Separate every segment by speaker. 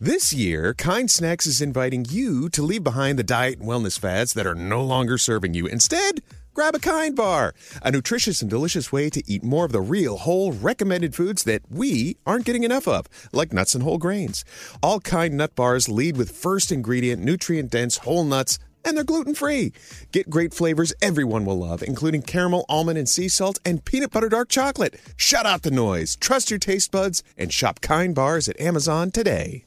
Speaker 1: This year, Kind Snacks is inviting you to leave behind the diet and wellness fads that are no longer serving you. Instead, grab a Kind Bar, a nutritious and delicious way to eat more of the real, whole, recommended foods that we aren't getting enough of, like nuts and whole grains. All Kind Nut Bars lead with first ingredient, nutrient dense whole nuts and they're gluten free. Get great flavors everyone will love, including caramel, almond, and sea salt, and peanut butter dark chocolate. Shut out the noise, trust your taste buds, and shop Kind Bars at Amazon today.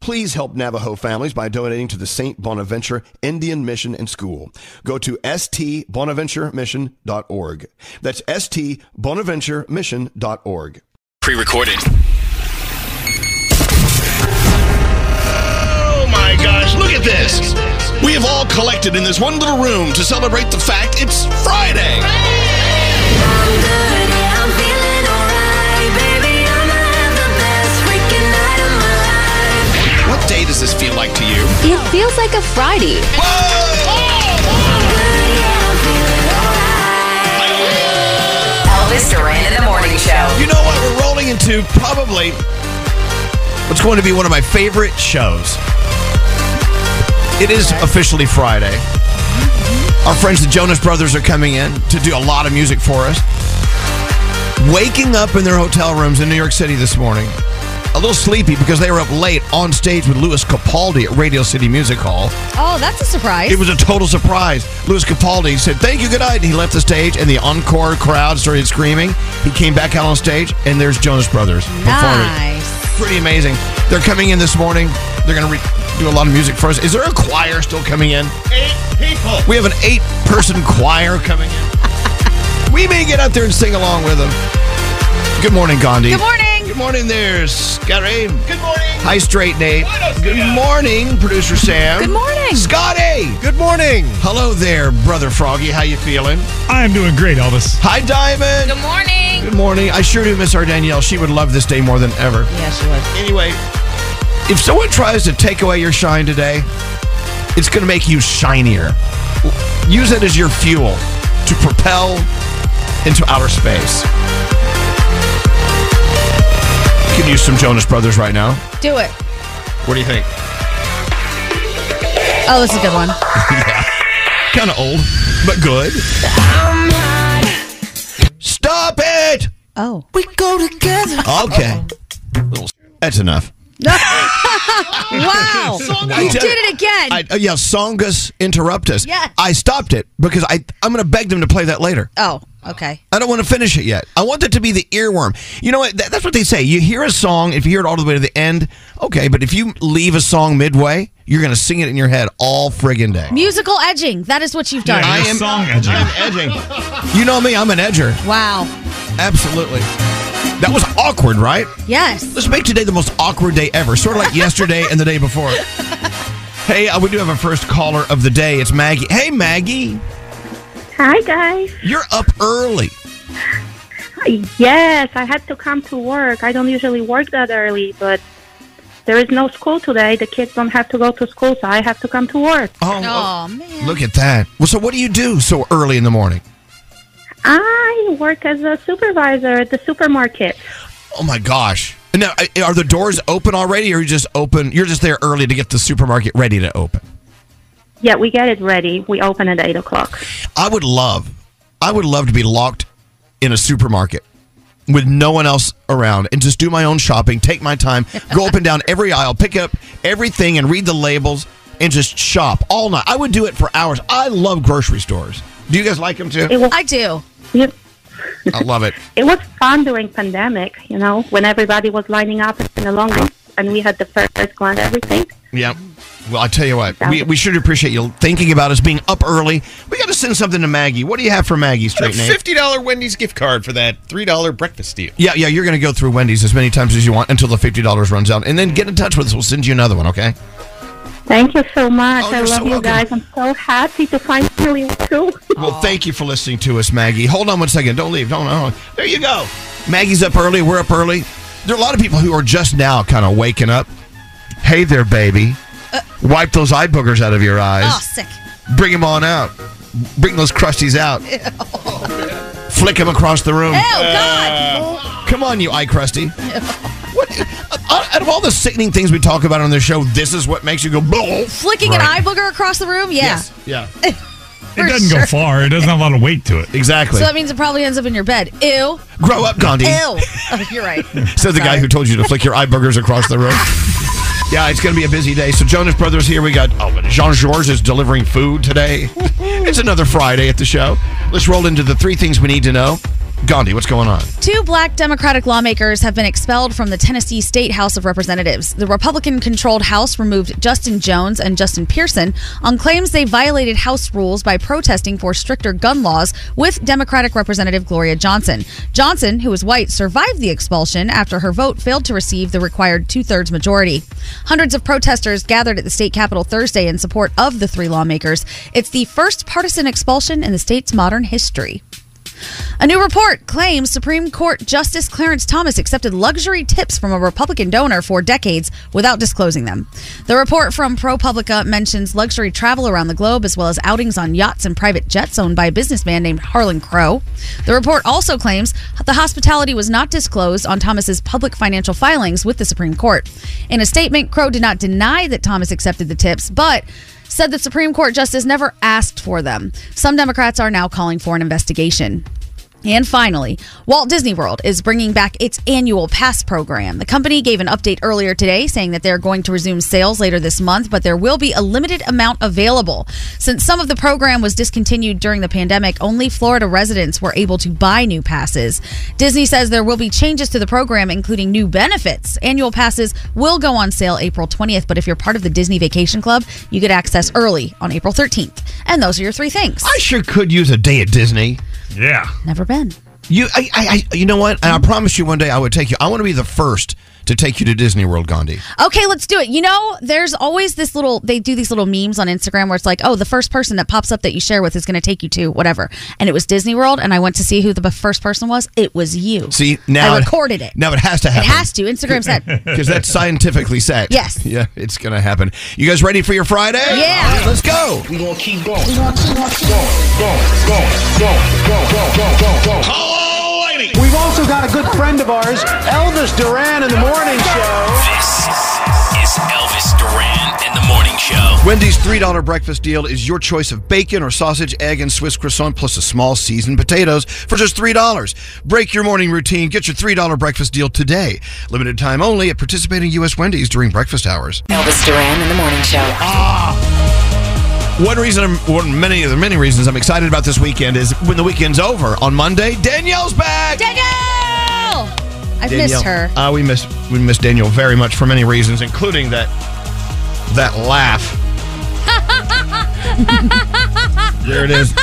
Speaker 2: Please help Navajo families by donating to the St. Bonaventure Indian Mission and School. Go to stbonaventuremission.org. That's stbonaventuremission.org.
Speaker 3: Pre recorded.
Speaker 2: Oh my gosh, look at this! We have all collected in this one little room to celebrate the fact it's Friday!
Speaker 3: What day does this feel like to you?
Speaker 4: It feels like a Friday.
Speaker 5: Elvis Duran in the morning show.
Speaker 2: You know what? We're rolling into probably what's going to be one of my favorite shows. It is officially Friday. Our friends, the Jonas Brothers, are coming in to do a lot of music for us. Waking up in their hotel rooms in New York City this morning, a little sleepy because they were up late on stage with Louis Capaldi at Radio City Music Hall.
Speaker 4: Oh, that's a surprise.
Speaker 2: It was a total surprise. Louis Capaldi said, Thank you, good night. And he left the stage, and the encore crowd started screaming. He came back out on stage, and there's Jonas Brothers performing.
Speaker 4: nice.
Speaker 2: Pretty amazing. They're coming in this morning. They're going to re- do a lot of music for us. Is there a choir still coming in? Eight people. We have an eight person choir coming in. we may get out there and sing along with them. Good morning, Gandhi.
Speaker 4: Good morning.
Speaker 2: Good morning there, Scary. Good morning. Hi, Straight Nate. Good morning, Producer Sam.
Speaker 4: Good morning.
Speaker 2: Scotty.
Speaker 1: Good morning!
Speaker 2: Hello there, brother Froggy. How you feeling?
Speaker 6: I am doing great, Elvis.
Speaker 2: Hi, Diamond.
Speaker 5: Good morning.
Speaker 2: Good morning. I sure do miss our Danielle. She would love this day more than ever.
Speaker 4: Yeah, she was.
Speaker 2: Anyway, if someone tries to take away your shine today, it's going to make you shinier. Use it as your fuel to propel into outer space. You can use some Jonas Brothers right now.
Speaker 4: Do it.
Speaker 2: What do you think?
Speaker 4: Oh, this is a good one.
Speaker 2: Kind of old, but good. Stop it!
Speaker 4: Oh.
Speaker 2: Okay. Little- That's enough.
Speaker 4: Wow. you did it again.
Speaker 2: I, uh, yeah, Songus interrupt us.
Speaker 4: Yes.
Speaker 2: I stopped it because I I'm going to beg them to play that later.
Speaker 4: oh, okay.
Speaker 2: I don't want to finish it yet. I want it to be the earworm. You know what? That, that's what they say. You hear a song, if you hear it all the way to the end, okay. But if you leave a song midway, you're going to sing it in your head all friggin' day.
Speaker 4: Musical edging. That is what you've done.
Speaker 6: Yeah, you're song edging.
Speaker 2: You know me. I'm an edger.
Speaker 4: Wow.
Speaker 2: Absolutely. That was awkward, right?
Speaker 4: Yes.
Speaker 2: Let's make today the most awkward day ever, sort of like yesterday and the day before. Hey, uh, we do have a first caller of the day. It's Maggie. Hey, Maggie,
Speaker 7: Hi guys.
Speaker 2: you're up early.
Speaker 7: Yes, I had to come to work. I don't usually work that early, but There is no school today. The kids don't have to go to school, so I have to come to work.
Speaker 2: Oh,
Speaker 4: Oh, man.
Speaker 2: look at that. Well, so what do you do so early in the morning?
Speaker 7: I work as a supervisor at the supermarket.
Speaker 2: Oh my gosh. Now, I- are the doors open already, or you just open? You're just there early to get the supermarket ready to open.
Speaker 7: Yeah, we get it ready. We open at 8 o'clock.
Speaker 2: I would love, I would love to be locked in a supermarket with no one else around and just do my own shopping, take my time, go up and down every aisle, pick up everything and read the labels and just shop all night. I would do it for hours. I love grocery stores. Do you guys like them too?
Speaker 7: It was,
Speaker 4: I do.
Speaker 7: it,
Speaker 2: I love it.
Speaker 7: it was fun during pandemic, you know, when everybody was lining up in the long line and we had the first glance everything.
Speaker 2: Yeah. Well, I tell you what, we, we should appreciate you thinking about us being up early. We got to send something to Maggie. What do you have for Maggie,
Speaker 1: A
Speaker 2: straight name?
Speaker 1: $50 Wendy's gift card for that $3 breakfast deal.
Speaker 2: Yeah, yeah, you're going to go through Wendy's as many times as you want until the $50 runs out. And then get in touch with us. We'll send you another one, okay?
Speaker 7: Thank you so much.
Speaker 2: Oh,
Speaker 7: I
Speaker 2: you're
Speaker 7: love
Speaker 2: so
Speaker 7: you
Speaker 2: welcome.
Speaker 7: guys. I'm so happy to finally work too.
Speaker 2: Well, thank you for listening to us, Maggie. Hold on one second. Don't leave. Don't. don't. There you go. Maggie's up early. We're up early. There are a lot of people who are just now kind of waking up. Hey there, baby. Wipe those eye boogers out of your eyes.
Speaker 4: Oh, sick.
Speaker 2: Bring them on out. Bring those crusties out. Flick them across the room. Uh,
Speaker 4: Oh, God.
Speaker 2: Come on, you eye crusty. What? Uh, Out out of all the sickening things we talk about on this show, this is what makes you go. "Blah."
Speaker 4: Flicking an eye
Speaker 2: Right.
Speaker 4: booger across the room? Yeah.
Speaker 2: Yes. Yeah.
Speaker 4: for
Speaker 8: it doesn't
Speaker 4: sure.
Speaker 8: go far. It doesn't have a lot of weight to it.
Speaker 2: Exactly.
Speaker 4: So that means it probably ends up in your bed. Ew.
Speaker 2: Grow up, Gandhi.
Speaker 4: Ew. Oh, you're right.
Speaker 2: Said the guy who told you to flick your eye burgers across the room. Yeah, it's going to be a busy day. So Jonas Brothers here. We got oh, Jean Georges is delivering food today. it's another Friday at the show. Let's roll into the three things we need to know. Gandhi, what's going on?
Speaker 4: Two black Democratic lawmakers have been expelled from the Tennessee State House of Representatives. The Republican controlled House removed Justin Jones and Justin Pearson on claims they violated House rules by protesting for stricter gun laws with Democratic Representative Gloria Johnson. Johnson, who is white, survived the expulsion after her vote failed to receive the required two thirds majority. Hundreds of protesters gathered at the state capitol Thursday in support of the three lawmakers. It's the first partisan expulsion in the state's modern history. A new report claims Supreme Court Justice Clarence Thomas accepted luxury tips from a Republican donor for decades without disclosing them. The report from ProPublica mentions luxury travel around the globe as well as outings on yachts and private jets owned by a businessman named Harlan Crow. The report also claims the hospitality was not disclosed on Thomas's public financial filings with the Supreme Court. In a statement, Crow did not deny that Thomas accepted the tips, but said the Supreme Court justice never asked for them. Some Democrats are now calling for an investigation. And finally, Walt Disney World is bringing back its annual pass program. The company gave an update earlier today saying that they're going to resume sales later this month, but there will be a limited amount available. Since some of the program was discontinued during the pandemic, only Florida residents were able to buy new passes. Disney says there will be changes to the program, including new benefits. Annual passes will go on sale April 20th, but if you're part of the Disney Vacation Club, you get access early on April 13th. And those are your three things.
Speaker 2: I sure could use a day at Disney.
Speaker 8: Yeah.
Speaker 4: Never been.
Speaker 2: You, I, I, I you know what? And I promise you, one day I would take you. I want to be the first to take you to Disney World, Gandhi.
Speaker 4: Okay, let's do it. You know, there's always this little, they do these little memes on Instagram where it's like, oh, the first person that pops up that you share with is going to take you to whatever. And it was Disney World, and I went to see who the b- first person was. It was you.
Speaker 2: See now,
Speaker 4: I recorded it.
Speaker 2: Now it has to
Speaker 4: it
Speaker 2: happen.
Speaker 4: has to. Instagram said,
Speaker 2: because that's scientifically set.
Speaker 4: Yes.
Speaker 2: Yeah, it's gonna happen. You guys ready for your Friday?
Speaker 4: Yeah.
Speaker 2: All right, let's go.
Speaker 9: We gonna keep going. We gonna keep going. Going, going, going, going, going, going, going, going. Hello, lady.
Speaker 10: We've also got a good friend of ours, Elvis Duran, in the morning show.
Speaker 11: This is Elvis Duran and the Morning Show.
Speaker 2: Wendy's $3 breakfast deal is your choice of bacon or sausage, egg, and Swiss croissant, plus a small seasoned potatoes for just $3. Break your morning routine. Get your $3 breakfast deal today. Limited time only at participating U.S. Wendy's during breakfast hours.
Speaker 5: Elvis Duran in the morning show.
Speaker 11: Ah.
Speaker 2: One reason, I'm, one many of the many reasons I'm excited about this weekend is when the weekend's over on Monday, Danielle's back.
Speaker 4: Danielle! I've missed her.
Speaker 2: Uh, we miss we miss Danielle very much for many reasons, including that that laugh. there it is.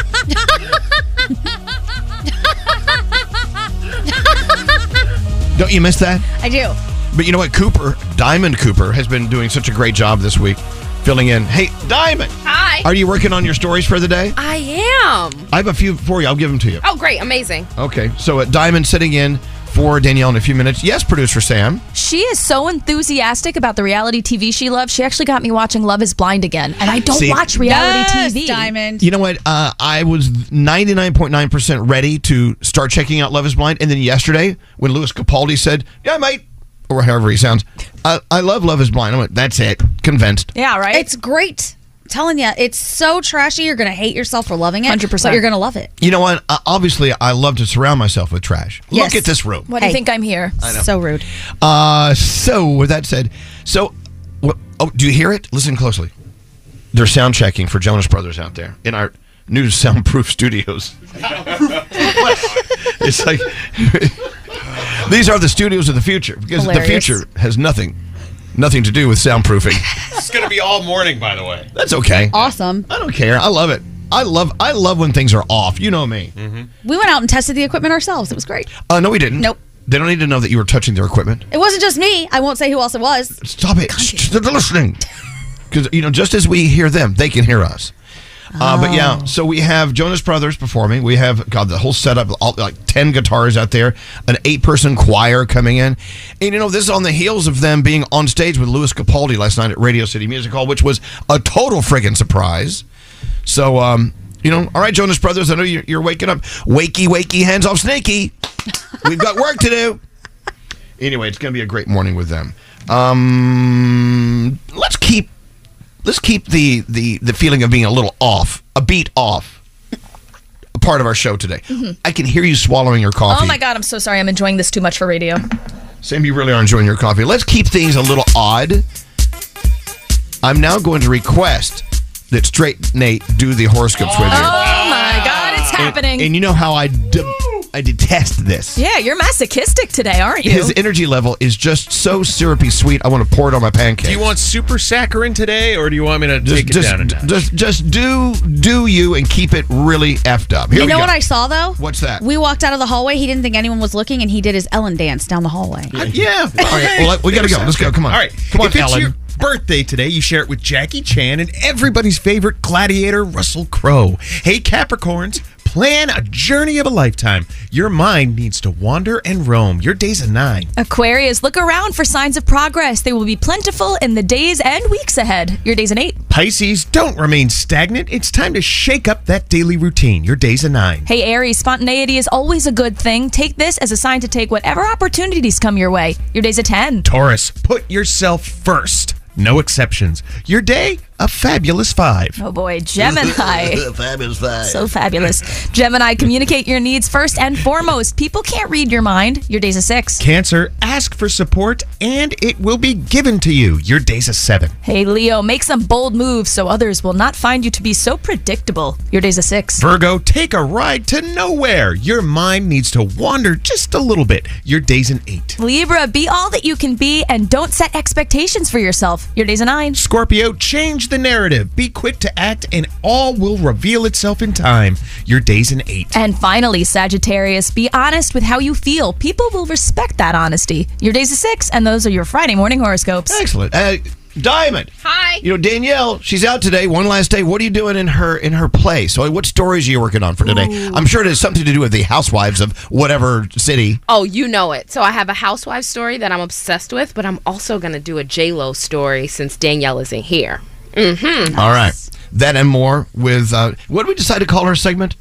Speaker 2: Don't you miss that?
Speaker 4: I do.
Speaker 2: But you know what? Cooper, Diamond Cooper, has been doing such a great job this week filling in. Hey, Diamond!
Speaker 12: Hi.
Speaker 2: Are you working on your stories for the day?
Speaker 12: I am.
Speaker 2: I have a few for you. I'll give them to you.
Speaker 12: Oh, great. Amazing.
Speaker 2: Okay. So, uh, Diamond sitting in for Danielle in a few minutes. Yes, producer Sam.
Speaker 11: She is so enthusiastic about the reality TV she loves. She actually got me watching Love is Blind again. And I don't
Speaker 2: See-
Speaker 11: watch reality
Speaker 4: Yes,
Speaker 11: TV.
Speaker 4: Diamond.
Speaker 2: You know what? Uh, I was 99.9% ready to start checking out Love is Blind. And then yesterday, when Louis Capaldi said, Yeah, mate, or however he sounds, I, I love Love is Blind. I went, That's it. Convinced.
Speaker 11: Yeah, right?
Speaker 4: It's great. Telling you, it's so trashy. You're gonna hate yourself for loving it.
Speaker 11: 100%.
Speaker 4: But you're gonna love it.
Speaker 2: You know what? Uh, obviously, I love to surround myself with trash.
Speaker 4: Yes.
Speaker 2: Look at this room.
Speaker 11: what do you
Speaker 4: Hey.
Speaker 11: think I'm here?
Speaker 4: So rude.
Speaker 2: Uh, so, with that said, so, wh- oh, do you hear it? Listen closely. They're sound checking for Jonas Brothers out there in our new soundproof studios. it's like these are the studios of the future because the
Speaker 4: Hilarious.
Speaker 2: future has nothing, nothing to do with soundproofing.
Speaker 13: It's going to be all morning, by the way.
Speaker 2: That's okay.
Speaker 4: Awesome.
Speaker 2: I don't care. I love it. I love. I love when things are off. You know me.
Speaker 4: We went out and tested the equipment ourselves. It was great.
Speaker 2: Uh, no, we didn't.
Speaker 4: Mm-hmm. Nope.
Speaker 2: They don't need to know that you were touching their equipment.
Speaker 4: It wasn't just me. I won't say who else it was.
Speaker 2: Stop it. Shh, They're listening. Because, you know, just as we hear them, they can hear us. Uh, but yeah, so we have Jonas Brothers performing. We have, God, the whole setup, all, like 10 guitars out there, an eight person choir coming in. And, you know, this is on the heels of them being on stage with Louis Capaldi last night at Radio City Music Hall, which was a total friggin' surprise. So, um, you know, all right, Jonas Brothers, I know you're, you're waking up. Wakey, wakey, hands off, snaky. We've got work to do anyway, it's going to be a great morning with them. Um, let's keep let's keep the the the feeling of being a little off, a beat off, a part of our show today. I can hear you swallowing your coffee.
Speaker 11: Oh my God, I'm so sorry. I'm enjoying this too much for radio.
Speaker 2: Sam, you really are enjoying your coffee. Let's keep things a little odd. I'm now going to request that Straight Nate do the horoscopes with you.
Speaker 11: Oh my God, it's happening.
Speaker 2: And you know how I de- I detest this.
Speaker 11: yeah, you're masochistic today, aren't you?
Speaker 2: His energy level is just so syrupy sweet. I want to pour it on my pancakes.
Speaker 1: Do you want super saccharin today, or do you want me to
Speaker 2: just,
Speaker 1: take it
Speaker 2: just,
Speaker 1: down a notch?
Speaker 2: just, just do do you and keep it really effed up. Here
Speaker 4: you
Speaker 2: we
Speaker 4: know
Speaker 2: go.
Speaker 4: what I saw though?
Speaker 2: What's that?
Speaker 4: We walked out of the hallway. He didn't think anyone was looking, and he did his Ellen dance down the hallway.
Speaker 2: Yeah. All right. Well, we gotta go. Let's go. Oh, Come on.
Speaker 1: All right.
Speaker 2: Come on,
Speaker 1: if it's
Speaker 2: Ellen.
Speaker 1: your birthday today, you share it with Jackie Chan and everybody's favorite gladiator, Russell Crowe. Hey, Capricorns, plan a journey of a lifetime. Your mind needs to wander and roam. Your day's a nine.
Speaker 11: Aquarius, look around for signs of progress. They will be plentiful in the days and weeks ahead. Your day's an eight.
Speaker 1: Pisces, don't remain stagnant. It's time to shake up that daily routine. Your day's a nine.
Speaker 11: Hey, Aries, spontaneity is always a good thing. Take this as a sign to take whatever opportunities come your way. Your day's a 10.
Speaker 1: Taurus, put yourself first. No exceptions. Your day, a fabulous five.
Speaker 11: Oh boy, Gemini.
Speaker 9: Fabulous five.
Speaker 11: so fabulous. Gemini, communicate your needs first and foremost. People can't read your mind. Your day's a six.
Speaker 1: Cancer, ask for support and it will be given to you. Your day's a seven.
Speaker 11: Hey, Leo, make some bold moves so others will not find you to be so predictable. Your day's a six.
Speaker 1: Virgo, take a ride to nowhere. Your mind needs to wander just a little bit. Your day's an eight.
Speaker 11: Libra, be all that you can be and don't set expectations for yourself. Your day's a nine.
Speaker 1: Scorpio, change the narrative. Be quick to act and all will reveal itself in time. Your day's an eight.
Speaker 11: And finally, Sagittarius, be honest with how you feel. People will respect that honesty. Your day's a six, and those are your Friday morning horoscopes.
Speaker 2: Excellent. Uh, Diamond. Hi. You know Danielle, she's out today. One last day. What are you doing in her in her place? So, what stories are you working on for today? I'm sure it has something to do with the housewives of whatever city.
Speaker 12: Oh, you know it. So I have a housewife story that I'm obsessed with, but I'm also going to do a J-Lo story since Danielle isn't here.
Speaker 4: Mm-hmm.
Speaker 2: All right. That and more with uh, what did we decide to call her segment?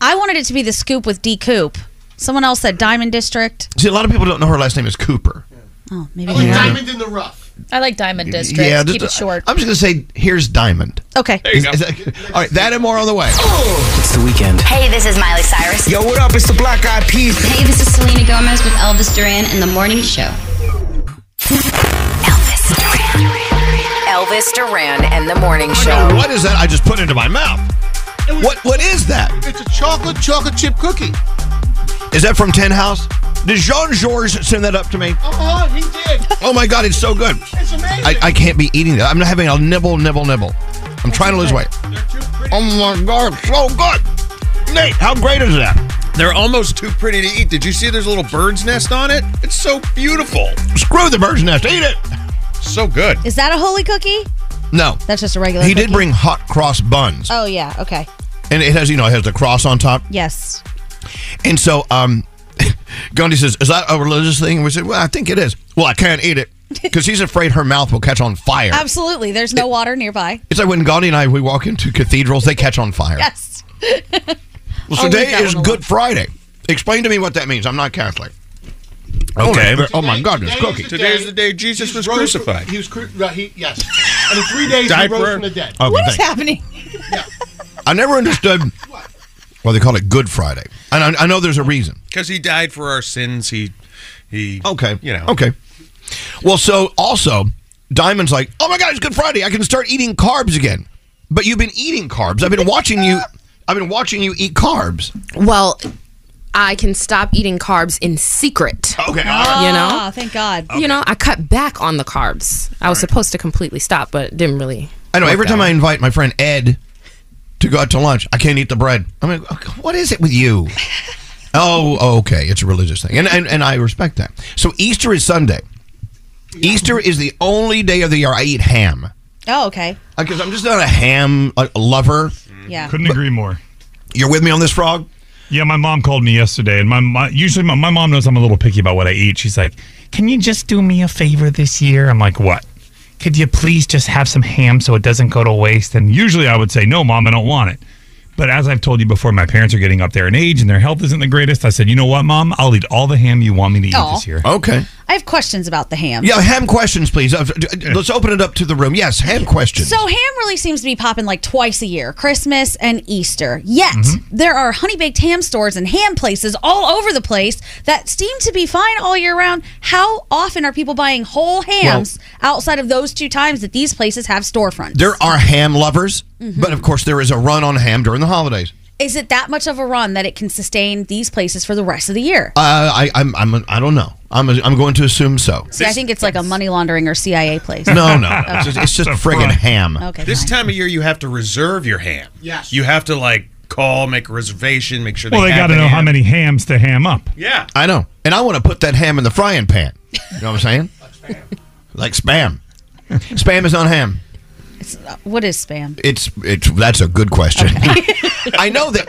Speaker 4: I wanted it to be the scoop with D Coop. Someone else said Diamond District.
Speaker 2: See, a lot of people don't know her last name is Cooper.
Speaker 4: Oh, maybe.
Speaker 9: Like diamond in the rough.
Speaker 11: I like Diamond District. Keep it
Speaker 2: just-
Speaker 11: short.
Speaker 2: I'm just gonna say, here's Diamond.
Speaker 4: Okay.
Speaker 2: Is- is that- all right, that and more on the way.
Speaker 14: It's the weekend.
Speaker 5: Hey, this is Miley Cyrus.
Speaker 14: Yo, what up? It's the Black Eyed Peas.
Speaker 5: Hey, this is Selena Gomez with Elvis Duran and the Morning Show.
Speaker 15: Elvis Duran. Elvis Duran and the Morning
Speaker 2: Now,
Speaker 15: Show.
Speaker 2: What is that? I just put into my mouth. What What is that?
Speaker 9: It's a chocolate chocolate chip cookie.
Speaker 2: Is that from Ten House? Did Jean Georges send that up to me?
Speaker 9: Uh-huh, he did.
Speaker 2: Oh my God, it's so good.
Speaker 9: It's amazing.
Speaker 2: I, I can't be eating that. I'm not having a nibble, nibble, nibble. I'm trying to lose weight.
Speaker 9: They're too pretty.
Speaker 2: Oh my God, it's so good. Nate, how great is that?
Speaker 13: They're almost too pretty to eat. Did you see there's a little bird's nest on it? It's so beautiful.
Speaker 2: Screw the bird's nest. Eat it.
Speaker 13: So good.
Speaker 4: Is that a holy cookie?
Speaker 2: No.
Speaker 4: That's just a regular.
Speaker 2: He did
Speaker 4: cookie.
Speaker 2: bring hot cross buns.
Speaker 4: Oh yeah. Okay.
Speaker 2: And it has, you know, it has the cross on top.
Speaker 4: Yes.
Speaker 2: And so um Gandhi says, "Is that a religious thing?" We said, "Well, I think it is." Well, I can't eat it because he's afraid her mouth will catch on fire.
Speaker 4: Absolutely. There's no water nearby.
Speaker 2: It's like when Gandhi and I we walk into cathedrals, they catch on fire.
Speaker 4: Yes.
Speaker 1: Oh,
Speaker 2: Well,
Speaker 4: I'll leave
Speaker 2: today
Speaker 4: that
Speaker 2: is
Speaker 4: one
Speaker 2: Good Friday. Explain to me what that means. I'm not Catholic.
Speaker 1: Okay.
Speaker 2: Oh, oh my God, there's
Speaker 1: Today
Speaker 2: cookies.
Speaker 1: is the day Today is the day Jesus was
Speaker 10: rose from-
Speaker 1: crucified.
Speaker 10: he was cru- right, he, yes. And in three days
Speaker 2: Died
Speaker 10: he rose
Speaker 2: for-
Speaker 10: from the dead.
Speaker 2: Okay, What is thanks.
Speaker 4: happening?
Speaker 2: I never understood why they call it Good Friday. And I, I know there's a reason.
Speaker 1: Because he died for our sins. He, he.
Speaker 2: Okay.
Speaker 1: You know.
Speaker 2: Okay. Well, so also, Diamond's like, oh my God, it's Good Friday. I can start eating carbs again. But you've been eating carbs. I've been watching you. I've been watching you eat carbs.
Speaker 12: Well, I can stop eating carbs in secret.
Speaker 2: Okay.
Speaker 12: You know?
Speaker 4: Ah, thank God.
Speaker 12: You know, I cut back on the carbs. I was supposed to completely stop, but it didn't really.
Speaker 2: I know.
Speaker 12: work
Speaker 2: Every
Speaker 12: that
Speaker 2: time
Speaker 12: way.
Speaker 2: I invite my friend Ed to go out to lunch, I can't eat the bread. I mean, what is it with you? Oh, okay. It's a religious thing, and and, and I respect that. So Easter is Sunday. Easter is the only day of the year I eat ham
Speaker 4: Oh, okay.
Speaker 2: because I'm just not a ham uh, lover.
Speaker 4: Yeah.
Speaker 16: Couldn't agree more.
Speaker 2: You're with me on this, Frog?
Speaker 16: Yeah, my mom called me yesterday, and my, my usually my, my mom knows I'm a little picky about what I eat. She's like, "Can you just do me a favor this year?" I'm like, "What?" Could you please just have some ham so it doesn't go to waste? And usually I would say, "No, mom, I don't want it." But as I've told you before, my parents are getting up there in age, and their health isn't the greatest. I said, "You know what, mom? I'll eat all the ham you want me to eat
Speaker 4: Aw.
Speaker 16: this year."
Speaker 2: Okay.
Speaker 4: I have questions about the ham.
Speaker 2: Yeah, ham questions, please. Uh, d- d- Let's open it up to the room. Yes, ham questions.
Speaker 4: So ham really seems to be popping like twice a year, Christmas and Easter. Yet
Speaker 2: Mm-hmm.
Speaker 4: there are honey baked ham stores and ham places all over the place that seem to be fine all year round. How often are people buying whole hams outside of those two times that these places have storefronts?
Speaker 2: there are ham lovers,
Speaker 4: Mhm.
Speaker 2: but of course there is a run on ham during the holidays.
Speaker 4: Is it that much of a run that it can sustain these places for the rest of the year?
Speaker 2: Uh, I I'm, I'm I don't know. I'm I'm going to assume so.
Speaker 4: See, I think it's like a money laundering or CIA place.
Speaker 2: No, no,
Speaker 4: Okay.
Speaker 2: it's just, it's just
Speaker 1: It's a
Speaker 2: friggin'
Speaker 1: front.
Speaker 2: ham.
Speaker 4: Okay,
Speaker 1: This time of year, you have to reserve your ham.
Speaker 10: Yes.
Speaker 1: You have to like call, make a reservation, make sure.
Speaker 16: Well, they
Speaker 1: they
Speaker 16: got
Speaker 1: got
Speaker 16: to know how many hams to ham up.
Speaker 1: Yeah.
Speaker 2: I know, and I want to put that ham in the frying pan. You know what I'm saying? like spam. Spam is not ham.
Speaker 4: It's- uh, what is spam?
Speaker 2: It's it's that's a good question. I know that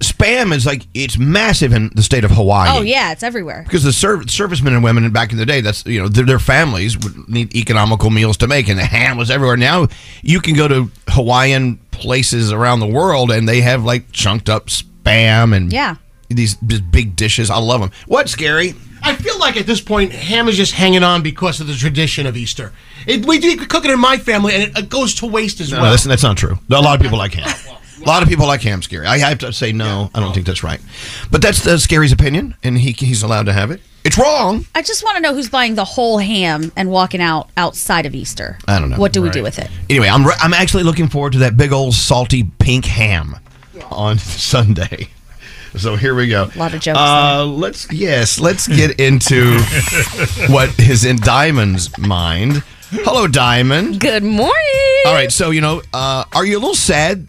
Speaker 2: spam is like it's massive in the state of Hawaii.
Speaker 4: Oh yeah, it's everywhere.
Speaker 2: Because the serv- servicemen and women back in the day, that's you know their, their families would need economical meals to make, and the ham was everywhere. Now you can go to Hawaiian places around the world, and they have like chunked up spam and
Speaker 4: Yeah.
Speaker 2: these just big dishes. I love them. What's scary?
Speaker 10: I feel like at this point, ham is just hanging on because of the tradition of Easter. It, we, do cook it in my family, and it, it goes to waste as
Speaker 2: No,
Speaker 10: well.
Speaker 2: that's, that's not true. A lot of people like ham. A lot of people like ham scary. I have to say no. I don't think that's right. But that's the scary's opinion, and he he's allowed to have it. It's wrong.
Speaker 4: I just want to know who's buying the whole ham and walking out outside of Easter.
Speaker 2: I don't know.
Speaker 4: What do we do with it?
Speaker 2: Anyway, I'm re- I'm actually looking forward to that big old salty pink ham on Sunday. So here we go. A
Speaker 4: lot of jokes.
Speaker 2: Uh, let's yes, let's get into what is in Diamond's mind. Hello, Diamond.
Speaker 12: Good morning.
Speaker 2: All right, so you know, uh, are you a little sad?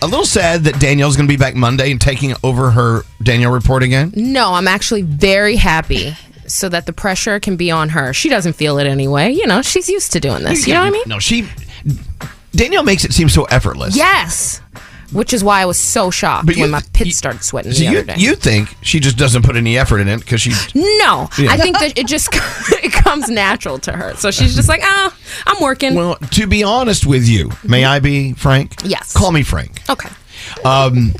Speaker 2: A little sad that Danielle's going to be back Monday and taking over her Danielle report again.
Speaker 12: No, I'm actually very happy so that the pressure can be on her. She doesn't feel it anyway. You know, she's used to doing this. You know what I mean?
Speaker 2: No, she Danielle makes it seem so effortless.
Speaker 12: Yes. Which is why I was so shocked
Speaker 2: But you-
Speaker 12: when my pits started sweating
Speaker 2: So
Speaker 12: the
Speaker 2: you
Speaker 12: other day.
Speaker 2: you think she just doesn't put any effort in it because she
Speaker 12: no,
Speaker 2: Yeah.
Speaker 12: I think that it just it comes natural to her. So she's just like, ah, I'm working.
Speaker 2: Well, to be honest with you, may I be Frank?
Speaker 12: Yes.
Speaker 2: Call me Frank.
Speaker 12: Okay.
Speaker 2: Um,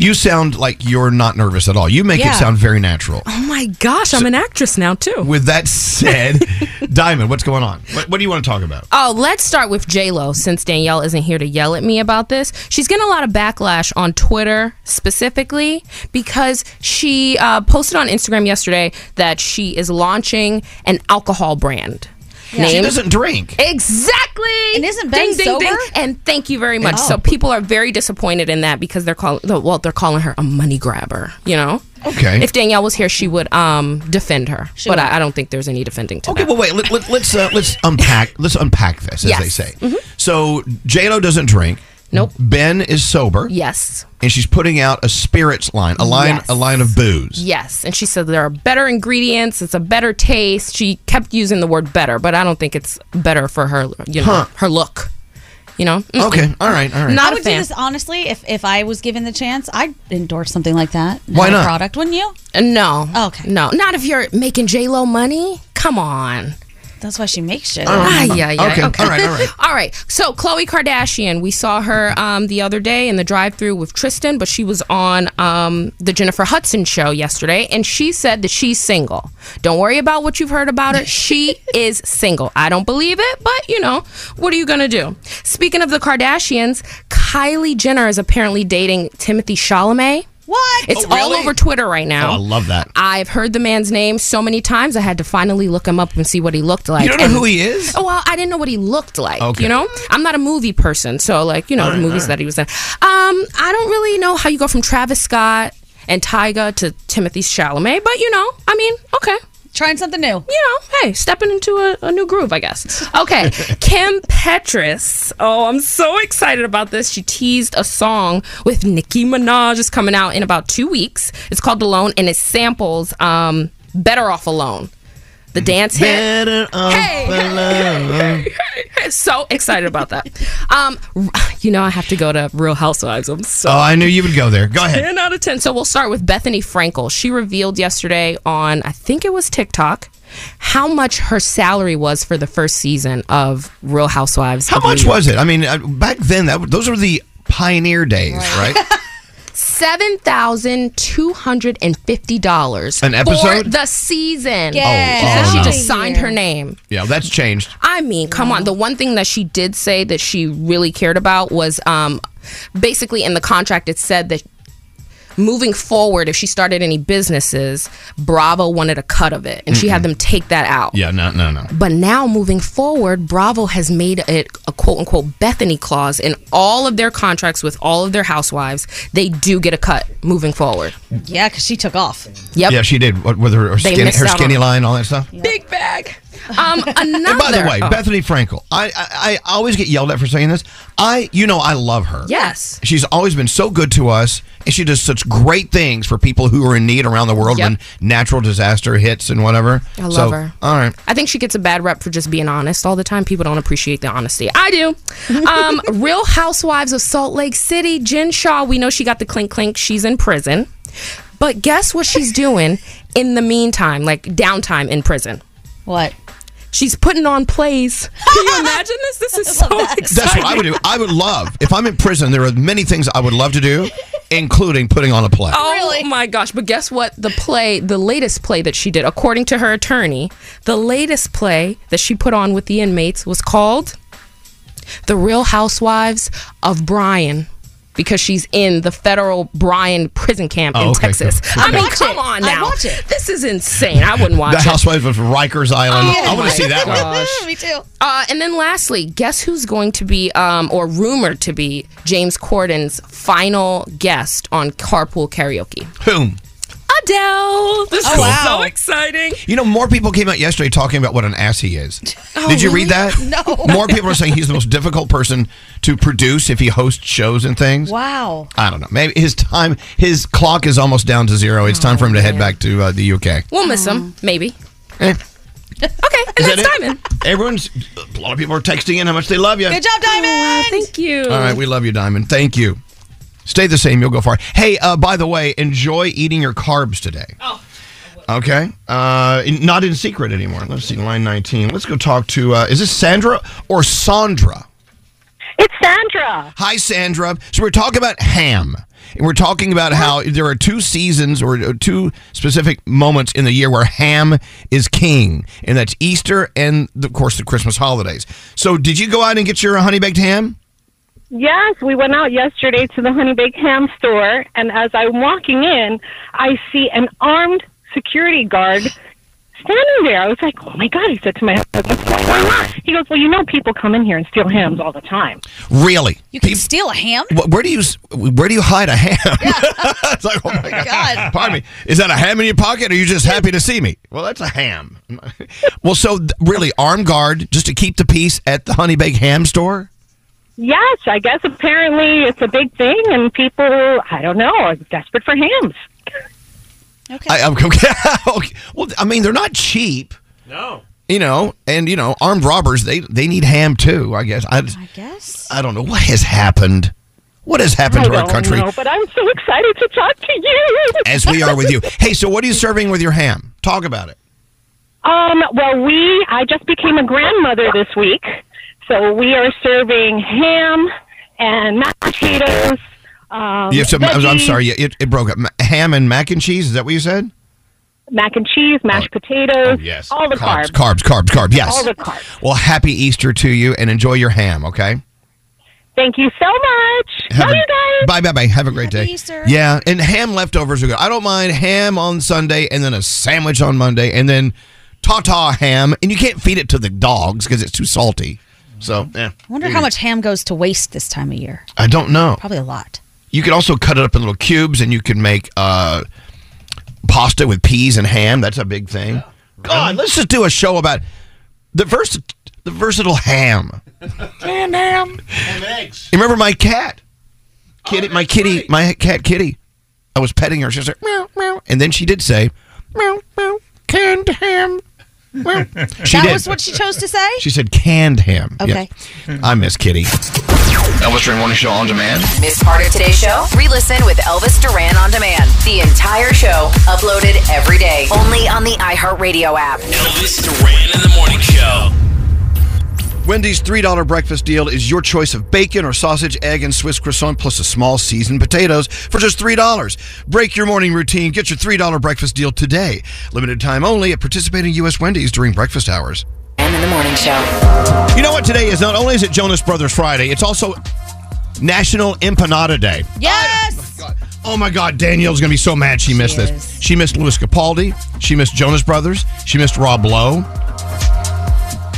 Speaker 2: you sound like you're not nervous at all. You make
Speaker 12: Yeah.
Speaker 2: it sound very natural.
Speaker 12: oh my gosh, I'm an actress now too.
Speaker 2: With that said, Diamond, what's going on? What, what do you want to talk about?
Speaker 12: Oh, let's start with J Lo since Danielle isn't here to yell at me about this. She's getting a lot of backlash on Twitter specifically because she uh, posted on Instagram yesterday that she is launching an alcohol brand.
Speaker 2: She doesn't drink.
Speaker 12: Exactly. And isn't
Speaker 4: Ben sober?
Speaker 12: And thank you very much.
Speaker 4: Oh.
Speaker 12: So people are very disappointed in that because they're calling well they're calling her a money grabber. You know.
Speaker 2: Okay.
Speaker 12: If Danielle was here, she would um defend her.
Speaker 2: She
Speaker 12: but
Speaker 2: would.
Speaker 12: I, I don't think there's any defending to
Speaker 2: Okay, well, wait. Let, let, let's uh, let's unpack. Let's unpack this, as
Speaker 12: Yes. Mm-hmm.
Speaker 2: they say. So J Lo doesn't drink. Nope. Ben is sober.
Speaker 12: Yes.
Speaker 2: And she's putting out a spirits line, a line,
Speaker 12: Yes.
Speaker 2: a line of booze.
Speaker 12: Yes, and she said there are better ingredients. It's a better taste. She kept using the word better, but I don't think it's better for her. You know,
Speaker 2: Huh.
Speaker 12: her look. You know? Mm-mm.
Speaker 2: Okay. All right. All right.
Speaker 4: I
Speaker 12: Not a
Speaker 4: would do
Speaker 12: fan.
Speaker 4: this honestly if, if I was given the chance. I'd endorse something like that.
Speaker 12: Why
Speaker 4: Have a
Speaker 12: not?
Speaker 4: Product, wouldn't you? Oh,
Speaker 12: Uh, No. Okay. No. Not if you're making J Lo money. Come on.
Speaker 4: That's why she makes shit.
Speaker 12: Ah, yeah, yeah.
Speaker 4: Okay. All right, all
Speaker 12: right. all right. So, Khloe Kardashian, we saw her um, the other day in the drive through with Tristan, but she was on um, the Jennifer Hudson show yesterday, and she said that she's single. Don't worry about what you've heard about her. She is single. I don't believe it, but you know, what are you going to do? Speaking of the Kardashians, Kylie Jenner is apparently dating Timothy Chalamet.
Speaker 4: What?
Speaker 12: It's all over Twitter right now.
Speaker 2: Oh, I love that.
Speaker 12: I've heard the man's name so many times. I had to finally look him up and see what he looked like.
Speaker 2: You don't know
Speaker 12: And-
Speaker 2: who he is?
Speaker 12: Oh, Well, I didn't know what he looked like.
Speaker 2: Okay.
Speaker 12: You know, I'm not a movie person, so like you know
Speaker 2: All
Speaker 12: the
Speaker 2: right,
Speaker 12: movies
Speaker 2: all right.
Speaker 12: that he was in. Um, I don't really know how you go from Travis Scott and Tyga to Timothy Chalamet, but you know, I mean, okay.
Speaker 4: Trying something new. You
Speaker 12: know, hey, stepping into a, a new groove, I guess. Okay. Kim Petras. Oh, I'm so excited about this. She teased a song with Nicki Minaj is coming out in about two weeks. It's called Alone and it samples um, Better Off Alone. The dance hit.
Speaker 2: Better off alone.
Speaker 12: so excited about that. Um, you know, I have to go to Real Housewives. I'm so.
Speaker 2: Oh, I knew you would go there. Go ahead.
Speaker 12: 10 out of 10. So we'll start with Bethany Frankel. She revealed yesterday on, I think it was TikTok, how much her salary was for the first season of Real Housewives.
Speaker 2: How much was it? I mean, uh, back then, that those were the pioneer days, right?
Speaker 12: Seven thousand two hundred and fifty dollars
Speaker 2: An
Speaker 12: for
Speaker 2: episode?
Speaker 12: the season.
Speaker 2: Yeah.
Speaker 12: Because
Speaker 2: Oh,
Speaker 12: she
Speaker 2: wow.
Speaker 12: just signed her name.
Speaker 2: yeah, that's changed.
Speaker 12: I mean, come on. The one thing that she did say that she really cared about was um, basically in the contract, it said that moving forward, if she started any businesses, Bravo wanted a cut of it. And she had them take that out.
Speaker 2: Yeah, no, no, no.
Speaker 12: But now moving forward, Bravo has made it a quote unquote Bethany clause in all of their contracts with all of their housewives. They do get a cut moving forward.
Speaker 4: Yeah, because she took off.
Speaker 12: Yep.
Speaker 2: Yeah, she did. What with her, her
Speaker 12: They
Speaker 2: skinny,
Speaker 12: missed
Speaker 2: her
Speaker 12: out on-
Speaker 2: skinny line, all that stuff.
Speaker 12: Big bag. Um, another.
Speaker 2: And by the way,
Speaker 12: oh.
Speaker 2: Bethany Frankel, I, I I always get yelled at for saying this. I you know I love her.
Speaker 12: Yes.
Speaker 2: She's always been so good to us, and she does such great things for people who are in need around the world
Speaker 12: Yep.
Speaker 2: when natural disaster hits and whatever.
Speaker 12: I love
Speaker 2: So,
Speaker 12: her.
Speaker 2: All right.
Speaker 12: I think she gets a bad rep for just being honest all the time. People don't appreciate the honesty. I do. Um, Real Housewives of Salt Lake City, Jen Shaw, we know she got the clink clink. She's in prison. But guess what she's doing in the meantime, like downtime in prison?
Speaker 4: What?
Speaker 12: She's putting on plays. Can you imagine this? This is so exciting.
Speaker 2: That's what I would do. I would love if I'm in prison. There are many things I would love to do, including putting on a play.
Speaker 12: Oh my gosh. But guess what? The play, the latest play that she did, according to her attorney, the latest play that she put on with the inmates was called The Real Housewives of Bryan. Because she's in the federal Bryan prison camp
Speaker 2: Oh,
Speaker 12: in
Speaker 2: okay,
Speaker 12: Texas.
Speaker 2: cool, cool.
Speaker 12: I mean,
Speaker 2: Watch
Speaker 12: come
Speaker 2: it.
Speaker 12: on
Speaker 2: I'd
Speaker 12: now.
Speaker 2: watch
Speaker 12: it. This is insane. I wouldn't watch
Speaker 2: the
Speaker 12: it.
Speaker 2: Housewives of Rikers Island.
Speaker 12: Oh
Speaker 2: I want
Speaker 12: my
Speaker 2: to see that one.
Speaker 12: gosh.
Speaker 4: Me too.
Speaker 12: Uh, and then lastly, guess who's going to be, um, or rumored to be, James Corden's final guest on Carpool Karaoke?
Speaker 2: Whom?
Speaker 12: Adele. This
Speaker 9: Oh,
Speaker 12: is
Speaker 9: wow.
Speaker 12: so exciting.
Speaker 2: You know, more people came out yesterday talking about what an ass he is.
Speaker 12: Oh,
Speaker 2: Did you
Speaker 12: really?
Speaker 2: read that?
Speaker 12: No.
Speaker 2: More people are saying he's the most difficult person to produce if he hosts shows and things.
Speaker 4: Wow.
Speaker 2: I don't know. Maybe his time, his clock is almost down to zero.
Speaker 12: Oh,
Speaker 2: It's time for him to head back to uh, the UK.
Speaker 12: We'll miss him, maybe.
Speaker 2: Eh.
Speaker 12: Okay, and
Speaker 2: Is that
Speaker 12: that's
Speaker 2: it?
Speaker 12: Diamond.
Speaker 2: Everyone's a lot of people are texting in how much they love you.
Speaker 12: Good
Speaker 4: job, Diamond.
Speaker 12: Oh, thank you.
Speaker 2: All right, we love you, Diamond. Thank you. Stay the same. You'll go far. Hey, uh, by the way, enjoy eating your carbs today. Oh. Okay. Uh, in- not in secret anymore. Let's see, line 19. Let's go talk to, uh, is this Sandra or Sandra?
Speaker 17: It's Sandra.
Speaker 2: Hi, Sandra. So we're talking about ham. And we're talking about how there are two seasons or uh, two specific moments in the year where ham is king, and that's Easter and, of course, the Christmas holidays. So, did you go out and get your honey baked ham?
Speaker 17: Yes, we went out yesterday to the Honey Bake Ham store, and as I'm walking in, I see an armed security guard standing there. I was like, oh my God. I said to my husband, what's going on? He goes, well, you know, people come in here and steal hams all the time.
Speaker 2: Really?
Speaker 4: You can steal a ham?
Speaker 2: Wh- Where do you s- where do you hide a ham? it's like, oh my God. Pardon me. Is that a ham in your pocket, or are you just happy to see me? Well, that's a ham. Well, so th- really, armed guard just to keep the peace at the honey baked ham store.
Speaker 17: Yes, I guess apparently it's a big thing, and people, I don't know, are desperate for hams.
Speaker 2: I, I'm, okay. Well, I mean, they're not cheap.
Speaker 10: No.
Speaker 2: You know, and you know, armed robbers they they need ham too. I guess. I, I
Speaker 4: guess.
Speaker 2: I don't know what has happened. What has happened to
Speaker 17: I
Speaker 2: our
Speaker 17: don't
Speaker 2: country
Speaker 17: know, but I'm so excited to talk to you.
Speaker 2: as we are with you? Hey, so what are you serving with your ham? Talk about it.
Speaker 17: Um, well, we, I just became a grandmother this week. So we are serving ham and mashed potatoes. Um,
Speaker 2: you have some. I'm- I'm
Speaker 17: veggies,
Speaker 2: sorry, it, it broke up. Ma- Ham and mac and cheese. Is that what you said?
Speaker 17: Mac and cheese, mashed potatoes. yes. All the
Speaker 2: Oh, Carbs,
Speaker 17: carbs.
Speaker 2: carbs, carbs, carbs. Yes.
Speaker 17: All the carbs.
Speaker 2: Well, happy Easter to you, and enjoy your ham. Okay.
Speaker 17: Thank you so much.
Speaker 2: Have a- Bye, bye, bye. Have a great day. Yeah, and ham leftovers are good. I don't mind ham on Sunday, and then a sandwich on Monday, and then ta-ta ham. And you can't feed it to the dogs because it's too salty. So, yeah.
Speaker 4: I wonder how much ham goes to waste this time of year.
Speaker 2: I don't know.
Speaker 4: Probably a lot.
Speaker 2: You could also cut it up in little cubes, and you could make uh, pasta with peas and ham. That's a big thing. God, let's just do a show about the vers- the versatile ham.
Speaker 9: Damn, damn. And eggs.
Speaker 2: You remember my cat?
Speaker 4: Oh,
Speaker 2: Kitty, my kitty, my cat Kitty. I was petting her. She was like, meow, meow. and then she did say, meow, meow, canned ham. Meow. She
Speaker 4: that
Speaker 2: did.
Speaker 4: was what she chose to say?
Speaker 2: She said canned ham.
Speaker 4: Okay.
Speaker 2: Yes. I miss Kitty. Elvis Duran Morning Show on demand.
Speaker 11: Miss part of today's show? Re-listen with Elvis Duran on demand. The entire show uploaded every day, only on the iHeartRadio app.
Speaker 3: Elvis Duran in the morning show.
Speaker 2: Wendy's $3 breakfast deal is your choice of bacon or sausage, egg, and Swiss croissant, plus a small seasoned potatoes for just $3. Break your morning routine. Get your $3 breakfast deal today. Limited time only at participating U.S. Wendy's during breakfast hours.
Speaker 11: And in the morning show.
Speaker 2: You know what today is? Not only is it Jonas Brothers Friday, it's also National Empanada Day.
Speaker 4: Yes!
Speaker 2: Oh my God, Danielle's gonna be so mad she missed this. She missed Louis Capaldi. She missed Jonas Brothers. She missed Rob Lowe.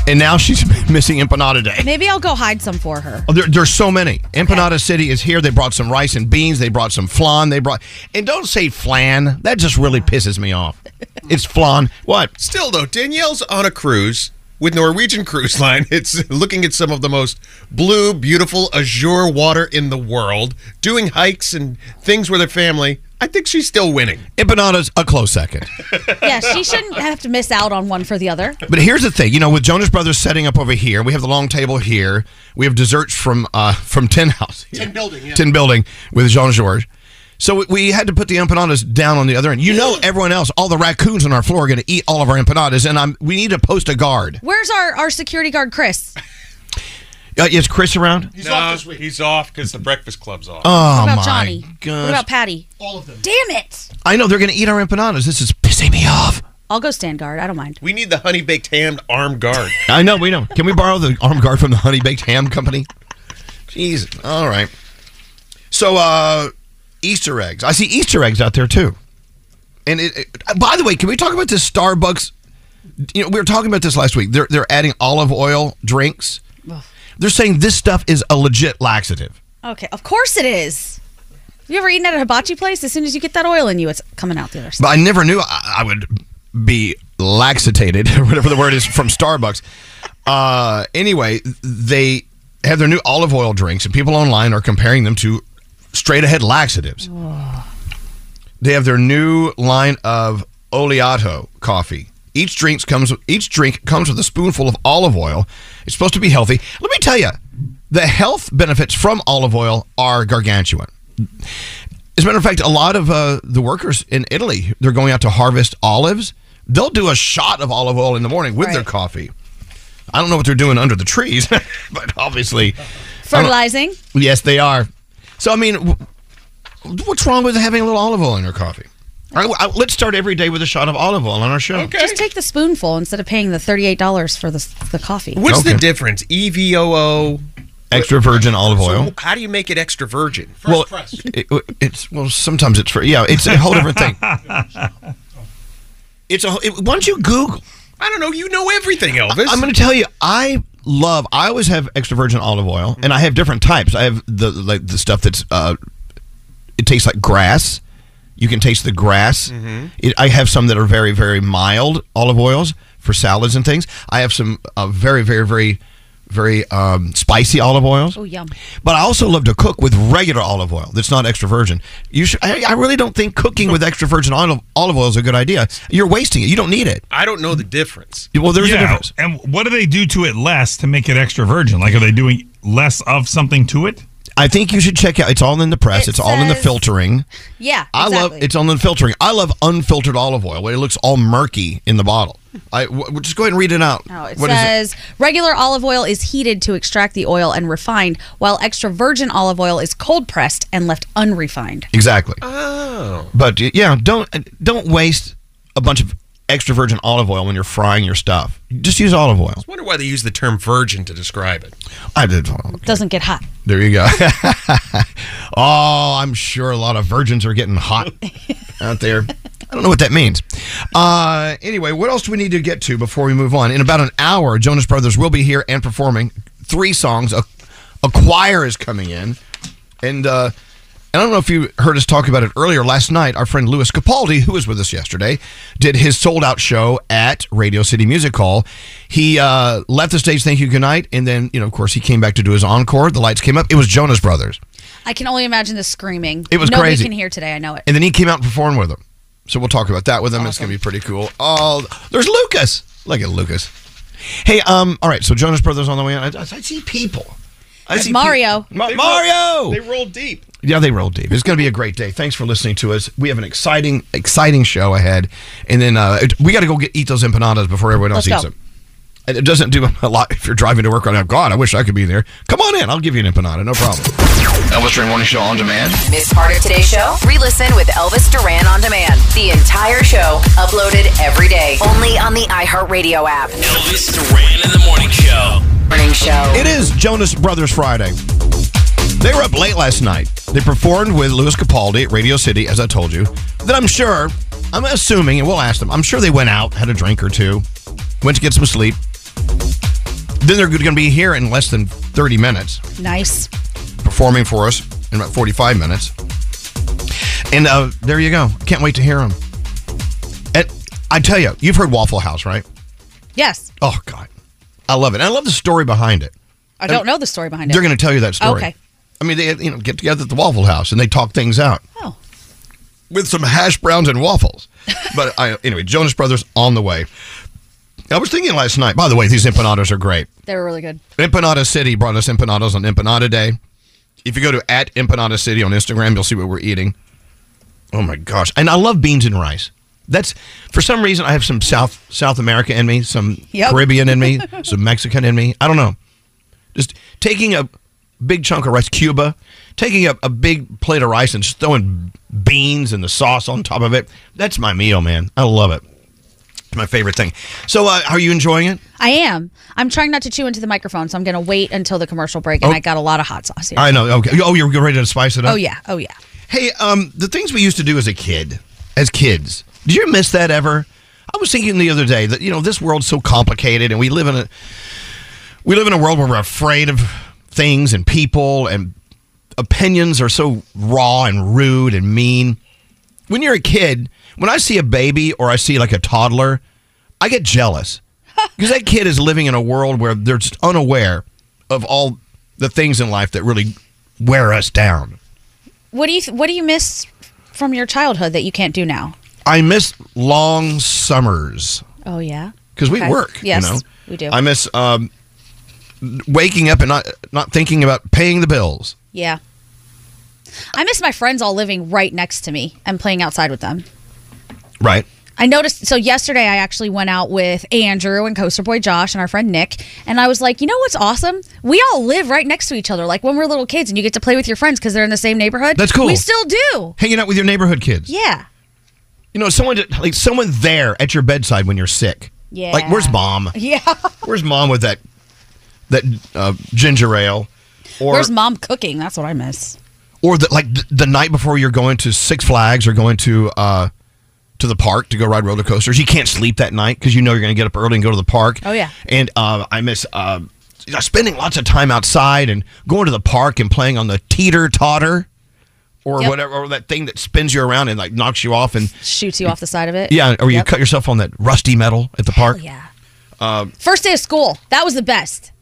Speaker 2: And now she's missing Empanada Day.
Speaker 4: Maybe I'll go hide some for her.
Speaker 2: Oh, there, there's so many. Empanada City is here. They brought some rice and beans. They brought some flan. They brought and don't say flan. That just really pisses me off. It's flan. What?
Speaker 18: Still though, Danielle's on a cruise with Norwegian Cruise Line. It's looking at some of the most blue, beautiful azure water in the world, doing hikes and things with her family. I think she's still winning.
Speaker 2: Empanada's a close second.
Speaker 4: yeah, she shouldn't have to miss out on one for the other.
Speaker 2: But here's the thing, you know, with Jonas Brothers setting up over here, we have the long table here. We have desserts from uh from Tin House,
Speaker 10: Ten building. Yeah.
Speaker 2: Tin Building with Jean Georges. So we- we had to put the empanadas down on the other end. You know, everyone else, all the raccoons on our floor are going to eat all of our empanadas, and I'm we need to post a guard.
Speaker 4: Where's our, our security guard, Chris?
Speaker 2: Uh, is Chris around?
Speaker 1: He's off this week. He's off because the Breakfast Club's off.
Speaker 2: Oh
Speaker 4: what about
Speaker 2: my
Speaker 4: Johnny?
Speaker 2: gosh!
Speaker 4: What about Patty? All of them. Damn it!
Speaker 2: I know they're going to eat our empanadas. This is pissing me off.
Speaker 4: I'll go stand guard. I don't mind.
Speaker 18: We need the honey baked ham armed guard.
Speaker 2: I know, we know. Can we borrow the arm guard from the Honey Baked Ham Company? Jeez. All right. So, uh, Easter eggs. I see Easter eggs out there too. And it, it- by the way, can we talk about this Starbucks? You know, we were talking about this last week. They're they're adding olive oil drinks. They're saying this stuff is a legit laxative.
Speaker 4: Okay, of course it is. You ever eaten at a hibachi place? As soon as you get that oil in you, it's coming out the other side.
Speaker 2: But I never knew I, I would be laxitated, or whatever the word is, from Starbucks. Uh, anyway, they have their new olive oil drinks, and people online are comparing them to straight ahead laxatives. They have their new line of oleato coffee. Each drink comes each drink comes with a spoonful of olive oil. It's supposed to be healthy. Let me tell you, the health benefits from olive oil are gargantuan. As a matter of fact, a lot of uh, the workers in Italy they're going out to harvest olives. They'll do a shot of olive oil in the morning with their coffee. I don't know what they're doing under the trees, but obviously, I don't-
Speaker 4: Fertilizing?
Speaker 2: Yes, they are. So I mean, w- what's wrong with having a little olive oil in your coffee? All right, well, I- let's start every day with a shot of olive oil on our show.
Speaker 4: Just take the spoonful instead of paying the thirty-eight dollars for the the coffee.
Speaker 18: What's the difference? E EVOO.
Speaker 2: Extra virgin olive oil.
Speaker 18: So how do you make it extra virgin?
Speaker 2: well, it- it's well. Sometimes it's for yeah. It's a whole different thing. It's a. It, why don't you Google?
Speaker 18: I don't know. You know everything, Elvis.
Speaker 2: I, am going to tell you, I love. I always have extra virgin olive oil, and I have different types. I have the like the stuff that's uh, it tastes like grass. You can taste the grass.
Speaker 9: Mhm.
Speaker 2: It, I have some that are very very mild olive oils for salads and things. I have some uh, very very very very um, spicy olive oils.
Speaker 4: Oh, yum.
Speaker 2: But I also love to cook with regular olive oil that's not extra virgin. You should, I, I really don't think cooking with extra virgin olive, olive oil is a good idea. You're wasting it. You don't need it.
Speaker 1: I don't know the difference.
Speaker 2: Well, there's
Speaker 16: yeah,
Speaker 2: a difference.
Speaker 16: And what do they do to it less to make it extra virgin? Like, are they doing less of something to it?
Speaker 2: I think you should check out. It's all in the press.
Speaker 16: It
Speaker 2: it's all in the
Speaker 16: says-
Speaker 2: filtering.
Speaker 4: Yeah,
Speaker 2: I love it's on the filtering. I love unfiltered olive oil where it looks all murky in the bottle. I w- w- just go ahead and read it out.
Speaker 4: Oh, it
Speaker 2: What is
Speaker 4: says regular olive oil is heated to extract the oil and refined, while extra virgin olive oil is cold pressed and left unrefined.
Speaker 2: Exactly.
Speaker 4: Oh.
Speaker 2: But y- yeah, don't uh, don't waste a bunch of extra virgin olive oil when you're frying your stuff. Just use olive oil.
Speaker 1: I wonder why they use the term virgin to describe it.
Speaker 2: I did.
Speaker 4: Doesn't get hot.
Speaker 2: There you go. oh, I'm sure a lot of virgins are getting hot out there. I don't know what that means. Uh, anyway, what else do we need to get to before we move on? In about an hour, Jonas Brothers will be here and performing three songs. A, a choir is coming in, and uh, and I don't know if you heard us talk about it earlier last night. Our friend Louis Capaldi, who was with us yesterday, did his sold out show at Radio City Music Hall. He uh, left the stage, thank you, good night, and then you know, of course, he came back to do his encore. The lights came up. It was Jonas Brothers.
Speaker 4: I can only imagine the screaming.
Speaker 2: It was
Speaker 4: Nobody
Speaker 2: crazy.
Speaker 4: can hear today. I know it.
Speaker 2: And then he came out and performed with them. So we'll talk about that with him. It's going to be pretty cool. Oh, there's Lucas. Look at Lucas. Hey, um, all right. So Jonas Brothers on the way. out. I, I see people. I
Speaker 4: There's
Speaker 2: see
Speaker 4: Mario.
Speaker 2: Ma- They roll- Mario! they
Speaker 1: rolled deep.
Speaker 2: Yeah, they roll deep. It's going to be a great day. Thanks for listening to us. We have an exciting, exciting show ahead, and then uh, we got to go get eat those empanadas before everyone else eats
Speaker 1: Let's go.
Speaker 2: them. And it doesn't do a lot if you're driving to work right now. God, I wish I could be there. Come on in. I'll give you an empanada. No problem. Elvis Duran Morning Show on demand.
Speaker 11: Miss part of today's show? Re-listen with Elvis Duran on demand. The entire show uploaded every day, only on the iHeartRadio app.
Speaker 3: Elvis Duran in the morning show.
Speaker 11: Morning show.
Speaker 2: It is Jonas Brothers Friday. They were up late last night. They performed with Louis Capaldi at Radio City, as I told you. That I'm sure, I'm assuming, and we'll ask them, I'm sure they went out, had a drink or two, went to get some sleep. Then they're going to be here in less than 30 minutes,
Speaker 4: Nice.
Speaker 2: performing for us in about 45 minutes. And uh, there you go. Can't wait to hear them. And I tell you, you've heard Waffle House, right?
Speaker 4: Yes.
Speaker 2: Oh, God. I love it. And I love the story behind it.
Speaker 4: I don't know the story behind it.
Speaker 2: They're going to tell you that story.
Speaker 4: Okay.
Speaker 2: I mean, they you know get together at the Waffle House and they talk things out.
Speaker 4: Oh.
Speaker 2: With some hash browns and waffles. but I, anyway, Jonas Brothers on the way. I was thinking last night. By the way, these empanadas are great.
Speaker 4: They were really good.
Speaker 2: Empanada City brought us empanadas on Empanada Day. If you go to at Empanada City on Instagram, you'll see what we're eating. Oh my gosh! And I love beans and rice. That's for some reason I have some South South America in me, some
Speaker 1: Yep.
Speaker 2: Caribbean in me, some Mexican in me. I don't know. Just taking a big chunk of rice, Cuba, taking a, a big plate of rice and just throwing beans and the sauce on top of it. That's my meal, man. I love it. It's my favorite thing. So, uh, are you enjoying it?
Speaker 4: I am. I'm trying not to chew into the microphone, so I'm going to wait until the commercial break. And
Speaker 2: Oh.
Speaker 4: I got a lot of hot sauce here.
Speaker 2: I know. Okay. Oh, you're ready to spice it up.
Speaker 4: Oh yeah. Oh yeah.
Speaker 2: Hey, um, the things we used to do as a kid, as kids, did you miss that ever? I was thinking the other day that you know this world's so complicated, and we live in a we live in a world where we're afraid of things and people, and opinions are so raw and rude and mean. When you're a kid, when I see a baby or I see like a toddler, I get jealous because that kid is living in a world where they're just unaware of all the things in life that really wear us down.
Speaker 4: What do you What do you miss from your childhood that you can't do now?
Speaker 2: I miss long summers
Speaker 4: Oh yeah.
Speaker 2: because we
Speaker 4: Okay.
Speaker 2: work.
Speaker 4: Yes,
Speaker 2: you know?
Speaker 4: we do.
Speaker 2: I miss um, waking up and not not thinking about paying the bills.
Speaker 4: Yeah. I miss my friends all living right next to me and playing outside with them.
Speaker 2: Right.
Speaker 4: I noticed. So yesterday, I actually went out with Andrew and Coaster Boy Josh and our friend Nick, and I was like, you know what's awesome? We all live right next to each other, like when we're little kids, and you get to play with your friends because they're in the same neighborhood.
Speaker 2: That's cool.
Speaker 4: We still do.
Speaker 2: Hanging out with your neighborhood kids.
Speaker 4: Yeah.
Speaker 2: You know, someone to- like someone there at your bedside when you're sick.
Speaker 4: Yeah.
Speaker 2: Like, where's mom?
Speaker 4: Yeah.
Speaker 2: Where's mom with that that uh, ginger ale? Or
Speaker 4: Where's mom cooking? That's what I miss.
Speaker 2: or the, like the, the night before you're going to Six Flags or going to uh, to the park to go ride roller coasters. You can't sleep that night because you know you're going to get up early and go to the park.
Speaker 4: Oh, yeah.
Speaker 2: And uh, I miss uh, spending lots of time outside and going to the park and playing on the teeter totter or
Speaker 4: Yep.
Speaker 2: whatever or that thing that spins you around and like knocks you off and
Speaker 4: Shoots you off the side of it.
Speaker 2: yeah, or you
Speaker 4: Yep.
Speaker 2: cut yourself on that rusty metal at the park.
Speaker 4: Yeah.
Speaker 2: Um,
Speaker 4: First day of school. That was the best.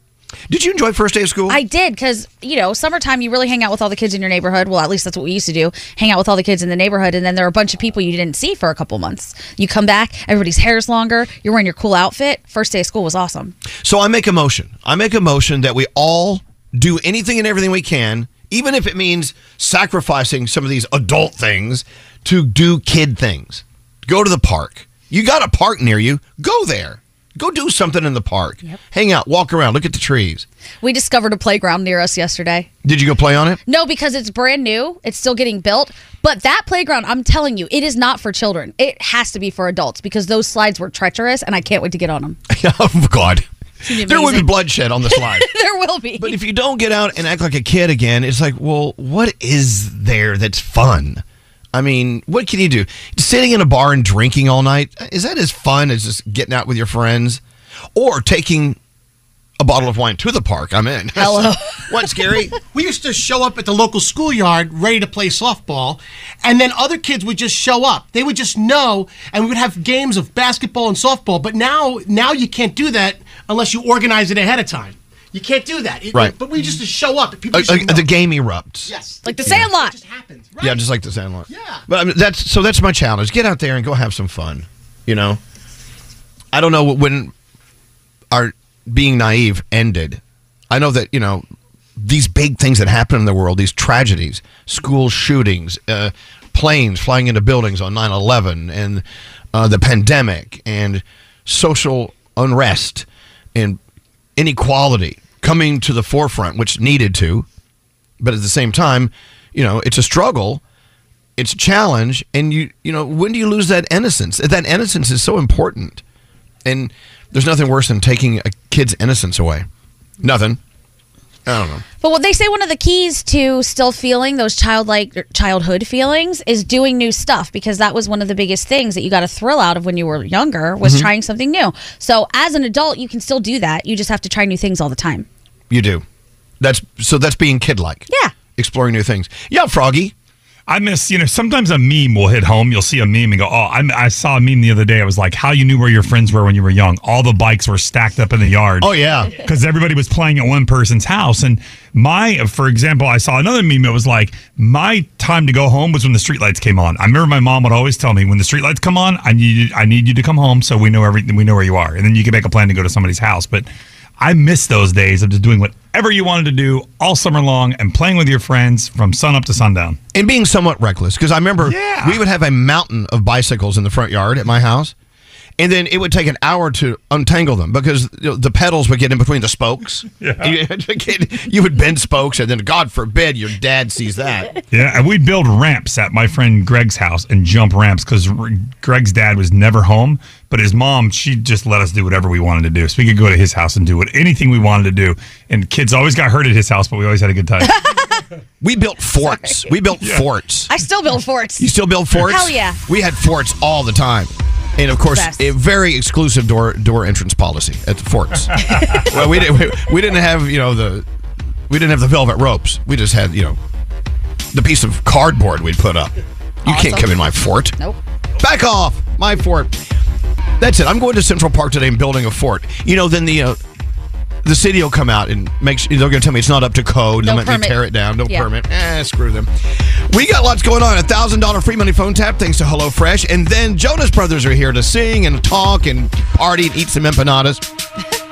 Speaker 2: Did you enjoy first day of school?
Speaker 4: I did because you know summertime you really hang out with all the kids in your neighborhood. Well, at least that's what we used to do: hang out with all the kids in the neighborhood, and then there are a bunch of people you didn't see for a couple months. You come back, everybody's hair's longer, you're wearing your cool outfit. First day of school was awesome.
Speaker 2: So I make a motion. I make a motion that we all do anything and everything we can, even if it means sacrificing some of these adult things to do kid things. Go to the park. You got a park near you. Go there. Go do something in the park. Hang out, walk around, look at the trees.
Speaker 4: We discovered a playground near us yesterday.
Speaker 2: Did you go play on it?
Speaker 4: No, because it's brand new. It's still getting built. But that playground, I'm telling you, it is not for children. It has to be for adults because those slides were treacherous, and I can't wait to get on them.
Speaker 2: oh God.
Speaker 4: be
Speaker 2: There would be
Speaker 4: amazing.
Speaker 2: bloodshed on the slide.
Speaker 4: there will be.
Speaker 2: But if you don't get out and act like a kid again, it's like, well, what is there that's fun? I mean, what can you do? Sitting in a bar and drinking all night, is that as fun as just getting out with your friends? Or taking a bottle of wine to the park? I'm in.
Speaker 10: Hello.
Speaker 2: What's scary?
Speaker 10: We used to show up at the local schoolyard ready to play softball, and then other kids would just show up. They would just know, and we would have games of basketball and softball. But now, now you can't do that unless you organize it ahead of time. You can't do that. It-
Speaker 2: Right.
Speaker 10: But we used to show up. People
Speaker 2: Uh,
Speaker 10: used
Speaker 2: uh,
Speaker 10: to know.
Speaker 2: the game erupts.
Speaker 10: Yes.
Speaker 4: Like the Sandlot.
Speaker 2: Yeah, just like the Sandlot. Yeah. But I mean, that's so that's my challenge. Get out there and go have some fun. You know, I don't know wh- when our being naive ended. I know that you know these big things that happen in the world, these tragedies, school shootings, uh, planes flying into buildings on 9-11 and uh, the pandemic and social unrest and inequality coming to the forefront, which needed to but at the same time, you know, it's a struggle, it's a challenge, and you you know, when do you lose that innocence? That innocence is so important, and there's nothing worse than taking a kid's innocence away. Nothing. I don't know.
Speaker 4: But what they say one of the keys to still feeling those childlike or childhood feelings is doing new stuff because that was one of the biggest things that you got a thrill out of when you were younger was
Speaker 2: Mhm.
Speaker 4: trying something new. So as an adult, you can still do that. You just have to try new things all the time.
Speaker 2: You do. That's so. That's being kid-like.
Speaker 4: Yeah.
Speaker 2: Exploring new things. Yeah, Froggy.
Speaker 16: I miss, you know, sometimes a meme will hit home. You'll see a meme and go, oh, I, I saw a meme the other day. It was like, how you knew where your friends were when you were young. All the bikes were stacked up in the yard.
Speaker 2: Oh, yeah.
Speaker 16: Because everybody was playing at one person's house. And my, for example, I saw another meme. It was like, my time to go home was when the streetlights came on. I remember my mom would always tell me, when the streetlights come on, I need, you- I need you to come home so we know everything. We know where you are. And then you can make a plan to go to somebody's house. But I miss those days of just doing whatever you wanted to do all summer long and playing with your friends from sun up to sundown.
Speaker 2: and being somewhat reckless because I remember we would have a mountain of bicycles in the front yard at my house, and then it would take an hour to untangle them because you know, the pedals would get in between the spokes. yeah. you, had to get- you would bend spokes, and then God forbid your dad sees that.
Speaker 16: Yeah, and we'd build ramps at my friend Greg's house and jump ramps because Greg's dad was never home, but his mom she just let us do whatever we wanted to do, so we could go to his house and do what anything we wanted to do. And kids always got hurt at his house, but we always had a good time.
Speaker 2: we built forts. We built forts.
Speaker 4: I still build forts.
Speaker 2: You still build forts?
Speaker 4: Hell yeah.
Speaker 2: We had forts all the time. And of course,
Speaker 4: Best.
Speaker 2: a very exclusive door door entrance policy at the forts.
Speaker 4: Uh,
Speaker 2: well, we didn't we, we didn't have you know the we didn't have the velvet ropes. We just had you know the piece of cardboard we'd put up. You can't come in my fort.
Speaker 4: Nope.
Speaker 2: Back off my fort. That's it. I'm going to Central Park today and building a fort. You know, then the uh, the city will come out and make. They're going to tell me it's not up to code.
Speaker 7: No
Speaker 2: They'll make me
Speaker 7: permit.
Speaker 2: tear it down. No
Speaker 7: Yeah.
Speaker 2: permit. Eh, screw them. We got lots going on. A thousand dollar free money phone tap thanks to HelloFresh, and then Jonas Brothers are here to sing and talk and party and eat some empanadas.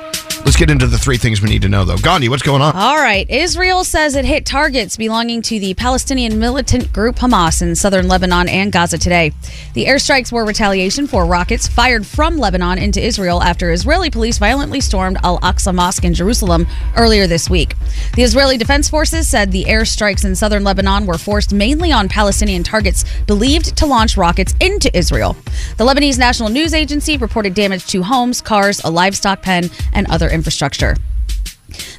Speaker 2: Let's get into the three things we need to know, though. Gandhi, what's going on?
Speaker 4: All right. Israel says it hit targets belonging to the Palestinian militant group Hamas in southern Lebanon and Gaza today. The airstrikes were retaliation for rockets fired from Lebanon into Israel after Israeli police violently stormed Al Aqsa Mosque in Jerusalem earlier this week. The Israeli Defense Forces said the airstrikes in southern Lebanon were forced mainly on Palestinian targets believed to launch rockets into Israel. The Lebanese National News Agency reported damage to homes, cars, a livestock pen, and other infrastructure.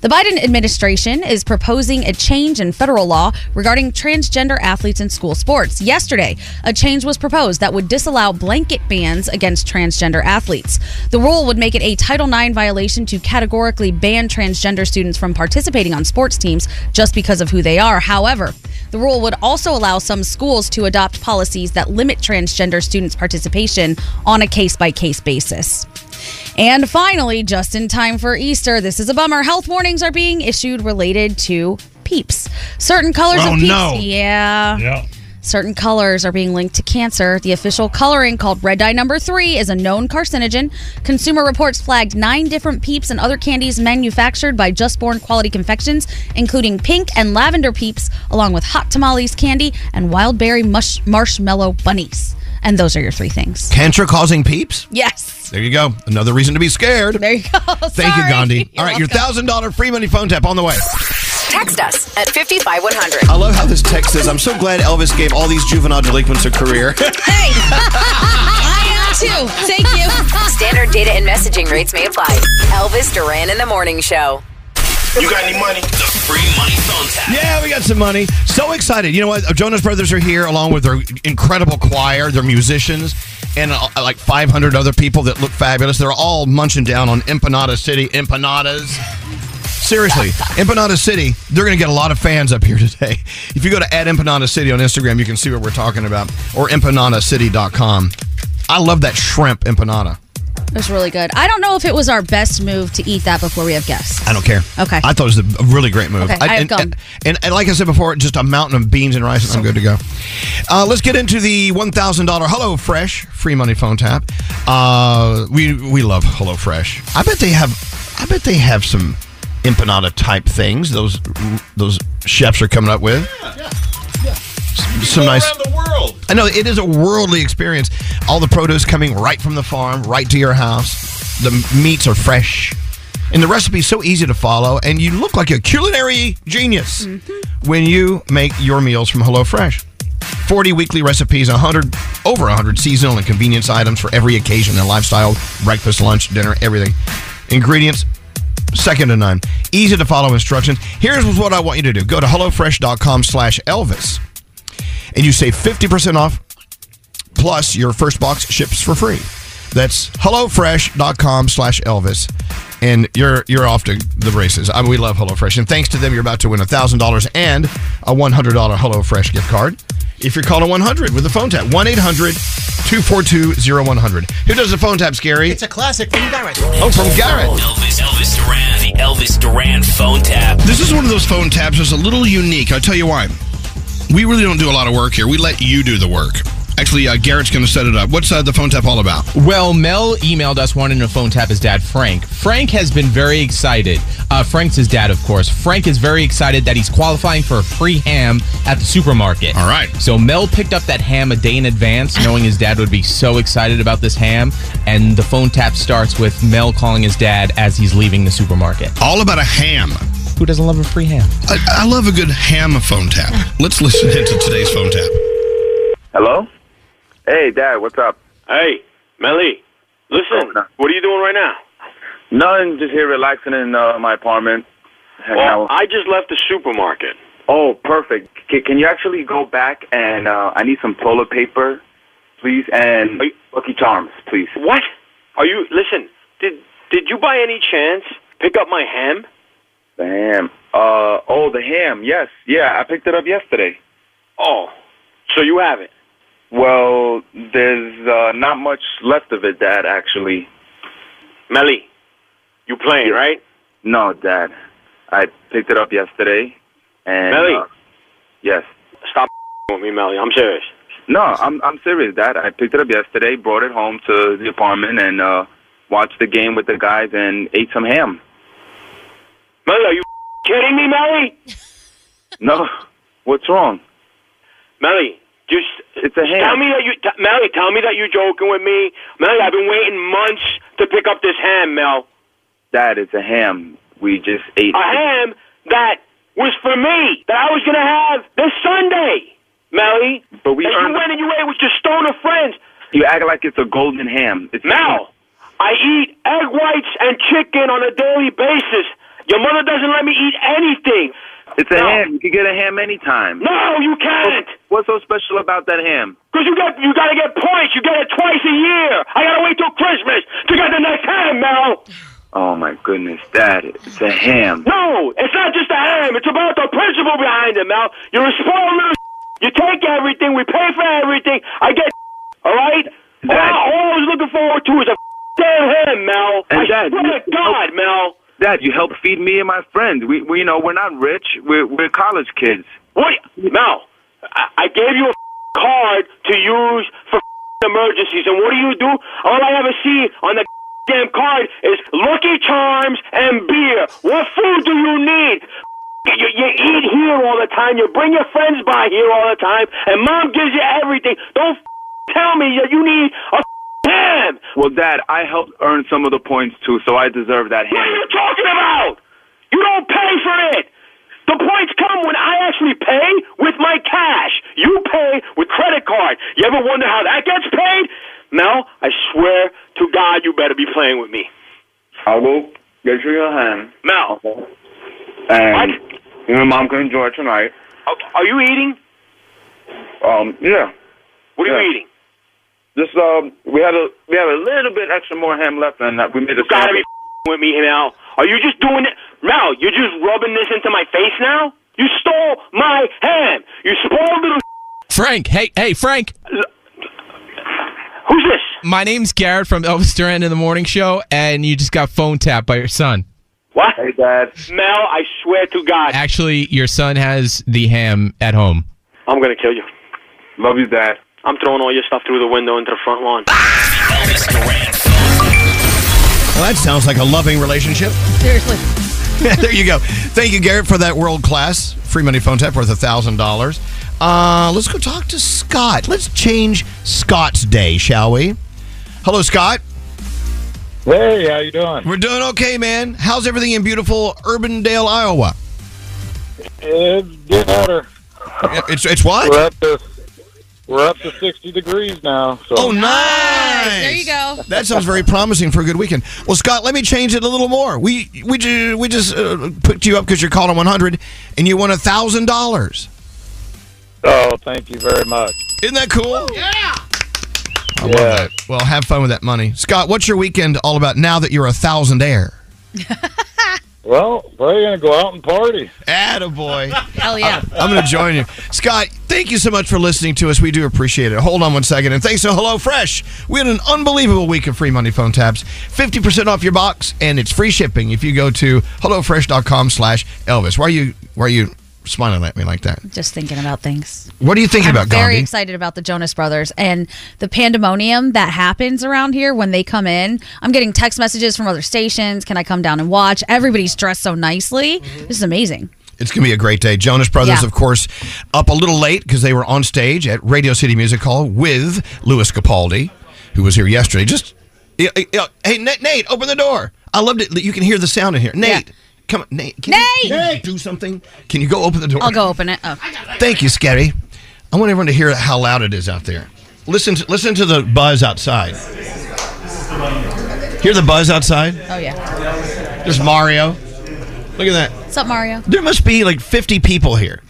Speaker 4: The Biden administration is proposing a change in federal law regarding transgender athletes in school sports. Yesterday, a change was proposed that would disallow blanket bans against transgender athletes. The rule would make it a Title IX violation to categorically ban transgender students from participating on sports teams just because of who they are. However, the rule would also allow some schools to adopt policies that limit transgender students' participation on a case by case basis. And finally, just in time for Easter, this is a bummer. Health warnings are being issued related to peeps. Certain colors
Speaker 9: Oh,
Speaker 4: of peeps.
Speaker 9: no.
Speaker 4: Yeah. Certain colors are being linked to cancer. The official coloring called red dye number three is a known carcinogen. Consumer Reports flagged nine different peeps and other candies manufactured by Just Born Quality Confections, including pink and lavender peeps, along with hot tamales candy and wild berry mush- marshmallow bunnies. And those are your three things.
Speaker 2: Cancer causing peeps?
Speaker 4: Yes. Oh,
Speaker 2: There you go. Another reason to be scared.
Speaker 4: There you go.
Speaker 2: Thank you,
Speaker 11: Sorry.
Speaker 2: Gandhi.
Speaker 11: You're
Speaker 2: All right, your
Speaker 11: welcome.
Speaker 2: $1,000 free money phone tap on the way.
Speaker 11: Text us at 55100.
Speaker 2: I love how this text says, I'm so glad Elvis gave all these juvenile delinquents a career.
Speaker 11: Hey! I am too. Thank you. Standard data and messaging rates may apply. Elvis Duran in the Morning Show.
Speaker 3: You got any money? The free money phone tap.
Speaker 2: Yeah, we got some money. So excited. You know what? Jonas Brothers are here along with their incredible choir, their musicians, and uh, like 500 other people that look fabulous. They're all munching down on Empanada City empanadas. Seriously, Empanada City, they're going to get a lot of fans up here today. If you go to at Empanada City on Instagram, you can see what we're talking about or empanadacity.com. I love that shrimp empanada.
Speaker 4: It was really good. I don't know if it was our best move to eat that before we have guests.
Speaker 2: I don't care.
Speaker 4: Okay.
Speaker 2: I thought it was a really great move.
Speaker 4: Okay, I have
Speaker 2: and,
Speaker 4: gum.
Speaker 2: and, and- and like I said before, just a mountain of beans and rice, and I'm good to go. Uh, let's get into the one thousand dollar Hello Fresh free money phone tap. Uh, we we love Hello Fresh. I bet they have. I bet they have some empanada type things. Those those chefs are coming up with some nice. I know it is a worldly experience. All the produce coming right from the farm, right to your house. The meats are fresh, and the recipe's so easy to follow. And you look like a culinary genius when you make your meals from HelloFresh. 40 weekly recipes, 100 over 100 seasonal and convenience items for every occasion and lifestyle, breakfast, lunch, dinner, everything. Ingredients second to none. Easy to follow instructions. Here's what I want you to do. Go to HelloFresh.com slash Elvis and you save 50% off plus your first box ships for free. That's HelloFresh.com slash Elvis. And you're you're off to the races. I mean, we love HelloFresh. And thanks to them, you're about to win $1,000 and a $100 HelloFresh gift card. If you're calling 100 with a phone tap, 1 800 242 0100. Who does the phone tap, Scary?
Speaker 10: It's a classic from Garrett.
Speaker 2: Oh, from Garrett.
Speaker 3: Elvis, Elvis Duran, the Elvis Duran phone tap.
Speaker 2: This is one of those phone tabs that's a little unique. I'll tell you why. We really don't do a lot of work here. We let you do the work. Actually, uh, Garrett's going to set it up. What's uh, the phone tap all about?
Speaker 19: Well, Mel emailed us wanting to phone tap his dad, Frank. Frank has been very excited. Uh, Frank's his dad, of course. Frank is very excited that he's qualifying for a free ham at the supermarket. All right. So Mel picked up that ham a day in advance, knowing his dad would be so excited about this ham. And the phone tap starts with Mel calling his dad as he's leaving the supermarket.
Speaker 2: All about a ham.
Speaker 19: Who doesn't love a free ham?
Speaker 2: I, I love a good ham phone tap. Let's listen into today's phone tap.
Speaker 20: Hello? Hey, Dad, what's up? Hey, Melly, listen, what are you doing right now?
Speaker 21: Oh, Nothing, just here relaxing in uh, my apartment. Hanging
Speaker 20: Well,
Speaker 21: out.
Speaker 20: I just left the supermarket.
Speaker 21: Oh, perfect. C- can you actually go back and uh, I need some toilet paper, please, and Lucky Charms, please.
Speaker 20: What? Are you, listen, did did you by any chance pick up my ham?
Speaker 21: The ham. Uh, oh, the ham. Yes, yeah, I picked it up yesterday.
Speaker 20: Oh, so you have it.
Speaker 21: Well, there's uh, not much left of it, Dad. Actually,
Speaker 20: Melly, you playing, right?
Speaker 21: no, Dad. I picked it up yesterday, and
Speaker 20: Melly.
Speaker 21: uh, yes.
Speaker 20: Stop with me, Melly. I'm serious.
Speaker 21: No, I'm I'm serious, Dad. I picked it up yesterday, brought it home to the apartment, and uh, watched the game with the guys and ate some ham.
Speaker 20: Melly, are you kidding me, Melly?
Speaker 21: No, what's wrong?
Speaker 20: Melly, just
Speaker 21: It's a ham.
Speaker 20: tell me that you, t- Melly, tell me that you're joking with me. Melly, I've been waiting months to pick up this ham, Mel.
Speaker 21: Dad, it's a ham. We just ate.
Speaker 20: a ham that was for me that I was gonna have this Sunday, Melly.
Speaker 21: But we
Speaker 20: and
Speaker 21: earned-
Speaker 20: you went and you ate with your stoner friends.
Speaker 21: You act like it's a golden ham. It's
Speaker 20: Mel, I eat egg whites and chicken on a daily basis. Your mother doesn't let me eat anything.
Speaker 21: It's a ham. You can get a ham anytime.
Speaker 20: No, you can't.
Speaker 21: What's so special about that ham?
Speaker 20: Cause you got you gotta get points. You get it twice a year. I gotta wait till Christmas to get the next ham, Mel.
Speaker 21: Oh my goodness, Dad! It's a ham.
Speaker 20: No, it's not just the ham. It's about the principle behind it, Mel. You're a spoiled little. You take everything. We pay for everything. I get. All right. All I always looking forward to is a Damn him, Mel.
Speaker 21: And
Speaker 20: I
Speaker 21: Dad,
Speaker 20: swear
Speaker 21: you-
Speaker 20: to God, Mel.
Speaker 21: Dad, you help feed me and my friends. We, we you know, we're not rich. We're, we're college kids.
Speaker 20: What? Mel, I, I gave you a card to use for emergencies, and what do you do? All I ever see on the damn card is Lucky Charms and beer. What food do you need? You, you eat here all the time. You bring your friends by here all the time, and mom gives you everything. Don't tell me that you need a ham.
Speaker 21: Well, Dad, I helped earn some of the points too, so I deserve that
Speaker 20: What are
Speaker 21: hand.
Speaker 20: you talking about? You don't pay for it. The points come when I actually pay with my cash. You pay with credit card. You ever wonder how that gets paid? Mel, I swear to God, you better be playing with me.
Speaker 21: I'll go get you your hand.
Speaker 20: Mel,
Speaker 21: Uh-huh. And you and Mom can enjoy tonight.
Speaker 20: are you eating?
Speaker 21: Um, yeah.
Speaker 20: What are
Speaker 21: Yeah.
Speaker 20: you eating?
Speaker 21: Just um, we had a we had a little bit extra more ham left, and uh, we made a.
Speaker 20: You gotta be with me, Mel. Are you just doing it? Mel, you're just rubbing this into my face now? You stole my ham. You spoiled little
Speaker 19: Frank, hey, hey, Frank.
Speaker 20: Who's this?
Speaker 19: My name's Garrett from Elvis Duran in the Morning Show, and you just got phone tapped by your son.
Speaker 20: What? Hey, Dad. Mel, I swear to God.
Speaker 19: Actually, your son has the ham at home.
Speaker 20: I'm gonna kill you.
Speaker 21: Love you, Dad.
Speaker 20: I'm throwing all your stuff through the window into the front lawn.
Speaker 2: Well, that sounds like a loving relationship.
Speaker 4: Seriously.
Speaker 2: there you go. Thank you, Garrett, for that world class free money phone tap worth a thousand dollars. Uh, Let's go talk to Scott. Let's change Scott's day, shall we? Hello, Scott.
Speaker 9: Hey, how you doing?
Speaker 2: We're doing okay, man. How's everything in beautiful Urbandale, Iowa?
Speaker 9: It's getting hotter.
Speaker 2: It's it's what?
Speaker 9: We're up to we're up to sixty degrees now. So.
Speaker 2: Oh, nice.
Speaker 4: There you go.
Speaker 2: That sounds very promising for a good weekend. Well, Scott, let me change it a little more. We we ju- we just uh, picked you up because you're calling 100, and you won a thousand dollars.
Speaker 9: Oh, thank you very much.
Speaker 2: Isn't that cool?
Speaker 9: Yeah.
Speaker 2: I love that. Well, have fun with that money, Scott. What's your weekend all about now that you're a thousandaire?
Speaker 9: Well, we're gonna go out and party.
Speaker 2: Attaboy.
Speaker 9: Hell yeah.
Speaker 2: I'm going to join you, Scott. Thank you so much for listening to us. We do appreciate it. Hold on one second, and thanks to Hello Fresh, we had an unbelievable week of free money phone tabs. Fifty percent off your box, and it's free shipping if you go to hellofresh.com/elvis. Why are you Why are you smiling at me like that?
Speaker 4: Just thinking about things.
Speaker 2: What are you thinking about,
Speaker 4: very
Speaker 2: Gandhi?
Speaker 4: excited about the Jonas Brothers and the pandemonium that happens around here when they come in. I'm getting text messages from other stations. Can I come down and watch? Everybody's dressed so nicely.
Speaker 2: Mm-hmm.
Speaker 4: This is amazing.
Speaker 2: It's going to be a great day. Jonas Brothers,
Speaker 4: Yeah.
Speaker 2: of course, up a little late because they were on stage at Radio City Music Hall with Louis Capaldi, who was here yesterday. Just, yeah, yeah. hey, Nate, Nate, open the door. I loved it. You can hear the sound in here. Nate, come on, Nate. Can You,
Speaker 4: Nate!
Speaker 2: can you do something? Can you go open the door?
Speaker 4: I'll go open it. Oh.
Speaker 2: Thank you, Scary. I want everyone to hear how loud it is out there. Listen, to, listen to the buzz outside. Hear the buzz outside?
Speaker 4: Oh yeah.
Speaker 2: There's Mario. Look at that.
Speaker 4: What's up, Mario?
Speaker 2: There must be like 50 people here.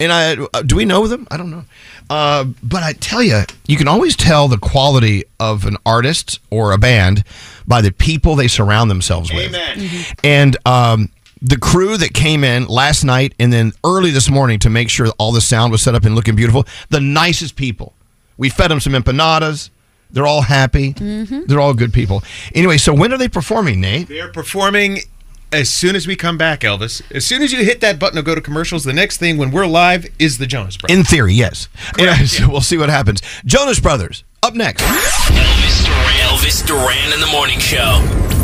Speaker 2: And I uh, do we know them? I don't know. Uh, but I tell you, you can always tell the quality of an artist or a band by the people they surround themselves with. Mm-hmm. And um, the crew that came in last night and then early this morning to make sure all the sound was set up and looking beautiful, the nicest people. We fed them some empanadas. They're all happy. They're all good people. Anyway, so when are they performing, Nate?
Speaker 1: They're performing as soon as we come back, Elvis. As soon as you hit that button to go to commercials, the next thing when we're live is the Jonas Brothers.
Speaker 2: In theory, yes. Yeah, so we'll see what happens. Jonas Brothers, up next.
Speaker 3: Elvis Duran. Elvis Duran in the morning show.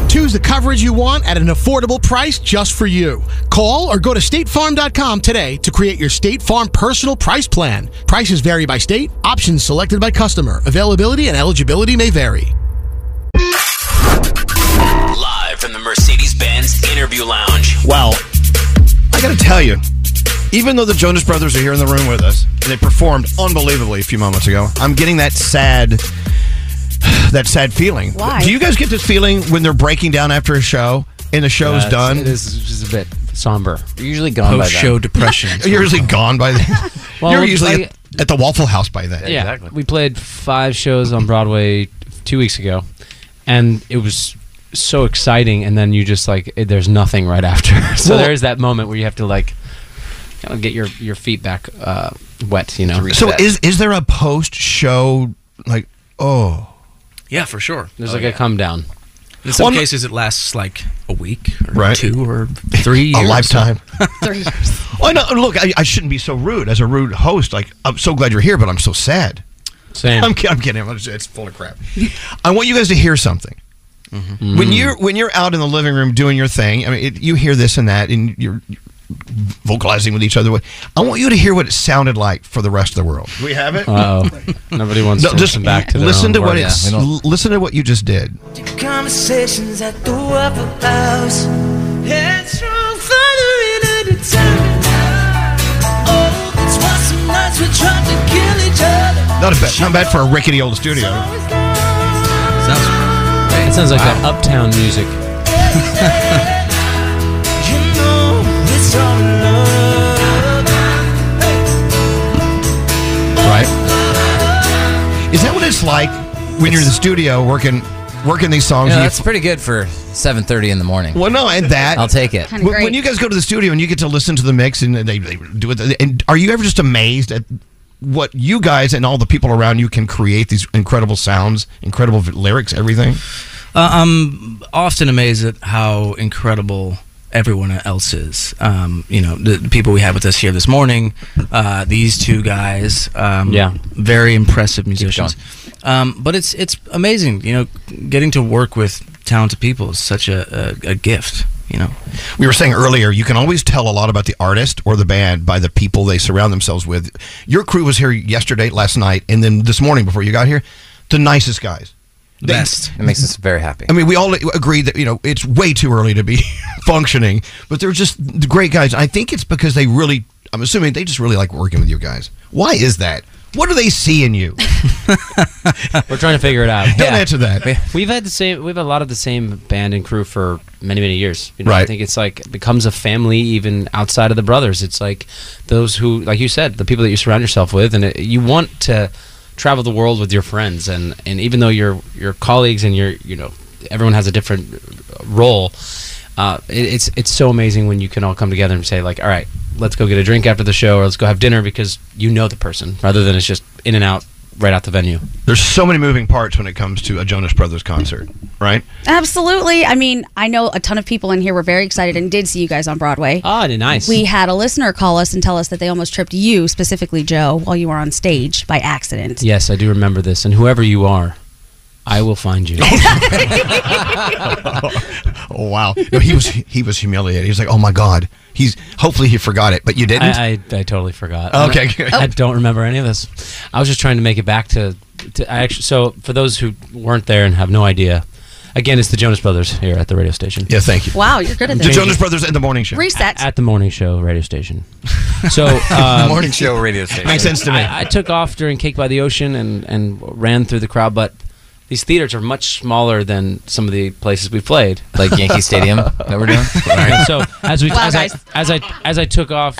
Speaker 10: Choose the coverage you want at an affordable price just for you. Call or go to statefarm.com today to create your State Farm personal price plan. Prices vary by state, options selected by customer. Availability and eligibility may vary.
Speaker 3: Live from the Mercedes Benz interview lounge.
Speaker 2: Wow. I got to tell you, even though the Jonas Brothers are here in the room with us, and they performed unbelievably a few moments ago, I'm getting that sad, that sad feeling.
Speaker 22: Why?
Speaker 2: Do you guys get this feeling when they're breaking down after a show and the show's
Speaker 22: Yeah, it's-
Speaker 2: done?
Speaker 22: It is just a bit somber. You're usually gone by
Speaker 2: Post-show
Speaker 22: then.
Speaker 2: depression. You're usually gone by then.
Speaker 22: Well,
Speaker 2: You're usually
Speaker 22: like-
Speaker 2: at, at the Waffle House by then.
Speaker 22: Yeah, we played five shows on Broadway two weeks ago, and it was so exciting. And then you just like, it, there's nothing right after. so
Speaker 2: Well-
Speaker 22: there is that moment where you have to like kind of get your your feet back uh, wet. You know.
Speaker 2: So is is there a post show like oh
Speaker 22: yeah for sure. There's
Speaker 2: Oh,
Speaker 22: like
Speaker 2: yeah.
Speaker 22: a come down.
Speaker 23: In some
Speaker 2: Well, I'm-
Speaker 23: cases, it lasts like a week, or
Speaker 2: Right.
Speaker 23: two, or three,
Speaker 2: A
Speaker 23: years.
Speaker 2: lifetime.
Speaker 4: Three years.
Speaker 2: Well, no, look, I, I shouldn't be so rude as a rude host. Like, I'm so glad you're here, but I'm so sad.
Speaker 22: Same.
Speaker 2: I'm, ki- I'm kidding. I'm just- it's full of crap. I want you guys to hear something.
Speaker 22: Mm-hmm. Mm.
Speaker 2: When you're when you're out in the living room doing your thing, I mean, it, you hear this and that, and you're vocalizing with each other. I want you to hear what it sounded like for the rest of the world.
Speaker 7: We have it.
Speaker 22: Uh oh. Nobody wants to listen back to their
Speaker 2: listen
Speaker 22: own
Speaker 2: to what
Speaker 22: words.
Speaker 2: it's,
Speaker 22: Yeah, we don't-
Speaker 2: l- listen to what you just did.
Speaker 9: Conversations at the Waffle House. Headstrong father in a determined Oh, it's why some nights we tried to kill each other.
Speaker 2: Not a bad, not bad for a rickety old studio.
Speaker 22: Sounds, it sounds like that uptown music.
Speaker 9: You know it's all love.
Speaker 2: Right? Is that what it's like when you're in the studio working working these songs?
Speaker 24: Yeah,
Speaker 2: and you-
Speaker 24: that's pretty good for 7:30 in the morning.
Speaker 2: well, no, and that
Speaker 24: I'll take it.
Speaker 2: When, when you guys go to the studio and you get to listen to the mix and they, they do it, and are you ever just amazed at what you guys and all the people around you can create these incredible sounds, incredible v- lyrics, everything?
Speaker 23: Uh, I'm often amazed at how incredible everyone else is. Um, you know, the, the people we had with us here this morning, uh, these two guys, um,
Speaker 22: Yeah.
Speaker 23: very impressive musicians. Um, but it's it's amazing, you know, getting to work with talented people is such a, a, a gift. You know,
Speaker 2: We were saying earlier, you can always tell a lot about the artist or the band by the people they surround themselves with. Your crew was here yesterday, last night, and then this morning before you got here, the nicest guys. They-
Speaker 24: Best. It makes us very happy.
Speaker 2: I mean, we all agree that you know it's way too early to be functioning, but they're just the great guys. I think it's because they really, I'm assuming they just really like working with you guys. Why is that? What do they see in you?
Speaker 22: We're trying to figure it out.
Speaker 2: Don't answer that.
Speaker 22: We've had the same. We've had a lot of the same band and crew for many, many years. You know, I
Speaker 2: Right.
Speaker 22: think it's like it becomes a family even outside of the brothers. It's like those who, like you said, the people that you surround yourself with, and it, you want to travel the world with your friends. And and even though your your colleagues and your you know everyone has a different role. Uh, it, it's it's so amazing when you can all come together and say like, all right, let's go get a drink after the show, or let's go have dinner because you know the person, rather than it's just in and out right out the venue.
Speaker 2: There's so many moving parts when it comes to a Jonas Brothers concert, right?
Speaker 4: Absolutely. I mean, I know a ton of people in here were very excited and did see you guys on Broadway.
Speaker 22: Ah, nice.
Speaker 4: We had a listener call us and tell us that they almost tripped you, specifically Joe, while you were on stage by accident.
Speaker 22: Yes, I do remember this. And whoever you are, I will find you. Uh,
Speaker 2: Oh wow! No, he was he was humiliated. He was like, "Oh my god!" He's hopefully he forgot it, but you didn't.
Speaker 22: I, I, I totally forgot. I
Speaker 2: Okay,
Speaker 22: don't-
Speaker 2: good.
Speaker 22: I don't remember any of this. I was just trying to make it back to. to I actually, so for those who weren't there and have no idea, again, it's the Jonas Brothers here at the radio station.
Speaker 2: Yeah, thank you.
Speaker 4: Wow, you're good at
Speaker 22: The
Speaker 4: this.
Speaker 22: Jonas
Speaker 2: Brothers at the morning show.
Speaker 4: Reset.
Speaker 22: At the morning show radio station. So um,
Speaker 24: Morning show radio station. Makes sense to me.
Speaker 22: I, I took off during Cake by the Ocean and and ran through the crowd, but. These theaters are much smaller than some of the places we played,
Speaker 24: Like Yankee Stadium that we're doing?
Speaker 22: And so as we
Speaker 24: Wow,
Speaker 22: as, I,
Speaker 24: guys.
Speaker 22: as I as I took off,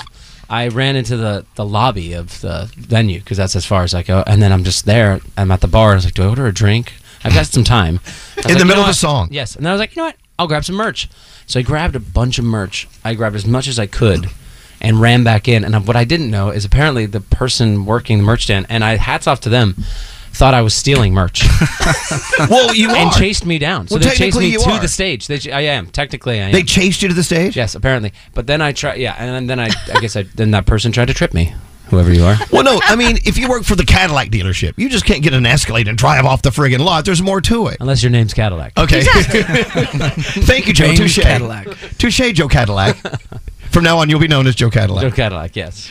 Speaker 22: I ran into the the lobby of the venue because that's as far as I go. And then I'm just there. I'm at the bar. And I was like, do I order a drink? I've got some time. I was
Speaker 2: In the
Speaker 22: like, you
Speaker 2: middle
Speaker 22: know
Speaker 2: of a
Speaker 22: what?
Speaker 2: song.
Speaker 22: Yes. And then I was like, you know what? I'll grab some merch. So I grabbed a bunch of merch. I grabbed as much as I could. And ran back in, and what I didn't know is apparently the person working the merch stand, and I hats off to them, thought I was stealing merch.
Speaker 2: well, you
Speaker 22: and
Speaker 2: are.
Speaker 22: chased me down. So
Speaker 2: Well,
Speaker 22: they chased
Speaker 2: technically
Speaker 22: me
Speaker 2: you
Speaker 22: to
Speaker 2: are.
Speaker 22: the stage. They, ch- I am technically I am.
Speaker 2: They chased you to the stage.
Speaker 22: Yes, apparently. But then I try. Yeah, and then I. I guess I, then that person tried to trip me. Whoever you are.
Speaker 2: Well, no, I mean, if you work for the Cadillac dealership, you just can't get an Escalade and drive off the friggin' lot. There's more to it.
Speaker 22: Unless your name's Cadillac.
Speaker 2: Okay. Thank you, Joe.
Speaker 22: James
Speaker 2: Touche.
Speaker 22: Cadillac.
Speaker 2: Touche, Joe Cadillac. From now on, you'll be known as Joe Cadillac.
Speaker 22: Joe Cadillac. Yes.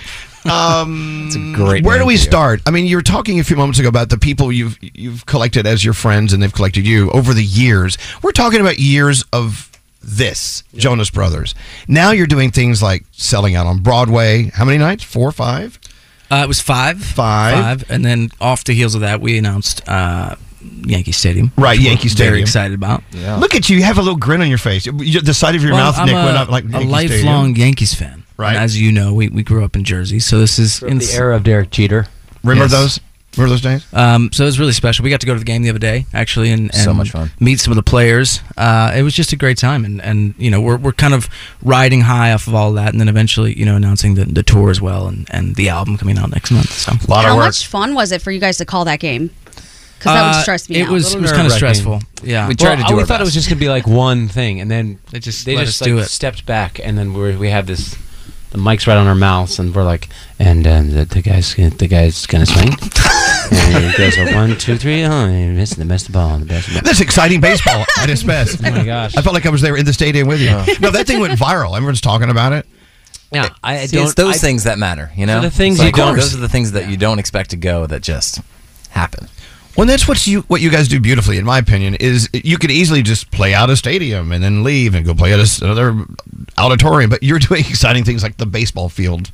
Speaker 2: Um, That's a
Speaker 22: great
Speaker 2: Where do
Speaker 22: name
Speaker 2: we
Speaker 22: for you.
Speaker 2: start? I mean, you were talking a few moments ago about the people you've you've collected as your friends, and they've collected you over the years. We're talking about years of this Jonas Brothers. Now you're doing things like selling out on Broadway. How many nights? Four, or five.
Speaker 23: Uh, it was five.
Speaker 2: Five.
Speaker 23: and then off the heels of that, we announced uh, Yankee Stadium.
Speaker 2: Right,
Speaker 23: which we're
Speaker 2: Yankee Stadium.
Speaker 23: Very excited about.
Speaker 2: Look at you. You have a little grin on your face. You- The side of your
Speaker 23: Well,
Speaker 2: mouth,
Speaker 23: I'm
Speaker 2: Nick,
Speaker 23: a,
Speaker 2: went up like
Speaker 23: a
Speaker 2: Yankee Stadium.
Speaker 23: lifelong Yankees fan. Right. as you know, we, we grew up in Jersey, so this is
Speaker 22: up the era of Derek Jeter.
Speaker 2: Remember those? Remember those days?
Speaker 23: Um, so it was really special. We got to go to the game the other day, actually, and, and
Speaker 24: So much fun.
Speaker 23: meet some of the players. Uh, it was just a great time, and, and you know we're, we're kind of riding high off of all that, and then eventually you know announcing the, the tour as well, and, and the album coming out next month. So a
Speaker 4: How much fun was it for you guys to call that game? Because that would stress me
Speaker 23: Uh, it
Speaker 4: out.
Speaker 23: was- it was kind of stressful. Yeah,
Speaker 22: we tried to do. We thought it was just gonna be like one thing, and then they just they
Speaker 23: let
Speaker 22: just
Speaker 23: us do
Speaker 22: like
Speaker 23: it.
Speaker 22: stepped back, and then we we have this. The mic's right on our mouths, and we're like, and um, the, the guy's gonna- the guy's gonna swing. and it goes a one, two, three. Oh, he missed the missed the ball. The best.
Speaker 2: That's exciting baseball at its best.
Speaker 22: Oh my gosh.
Speaker 2: I felt like I was there in the stadium with you.
Speaker 22: Yeah.
Speaker 2: No, that thing went viral. Everyone's talking about it.
Speaker 22: Yeah, I
Speaker 24: See,
Speaker 22: don't.
Speaker 24: it's those
Speaker 22: I-
Speaker 24: things that matter, you
Speaker 22: So
Speaker 24: know.
Speaker 22: the things
Speaker 24: It's
Speaker 22: you
Speaker 24: like,
Speaker 22: don't-
Speaker 24: Those are the things that you don't expect to go that just happen.
Speaker 2: Well, that's what you what you guys do beautifully, in my opinion. Is you could easily just play out a stadium and then leave and go play at a s another auditorium, but you're doing exciting things like the baseball field,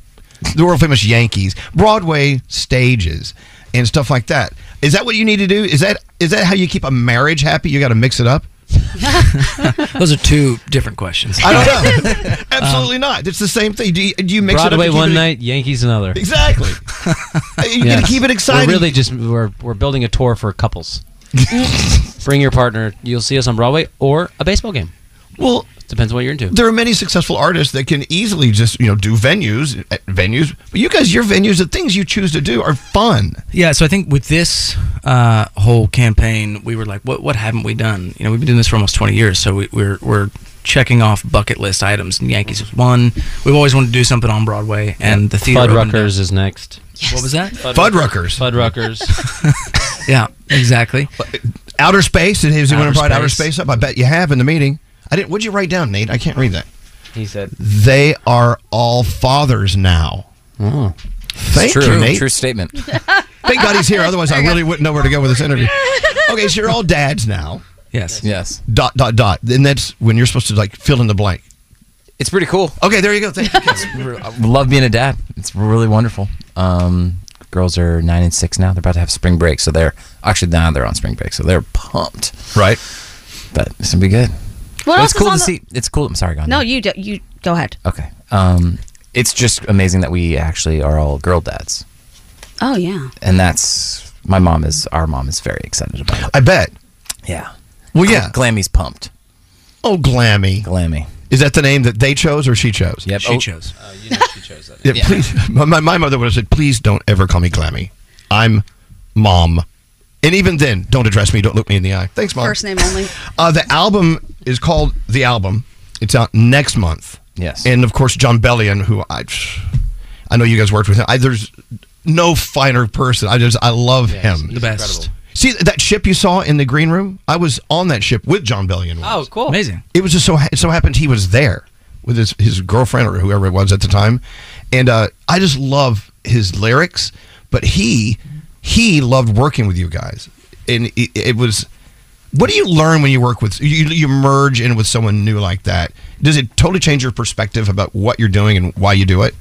Speaker 2: the world famous Yankees, Broadway stages, and stuff like that. Is that what you need to do? Is that is that how you keep a marriage happy? You got to mix it up.
Speaker 23: Those are two different questions.
Speaker 2: I don't know. Absolutely not. It's the same thing. Do you, do you mix
Speaker 22: Broadway
Speaker 2: it up?
Speaker 22: one night, Yankees another.
Speaker 2: Exactly. you
Speaker 22: Yes.
Speaker 2: got to keep it exciting.
Speaker 22: We're really just we're, we're building a tour for couples. Bring your partner. You'll see us on Broadway or a baseball game.
Speaker 2: Well,
Speaker 22: depends what you're into.
Speaker 2: there are many successful artists that can easily just you know do venues at venues but you guys your venues the things you choose to do are fun
Speaker 23: Yeah, so I think with this uh, whole campaign, we were like, "What? What haven't we done? You know, we've been doing this for almost 20 years, so we, we're we're checking off bucket list items. And Yankees is one. We've always wanted to do something on Broadway, and the theater. opened up-
Speaker 22: Fuddruckers is next.
Speaker 23: What was that?
Speaker 2: Fuddruckers.
Speaker 22: Fuddruckers.
Speaker 23: yeah, exactly.
Speaker 2: Uh, outer space did anyone
Speaker 22: Outer
Speaker 2: brought outer
Speaker 22: space.
Speaker 2: space up i bet you have in the meeting i didn't what'd you write down nate i can't read that
Speaker 22: he said
Speaker 2: they are all fathers now thank
Speaker 24: It's
Speaker 2: you
Speaker 24: true.
Speaker 2: nate
Speaker 24: True statement
Speaker 2: thank god he's here otherwise i really wouldn't know where to go with this interview okay so you're all dads now
Speaker 23: yes
Speaker 24: yes
Speaker 2: dot dot dot and that's when you're supposed to like fill in the blank
Speaker 24: it's pretty cool uh,
Speaker 2: okay there you go thank you
Speaker 24: love being a dad. It's really wonderful. Um, girls are nine and six now. They're about to have spring break, so they're actually now they're on spring break, so they're pumped.
Speaker 2: Right.
Speaker 24: But it's gonna be good.
Speaker 4: What
Speaker 24: But
Speaker 4: else
Speaker 24: it's
Speaker 4: is
Speaker 24: cool to
Speaker 4: on the-
Speaker 24: see. It's cool. I'm sorry, Gandhi.
Speaker 4: No, you do, you go ahead.
Speaker 24: Okay. Um, it's just amazing that we actually are all girl dads,
Speaker 4: Oh yeah.
Speaker 24: and that's my mom is our mom is very excited about it.
Speaker 2: I bet.
Speaker 24: Yeah.
Speaker 2: Well, yeah.
Speaker 24: Glammy's pumped.
Speaker 2: Oh, Glammy.
Speaker 24: Glammy.
Speaker 2: Is that the name that they chose or she chose?
Speaker 24: Yep. Oh.
Speaker 2: She
Speaker 23: chose.
Speaker 24: Uh, you know she chose that.
Speaker 2: Yeah, please. My- My, my mother would have said, please don't ever call me Glammy. I'm mom. And even then, don't address me. Don't look me in the eye. Thanks, mom.
Speaker 4: First name only.
Speaker 2: Uh, the album is called The Album. It's out next month.
Speaker 24: Yes.
Speaker 2: And of course, John Bellion, who I, I know you guys worked with him. I, there's no finer person. I just, I love him.
Speaker 23: the best. incredible.
Speaker 2: See that ship you saw in the green room? I was on that ship with John Bellion.
Speaker 22: Oh, cool.
Speaker 23: Amazing.
Speaker 2: It was just so it so happened he was there with his his girlfriend or whoever it was at the time, and uh, I just love his lyrics. But he he loved working with you guys, and it, it was. What do you learn when you work with you? You merge in with someone new like that. Does it totally change your perspective about what you're doing and why you do it?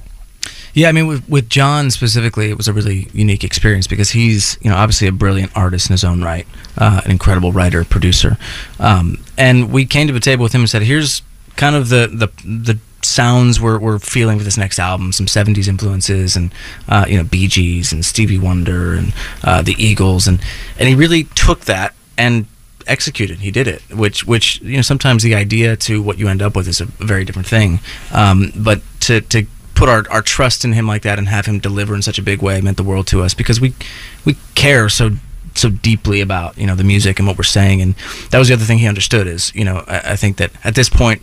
Speaker 23: Yeah, I mean, with, with John specifically, it was a really unique experience because he's, you know, obviously a brilliant artist in his own right, uh, an incredible writer, producer, um, and we came to the table with him and said, "Here's kind of the the, the sounds we're, we're feeling for this next album: some '70s influences, and uh, you know, Bee Gees and Stevie Wonder and uh, the Eagles, and and he really took that and executed. He did it, which which you know sometimes the idea to what you end up with is a very different thing. Um, but to to put our, our trust in him like that and have him deliver in such a big way meant the world to us because we we care so so deeply about you know the music and what we're saying and that was the other thing he understood is you know I, I think that at this point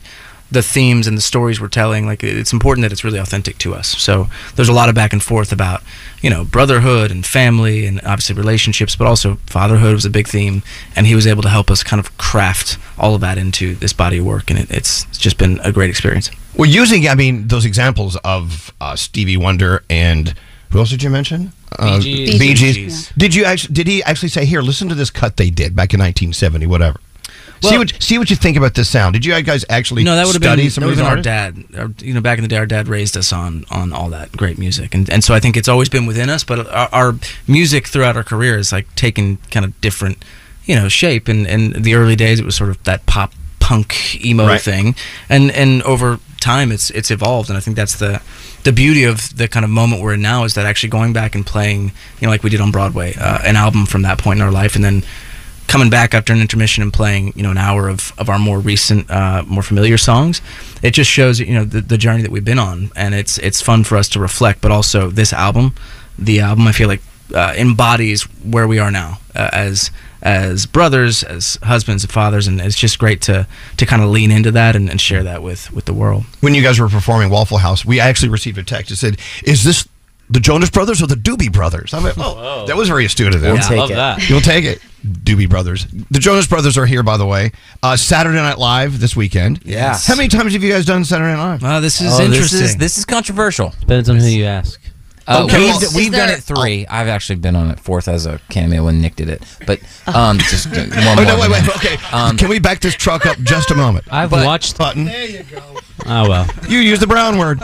Speaker 23: the themes and the stories we're telling like it's important that it's really authentic to us so there's a lot of back and forth about you know brotherhood and family and obviously relationships but also fatherhood was a big theme and he was able to help us kind of craft all of that into this body of work and it, it's it's just been a great experience
Speaker 2: Well, using I mean those examples of uh, Stevie Wonder and who else did you mention? Uh,
Speaker 23: Bee Gees.
Speaker 2: Bee Gees.
Speaker 23: Bee Gees.
Speaker 2: Did you actually? Did he actually say, "Here, listen to this cut they did back in 1970, whatever"? see
Speaker 23: Well-
Speaker 2: what see what you think about this sound. Did you guys actually
Speaker 23: no that would have
Speaker 2: study
Speaker 23: been,
Speaker 2: some
Speaker 23: that
Speaker 2: of
Speaker 23: would've
Speaker 2: these
Speaker 23: been our
Speaker 2: artists?
Speaker 23: dad our, you know back in the day our dad raised us on on all that great music and and so i think it's always been within us but our, our music throughout our career is like taken kind of different you know shape and and the early days it was sort of that pop punk emo
Speaker 22: Right.
Speaker 23: thing and and over time it's it's evolved and i think that's the the beauty of the kind of moment we're in now is that actually going back and playing you know like we did on broadway uh, an album from that point in our life and then coming back after an intermission and playing you know an hour of, of our more recent uh, more familiar songs it just shows you know the, the journey that we've been on and it's it's fun for us to reflect but also this album the album i feel like uh, embodies where we are now uh, as as brothers, as husbands and fathers, and it's just great to to kind of lean into that and, and share that with with the world.
Speaker 2: When you guys were performing Waffle House, we actually received a text that said, "Is this the Jonas Brothers or the Doobie Brothers?" I went, "Oh,
Speaker 7: Whoa.
Speaker 2: that was very astute of them."
Speaker 7: We'll Yeah, take love it. that.
Speaker 2: You'll take it. Doobie Brothers. The Jonas Brothers are here, by the way. Uh, Saturday Night Live this weekend.
Speaker 24: Yeah.
Speaker 2: How many times have you guys done Saturday Night Live?
Speaker 23: Uh, this
Speaker 24: Oh, This is, this is controversial. Depends on who you ask. Uh,
Speaker 2: Okay,
Speaker 24: we've
Speaker 2: well-
Speaker 24: we've
Speaker 2: Is
Speaker 24: done
Speaker 2: there-
Speaker 24: it three. I've actually been on it fourth as a cameo when Nick did it. But um, just one
Speaker 2: Oh,
Speaker 24: more
Speaker 2: no, wait,
Speaker 24: minute.
Speaker 2: wait. Okay.
Speaker 24: Um,
Speaker 2: Can we back this truck up just a moment?
Speaker 24: I've
Speaker 2: watched button. There
Speaker 24: you go. Oh well.
Speaker 2: You use the brown word.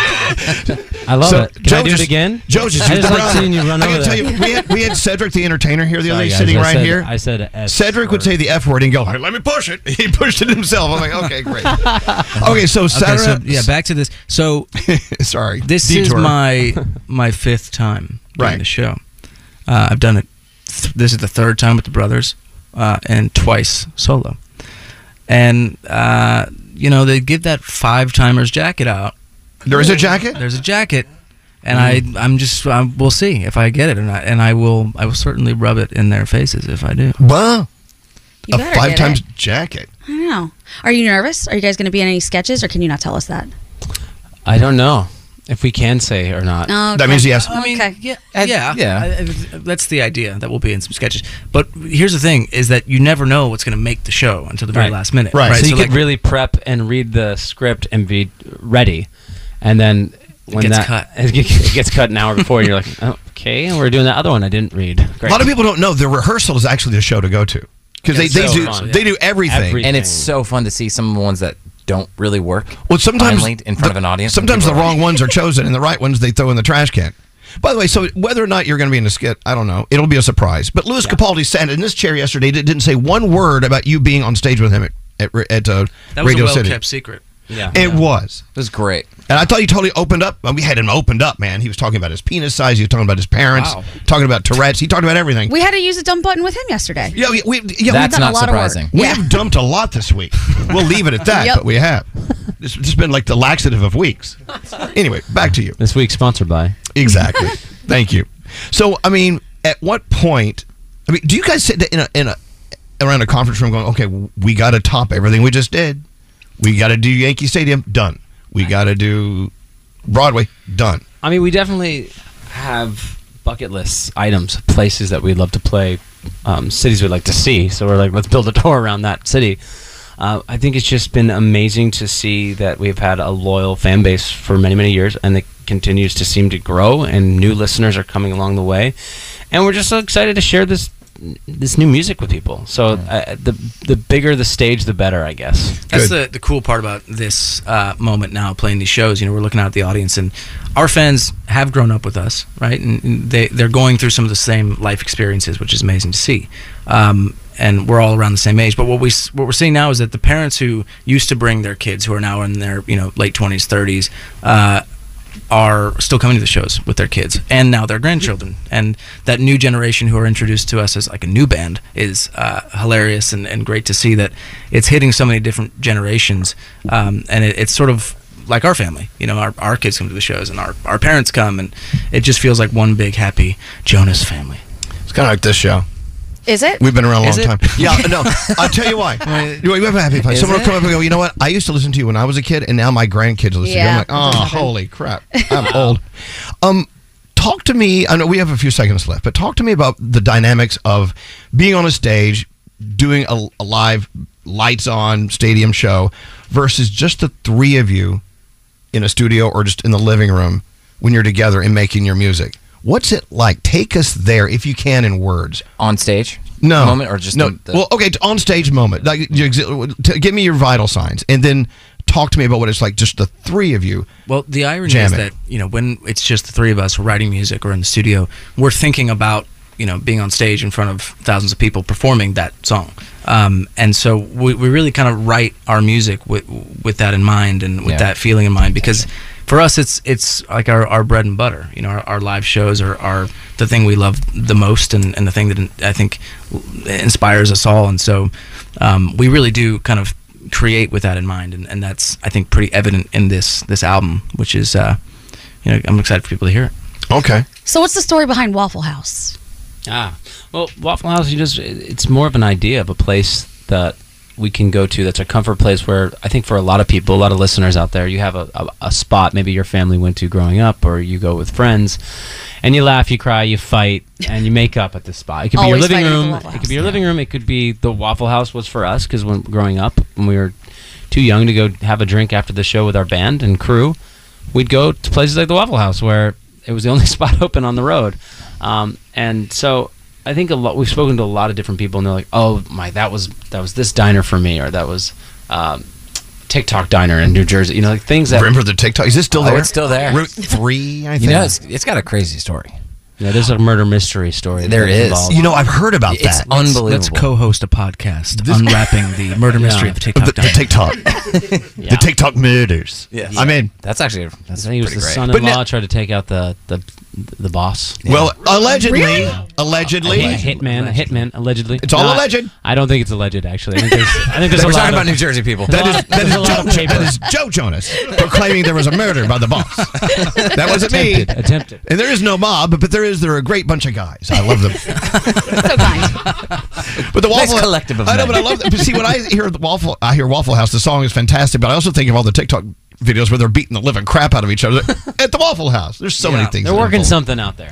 Speaker 24: I love
Speaker 2: So,
Speaker 24: it. Can
Speaker 2: Joe
Speaker 24: I do
Speaker 2: just-
Speaker 24: it again?
Speaker 2: Joe just
Speaker 24: I
Speaker 2: used
Speaker 24: just
Speaker 2: the
Speaker 24: like
Speaker 2: brown
Speaker 24: seeing you
Speaker 2: word.
Speaker 24: run
Speaker 2: I gotta
Speaker 24: over
Speaker 2: tell
Speaker 24: there.
Speaker 2: you, we had, we had Cedric the Entertainer here the
Speaker 24: Sorry,
Speaker 2: other day,
Speaker 24: guys,
Speaker 2: sitting
Speaker 24: I
Speaker 2: right
Speaker 24: said-
Speaker 2: here.
Speaker 24: I said a S
Speaker 2: Cedric would say the F word and go, "Hey, let me push it. He pushed it himself. I'm like, okay, great. okay, so Saturday.
Speaker 23: so, yeah, back to this. So
Speaker 2: sorry,
Speaker 23: this
Speaker 2: detour.
Speaker 23: is my my fifth time doing
Speaker 2: Right.
Speaker 23: the show. Uh, I've done it. Th- this is the third time with the brothers, uh, and twice solo. And uh, you know they give that five timers jacket out.
Speaker 2: There is a jacket.
Speaker 23: There's a jacket, and
Speaker 2: Mm.
Speaker 23: I I'm just I, we'll see if I get it or not, and I will I will certainly rub it in their faces if I do.
Speaker 2: Wow.
Speaker 4: You A better five get times it.
Speaker 2: jacket.
Speaker 4: I don't know. Are you nervous? Are you guys going to be in any sketches, or can you not tell us that?
Speaker 22: I don't know
Speaker 24: if we can say or not.
Speaker 4: Oh, That okay. means yes.
Speaker 23: I mean,
Speaker 4: Okay.
Speaker 23: yeah,
Speaker 4: I-
Speaker 23: yeah,
Speaker 4: yeah.
Speaker 23: I- I- that's the idea that we'll be in some sketches. But here's the thing: is that you never know what's going to make the show until the very last minute.
Speaker 22: So, you
Speaker 23: So,
Speaker 22: could
Speaker 23: like,
Speaker 22: really prep and read the script and be ready, and then when
Speaker 23: gets
Speaker 22: that
Speaker 23: cut.
Speaker 22: it gets- it gets cut an hour before, you're like, "Oh, okay, we're doing the other one I didn't read.
Speaker 2: A lot of people don't know the rehearsal is actually the show to go to because they,
Speaker 24: It's
Speaker 2: they
Speaker 24: so
Speaker 2: do
Speaker 24: fun.
Speaker 2: they do everything.
Speaker 24: and it's so fun to see some of the ones that don't really work.
Speaker 2: Well, sometimes
Speaker 24: finally in front of an audience. and
Speaker 2: Sometimes the
Speaker 24: people are like,
Speaker 2: wrong ones are chosen, and the right ones they throw in the trash can. By the way, so whether or not you're going to be in a skit, I don't know. It'll be a surprise. But Louis Capaldi sat in this chair yesterday. That didn't say one word about you being on stage with him at at, at uh,
Speaker 23: that was
Speaker 2: Radio
Speaker 23: a well
Speaker 2: City.
Speaker 23: kept secret. Yeah,
Speaker 2: It was.
Speaker 24: It was great.
Speaker 2: And I thought he totally opened up. and We had him opened up, man. He was talking about his penis size. He was talking about his parents.
Speaker 4: Wow.
Speaker 2: Talking about Tourette's. He talked about everything.
Speaker 4: We had to use a dump button with him yesterday.
Speaker 2: Yeah, we, we, yeah,
Speaker 4: That's We've done a not lot of work. surprising.
Speaker 2: We
Speaker 4: Yeah.
Speaker 2: have dumped a lot this week. We'll leave it at that,
Speaker 4: Yep.
Speaker 2: but we have. This has been like the laxative of weeks. Anyway, back to you.
Speaker 24: This week's sponsored by.
Speaker 2: Exactly. Thank you. So, I mean, at what point? I mean, do you guys sit in a, in a around a conference room going, okay, we got to top everything we just did. We got to do Yankee Stadium. Done. We got to do Broadway. Done.
Speaker 22: I mean, we definitely have bucket lists, items, places that we'd love to play, um, cities we'd like to see. So we're like, let's build a tour around that city. Uh, I think it's just been amazing to see that we've had a loyal fan base for many, many years, and it continues to seem to grow, and new listeners are coming along the way. And we're just so excited to share this this new music with people. So uh, the the bigger the stage, the better, I guess.
Speaker 23: That's the, the cool part about this uh, moment now playing these shows. You know, we're looking out at the audience, and our fans have grown up with us, right? And, and they, they're going through some of the same life experiences, which is amazing to see. Um, and we're all around the same age. But what, we, s- what we're seeing now is that the parents who used to bring their kids, who are now in their you know late 20s, 30s, uh, are still coming to the shows with their kids and now their grandchildren and that new generation who are introduced to us as like a new band is uh, hilarious and, and great to see that it's hitting so many different generations um, and it, it's sort of like our family you know our, our kids come to the shows and our, our parents come and it just feels like one big happy jonas family
Speaker 2: It's kind of like this show.
Speaker 4: Is it?
Speaker 2: We've been around a long
Speaker 23: Is it?
Speaker 2: time. Yeah, no. I'll tell you why. You you have a happy place.
Speaker 23: Is
Speaker 2: Someone
Speaker 23: it?
Speaker 2: will come up and go, you know what? I used to listen to you when I was a kid, and now my grandkids listen to you. I'm
Speaker 7: Yeah,
Speaker 2: like,
Speaker 7: that does
Speaker 2: oh,
Speaker 7: happen.
Speaker 2: holy crap. I'm old. Um, talk to me. I know we have a few seconds left, but talk to me about the dynamics of being on a stage, doing a, a live, lights on stadium show versus just the three of you in a studio or just in the living room when you're together and making your music. What's it like? Take us there if you can in words.
Speaker 24: On stage?
Speaker 2: No.
Speaker 24: Moment or just
Speaker 2: no.
Speaker 24: the- the-
Speaker 2: well, okay, t- on stage moment. Like, you exi- t- give me your vital signs, and then talk to me about what it's like. Just the three of you.
Speaker 23: Well, the irony
Speaker 2: Jam
Speaker 23: is
Speaker 2: it.
Speaker 23: that you know when it's just the three of us writing music or in the studio, we're thinking about you know being on stage in front of thousands of people performing that song, um, and so we, we really kind of write our music with with that in mind and with
Speaker 22: Yeah.
Speaker 23: that feeling in mind because for us it's it's like our, our bread and butter. You know, our, our live shows are, are the thing we love the most and, and the thing that I think inspires us all, and so um, we really do kind of create with that in mind and, and that's i think pretty evident in this this album which is uh you know i'm excited for people to hear it
Speaker 2: Okay.
Speaker 4: So, what's the story behind Waffle House?
Speaker 22: Ah, well, Waffle House, you just—it's more of an idea of a place that we can go to. That's a comfort place where I think for a lot of people, a lot of listeners out there, you have a, a, a spot maybe your family went to growing up, or you go with friends, and you laugh, you cry, you fight, and you make up at this spot. It could Always be your fighting at the living room. Waffle It could be your living room. It could be the Waffle House was for us because when growing up, when we were too young to go have a drink after the show with our band and crew, we'd go to places like the Waffle House where it was the only spot open on the road. Um, and so I think a lot we've spoken to a lot of different people and they're like, "Oh my, that was that was this diner for me or that was um, TikTok diner in New Jersey." You know, like things that
Speaker 2: Remember the TikTok? Is it still
Speaker 22: Oh,
Speaker 2: there?
Speaker 22: it's still there.
Speaker 2: Route three, I
Speaker 22: You
Speaker 2: think.
Speaker 22: know, it's-
Speaker 24: it's got a crazy story.
Speaker 22: Yeah, there's a murder mystery story. There that's is. involved. You know, I've heard about It's that. Let's- unbelievable. let's
Speaker 23: co-host a podcast unwrapping the murder
Speaker 22: Yeah.
Speaker 23: mystery of TikTok.
Speaker 22: The- the
Speaker 23: Diner.
Speaker 22: TikTok.
Speaker 2: The TikTok murders.
Speaker 22: Yes.
Speaker 2: I mean,
Speaker 22: That's actually that's I think it was the
Speaker 2: pretty great. But
Speaker 22: son-in-law tried to take out the the the boss.
Speaker 2: Well, allegedly, allegedly,
Speaker 22: A hitman, a hitman, allegedly.
Speaker 2: It's all
Speaker 22: No, I-
Speaker 2: alleged.
Speaker 22: I don't think it's alleged. Actually, I think there's. I think there's
Speaker 2: We're
Speaker 22: a lot
Speaker 2: talking
Speaker 22: of-
Speaker 2: about New Jersey
Speaker 22: people.
Speaker 2: That is that
Speaker 22: There's
Speaker 2: is
Speaker 22: a lot of
Speaker 2: Joe,
Speaker 22: paper.
Speaker 2: that is Joe Jonas proclaiming there was a murder by the boss. That wasn't me.
Speaker 22: Attempted, attempted.
Speaker 2: And there is no mob, but there is there are a great bunch of guys. I love them. But the
Speaker 22: Nice
Speaker 2: waffle
Speaker 22: collective of
Speaker 2: I
Speaker 22: men.
Speaker 2: know, but I love. But see, when I hear the waffle, I hear Waffle House. The song is fantastic, but I also think of all the TikTok videos where they're beating the living crap out of each other at the Waffle House. There's so
Speaker 22: Yeah,
Speaker 2: many things.
Speaker 22: They're
Speaker 2: that
Speaker 22: working
Speaker 2: unfold.
Speaker 22: something out there.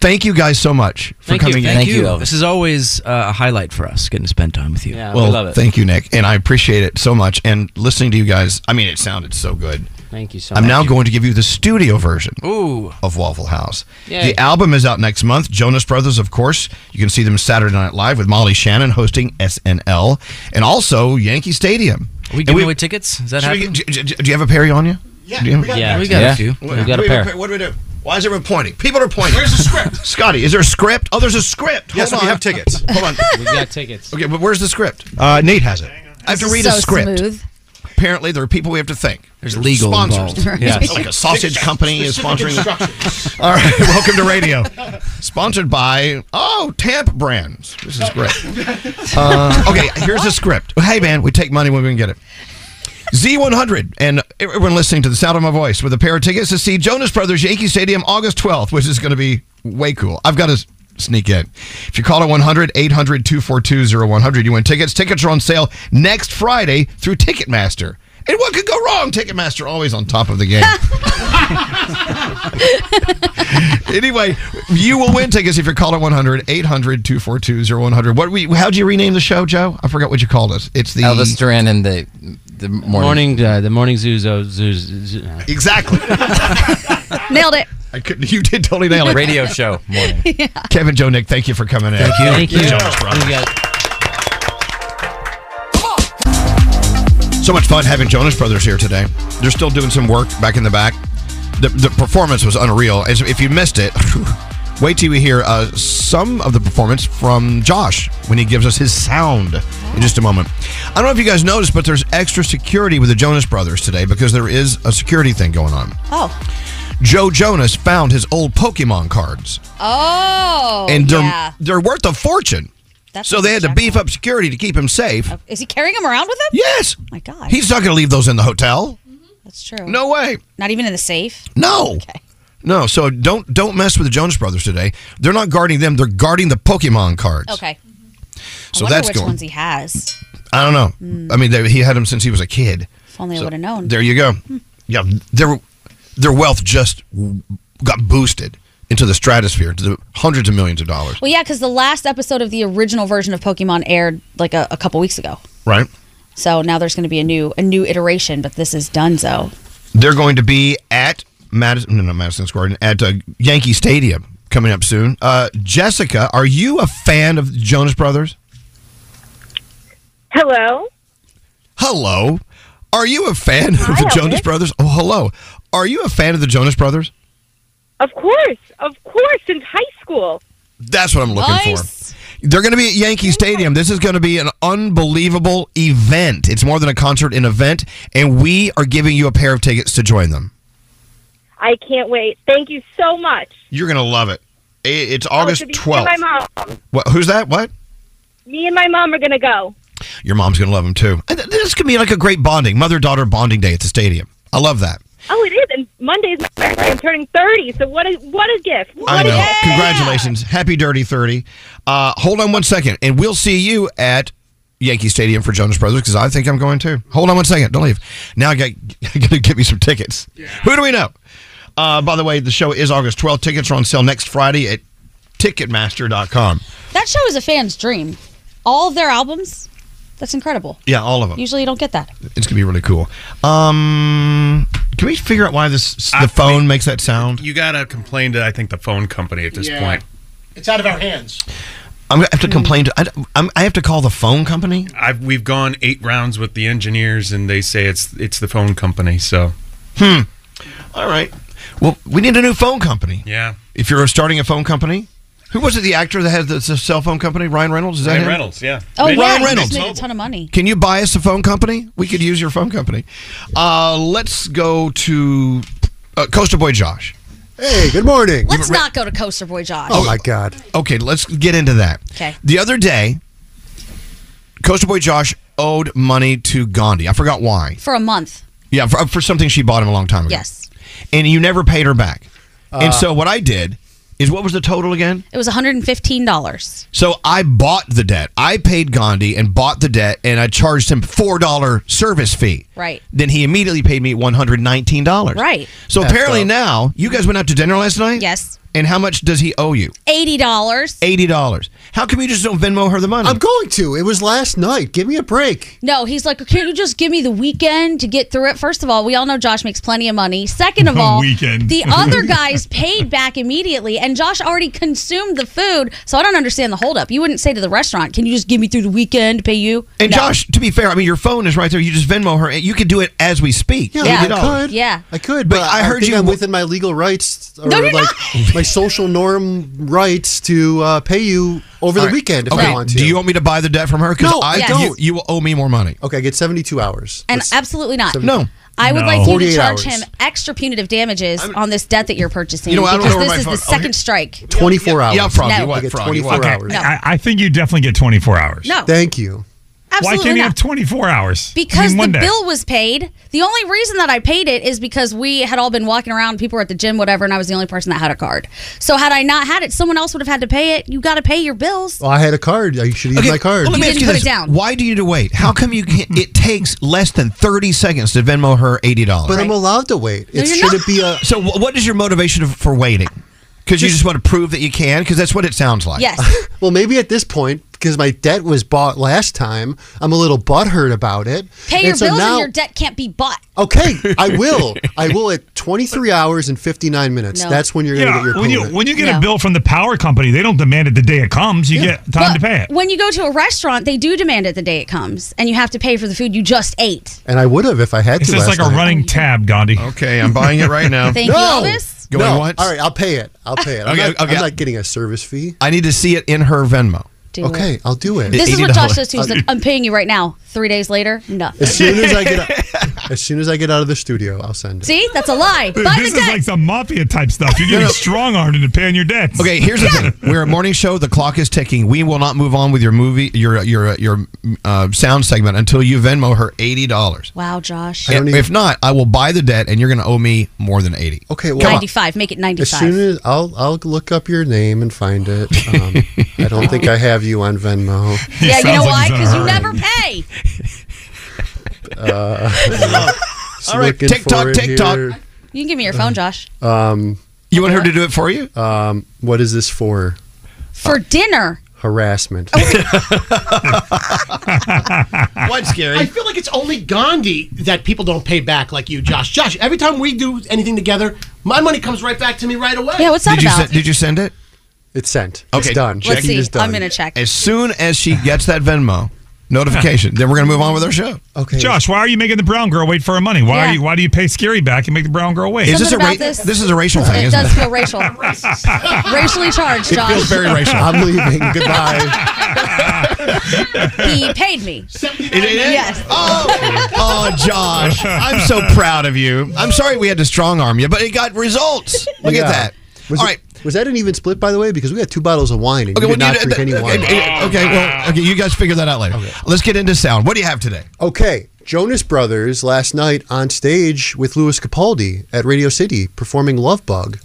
Speaker 2: Thank you guys so much for
Speaker 22: Thank you.
Speaker 2: coming in.
Speaker 22: Thank you,
Speaker 23: This is always uh, a highlight for us, getting to spend time with you.
Speaker 22: Yeah,
Speaker 2: well, thank you, Nick, and I appreciate it so much. And listening to you guys, I mean, it sounded so good.
Speaker 22: Thank you so
Speaker 2: I'm
Speaker 22: much.
Speaker 2: now going to give you the studio version
Speaker 22: Ooh.
Speaker 2: of Waffle House.
Speaker 22: Yay.
Speaker 2: The album is out next month. Jonas Brothers, of course. You can see them Saturday Night Live with Molly Shannon hosting SNL, and also Yankee Stadium.
Speaker 23: Are we
Speaker 2: And
Speaker 23: giving away tickets? Is that
Speaker 2: Should we
Speaker 23: happening?
Speaker 2: get- do, do- do you have a Perry on you?
Speaker 23: Yeah,
Speaker 2: Do you have-
Speaker 23: we got- Yeah, we got a Yeah. few. We got a
Speaker 2: do
Speaker 23: pair.
Speaker 2: What do we do? Why is everyone pointing? People are pointing. Where's the script? Scotty, is there a script? Oh, there's a script.
Speaker 1: Yes,
Speaker 2: Hold
Speaker 1: we
Speaker 2: on.
Speaker 1: have tickets.
Speaker 2: Hold on.
Speaker 22: We got tickets.
Speaker 2: Okay, but where's the script?
Speaker 1: Uh, Nate has it.
Speaker 2: I have to
Speaker 1: This is
Speaker 2: read
Speaker 1: so
Speaker 2: a script.
Speaker 1: smooth.
Speaker 2: Apparently, there are people we have to thank.
Speaker 23: There's legal
Speaker 2: sponsors.
Speaker 23: involved. Yes.
Speaker 2: like a sausage company is
Speaker 23: Specific
Speaker 2: sponsoring. All right, welcome to radio. Sponsored by oh Tamp Brands. This is great. Uh, okay, here's the script. Hey man, we take money when we can get it. Z100 and everyone listening to the sound of my voice with a pair of tickets to see Jonas Brothers Yankee Stadium August 12th, which is going to be way cool. I've got to s- sneak in. If you call it 100 800 242 0100, you win tickets. Tickets are on sale next Friday through Ticketmaster. And what could go wrong? Ticketmaster always on top of the game. anyway, you will win tickets if you call it 100 800 242 0100. What we how'd you rename the show, Joe? I forgot what you called us. It's the
Speaker 24: Elvis Duran and the the morning.
Speaker 22: Morning, uh, the morning zoos. Oh, zoos, zoo- uh,
Speaker 2: Exactly.
Speaker 4: Nailed it.
Speaker 2: I couldn't. You did totally nail it.
Speaker 24: Radio show morning.
Speaker 2: Kevin Joe Nick, thank you for coming in.
Speaker 22: Thank you. Thank you.
Speaker 2: Jonas Brothers.
Speaker 22: You
Speaker 2: So much fun having Jonas Brothers here today. They're still doing some work back in the back. The, the performance was unreal. As if you missed it, wait till you hear uh, some of the performance from Josh when he gives us his sound in just a moment. I don't know if you guys noticed, but there's extra security with the Jonas Brothers today because there is a security thing going on.
Speaker 4: Oh.
Speaker 2: Joe Jonas found his old Pokemon cards,
Speaker 4: Oh.
Speaker 2: and they're,
Speaker 4: yeah.
Speaker 2: they're worth a fortune.
Speaker 4: That's
Speaker 2: so they had to beef up security to keep him safe.
Speaker 4: Is he carrying him around with him? Oh
Speaker 2: Yes.
Speaker 4: My God.
Speaker 2: He's not going to leave those in the hotel.
Speaker 4: That's true.
Speaker 2: No way.
Speaker 4: Not even in the safe.
Speaker 2: No. No, so don't don't mess with the Jonas Brothers today. They're not guarding them; they're guarding the Pokemon cards.
Speaker 4: Okay.
Speaker 2: So
Speaker 4: Oh, I wonder
Speaker 2: that's
Speaker 4: which
Speaker 2: going.
Speaker 4: ones he Hmm. has.
Speaker 2: I don't know. I mean, they, he had them since he was a kid.
Speaker 4: If only I
Speaker 2: So,
Speaker 4: would have known.
Speaker 2: There you go.
Speaker 4: Hmm.
Speaker 2: Yeah, their their wealth just w- got boosted into the stratosphere to the hundreds of millions of dollars.
Speaker 4: Well, yeah, because the last episode of the original version of Pokemon aired like a, a couple weeks ago.
Speaker 2: Right?
Speaker 4: So now there's going to be a new a new iteration, but this is Dunzo.
Speaker 2: They're going to be at Madison, no, no, Madison Square Garden, at uh, Yankee Stadium coming up soon. Uh, Jessica, are you a fan of the Jonas Brothers?
Speaker 25: Hello.
Speaker 2: Hello. Are you a fan of the Jonas Brothers? Oh, hello. Are you a fan of the Jonas Brothers?
Speaker 25: Of course, of course, since high school.
Speaker 2: That's what I'm looking
Speaker 25: Nice.
Speaker 2: for. They're going to be at Yankee Stadium. This is going to be an unbelievable event. It's more than a concert, an event, and we are giving you a pair of tickets to join them.
Speaker 25: I can't wait. Thank you so much.
Speaker 2: You're going to love it. I- It's
Speaker 25: Oh,
Speaker 2: August
Speaker 25: so me
Speaker 2: 12th.
Speaker 25: And my mom.
Speaker 2: What, who's that? What?
Speaker 25: Me and my mom are gonna go.
Speaker 2: Your mom's going to love them too. And th- This could be like a great bonding, mother daughter bonding day at the stadium. I love that.
Speaker 25: Oh, it is. And Monday's my birthday. I'm turning 30. So what a what a gift. What
Speaker 2: I
Speaker 25: a
Speaker 2: know.
Speaker 25: gift.
Speaker 2: Congratulations. Happy Dirty 30. Uh, hold on one second, and we'll see you at Yankee Stadium for Jonas Brothers because I think I'm going to. Hold on one second. Don't leave. Now I got, I got to get me some tickets. Who do we know? Uh, by the way, the show is August 12th. Tickets are on sale next Friday at Ticketmaster.com.
Speaker 4: That show is a fan's dream. All of their albums, that's incredible.
Speaker 2: Yeah, all of them.
Speaker 4: Usually you don't get that.
Speaker 2: It's going to be really cool. Um, can we figure out why this the phone makes that sound?
Speaker 1: You gotta complain to I think the phone company at this
Speaker 10: Yeah.
Speaker 1: point.
Speaker 10: It's out of our hands.
Speaker 2: I'm going to have to complain to. I, I'm, I have to call the phone company.
Speaker 1: I've we've gone eight rounds with the engineers, and they say it's it's the phone company. So
Speaker 2: Hmm. All right. Well, we need a new phone company.
Speaker 1: yeah,
Speaker 2: If you're starting a phone company, who was it? The actor that had the, the cell phone company, Ryan Reynolds. Is that
Speaker 1: Ryan
Speaker 2: him?
Speaker 1: Reynolds, yeah.
Speaker 4: Oh,
Speaker 2: Ryan
Speaker 4: yeah, he just
Speaker 2: Reynolds.
Speaker 4: made a ton of money.
Speaker 2: Can you buy us a phone company? We could use your phone company. Uh, let's go to uh, Coaster Boy Josh.
Speaker 18: Hey, good morning.
Speaker 4: Let's not go to Coaster Boy Josh.
Speaker 2: God. Okay, let's get into that.
Speaker 4: Okay.
Speaker 2: The other day, Coaster Boy Josh owed money to Gandhi. I forgot why.
Speaker 4: For a month.
Speaker 2: Yeah, for, uh, for something she bought him a long time ago.
Speaker 4: Yes.
Speaker 2: And you never paid her back.
Speaker 4: Uh.
Speaker 2: and so what I did is what was the total again?
Speaker 4: It was $115.
Speaker 2: So I bought the debt. I paid Gandhi and bought the debt, and I charged him four dollar service fee.
Speaker 4: Right.
Speaker 2: Then he immediately paid me one hundred nineteen dollars.
Speaker 4: Right.
Speaker 2: So
Speaker 4: That's
Speaker 2: apparently
Speaker 4: dope.
Speaker 2: now you guys went out to dinner last night.
Speaker 4: Yes.
Speaker 2: And how much does he owe you?
Speaker 4: $80.
Speaker 2: Eighty dollars. How come you just don't Venmo her the money? I'm
Speaker 26: going to. It was last night. Give me a break.
Speaker 4: No, he's like, can you just give me the weekend to get through it? First of all, we all know Josh makes plenty of money. Second of
Speaker 26: The
Speaker 4: all,
Speaker 26: weekend.
Speaker 4: the other guys paid back immediately, and Josh already consumed the food, so I don't understand the holdup. You wouldn't say to the restaurant, can you just give me through the weekend to pay you?
Speaker 2: And
Speaker 4: No.
Speaker 2: Josh, to be fair, I mean your phone is right there. You just Venmo her. You could do it as we speak.
Speaker 26: Yeah,
Speaker 2: $80.
Speaker 26: I could.
Speaker 4: Yeah.
Speaker 26: I could, but, I heard you. I'm within my legal rights or
Speaker 4: you're
Speaker 26: like my social norm rights to uh, pay you over
Speaker 2: All
Speaker 26: the
Speaker 2: right.
Speaker 26: weekend if
Speaker 2: okay.
Speaker 26: I want to.
Speaker 2: Do you want me to buy the debt from her? 'Cause
Speaker 26: No,
Speaker 2: I
Speaker 26: I
Speaker 2: you-
Speaker 26: don't.
Speaker 2: You, will owe me more money.
Speaker 26: Okay, I get 72 hours.
Speaker 4: And absolutely not.
Speaker 26: No.
Speaker 4: I would
Speaker 26: No.
Speaker 4: like you to
Speaker 26: 48
Speaker 4: charge
Speaker 26: hours.
Speaker 4: him extra punitive damages on this debt that you're purchasing
Speaker 26: You know, I don't
Speaker 4: because
Speaker 26: know where
Speaker 4: this
Speaker 26: my
Speaker 4: is
Speaker 26: phone-
Speaker 4: the
Speaker 26: oh,
Speaker 4: second
Speaker 26: here-
Speaker 4: strike.
Speaker 26: 24 hours.
Speaker 16: Yeah, Frog,
Speaker 4: No.
Speaker 16: you what,
Speaker 26: I get
Speaker 16: Frog,
Speaker 26: 24
Speaker 16: okay.
Speaker 26: hours.
Speaker 4: No.
Speaker 16: I, I think you definitely get 24 hours.
Speaker 4: No.
Speaker 26: Thank you.
Speaker 4: Absolutely
Speaker 16: Why can't you
Speaker 4: not.
Speaker 16: have 24 hours? I
Speaker 4: Because
Speaker 16: mean, one
Speaker 4: the
Speaker 16: day.
Speaker 4: bill was paid. The only reason that I paid it is because we had all been walking around, people were at the gym, whatever, and I was the only person that had a card. So had I not had it, someone else would have had to pay it. You got to pay your bills.
Speaker 26: Well, I had a card. You should use my card.
Speaker 2: Well, let me
Speaker 4: You
Speaker 2: ask
Speaker 4: didn't
Speaker 2: you
Speaker 4: put
Speaker 2: this.
Speaker 4: it down.
Speaker 2: Why do you need to wait? How come you can't? It takes less than 30 seconds to Venmo her $80.
Speaker 26: But I'm allowed to wait. It should it be a
Speaker 2: So, wh- what is your motivation of- for waiting? Because you just want to prove that you can? Because that's what it sounds like.
Speaker 26: well, maybe at this point because my debt was bought last time, I'm a little butthurt about it.
Speaker 4: Pay
Speaker 26: And
Speaker 4: your
Speaker 26: so
Speaker 4: bills
Speaker 26: now-
Speaker 4: and your debt can't be bought.
Speaker 26: Okay, I will. I will at 23 hours and 59 minutes.
Speaker 4: No.
Speaker 26: That's when you're going to
Speaker 16: Yeah,
Speaker 26: get your
Speaker 16: when you
Speaker 26: payment.
Speaker 16: when you get
Speaker 4: No.
Speaker 16: a bill from the power company, they don't demand it the day it comes. You get time to pay it.
Speaker 4: When you go to a restaurant, they do demand it the day it comes, and you have to pay for the food you just ate.
Speaker 26: and I would have if I had
Speaker 16: It's
Speaker 26: to.
Speaker 16: just
Speaker 26: last
Speaker 16: like a
Speaker 26: night.
Speaker 16: running tab, Gandhi.
Speaker 2: Okay, I'm buying it right now.
Speaker 4: Oh, Thank you,
Speaker 26: no.
Speaker 4: Elvis.
Speaker 2: Going
Speaker 26: no.
Speaker 2: once?
Speaker 26: All right, I'll pay it. I'll pay it. I'm,
Speaker 2: Okay,
Speaker 26: not,
Speaker 2: okay.
Speaker 26: I'm not getting a service fee.
Speaker 2: I need to see it in her Venmo.
Speaker 4: Do
Speaker 26: okay,
Speaker 4: it.
Speaker 26: I'll do it.
Speaker 4: This is what Josh says too. He's like, I'm paying you right now. Three days later, no.
Speaker 26: as soon as I get out, as soon as I get out of the studio, I'll send it.
Speaker 4: See, that's a lie. Buy
Speaker 16: this
Speaker 4: the
Speaker 16: is
Speaker 4: debt.
Speaker 16: like some mafia type stuff. You're
Speaker 2: No,
Speaker 16: getting
Speaker 2: no.
Speaker 16: strong armed into paying your debts.
Speaker 2: Okay, here's the thing. We're a morning show. The clock is ticking. We will not move on with your movie, your your your uh, sound segment until you Venmo her eighty dollars.
Speaker 4: wow, Josh.
Speaker 2: If not, I will buy the debt, and you're going to owe me more than eighty.
Speaker 26: Okay, well,
Speaker 4: 95. Make it 95.
Speaker 26: As soon as I'll I'll look up your name and find it. Um, I don't think I have you on Venmo.
Speaker 4: yeah, you know why? Because you never pay.
Speaker 26: Uh,
Speaker 4: All right,
Speaker 26: looking
Speaker 4: TikTok,
Speaker 26: for it
Speaker 4: TikTok.
Speaker 26: here.
Speaker 4: You can give me your phone, Josh.
Speaker 26: Um,
Speaker 2: you want her to do it for you?
Speaker 26: Um, what is this for?
Speaker 4: For dinner.
Speaker 26: Harassment.
Speaker 2: What, Scary?
Speaker 10: I feel like it's only Gandhi that people don't pay back like you, Josh. Josh, every time we do anything together, my money comes right back to me right away.
Speaker 2: did You sen- did you send it?
Speaker 26: It's sent.
Speaker 2: Okay,
Speaker 26: It's done. Let's Checking see. is done. I'm gonna
Speaker 4: check.
Speaker 2: As soon as she gets that Venmo notification, then we're gonna move on with our show.
Speaker 26: Okay.
Speaker 16: Josh, why are you making the brown girl wait for her money? Why
Speaker 4: Yeah.
Speaker 16: are you why do you pay Scary back and make the brown girl wait?
Speaker 2: Is this Something a ra- about this- this is a racial thing,
Speaker 4: It
Speaker 2: isn't
Speaker 4: does
Speaker 2: it?
Speaker 4: feel racial. Racially charged, Josh.
Speaker 26: I'm leaving. Goodbye.
Speaker 4: He paid me. Yes.
Speaker 2: Oh, Josh, I'm so proud of you. I'm sorry we had to strong arm you, but it got results. Look
Speaker 26: Yeah.
Speaker 2: at that.
Speaker 26: Was
Speaker 2: All
Speaker 26: it-
Speaker 2: right.
Speaker 26: Was that an even split, by the way? Because we had two bottles of wine and you
Speaker 2: well,
Speaker 26: did not
Speaker 2: you-
Speaker 26: drink any
Speaker 2: okay,
Speaker 9: Oh,
Speaker 26: wine.
Speaker 2: okay, well, okay, you guys figure that out later. Let's get into sound. What do you have today?
Speaker 26: Okay, Jonas Brothers last night on stage with Louis Capaldi at Radio City performing Love Bug.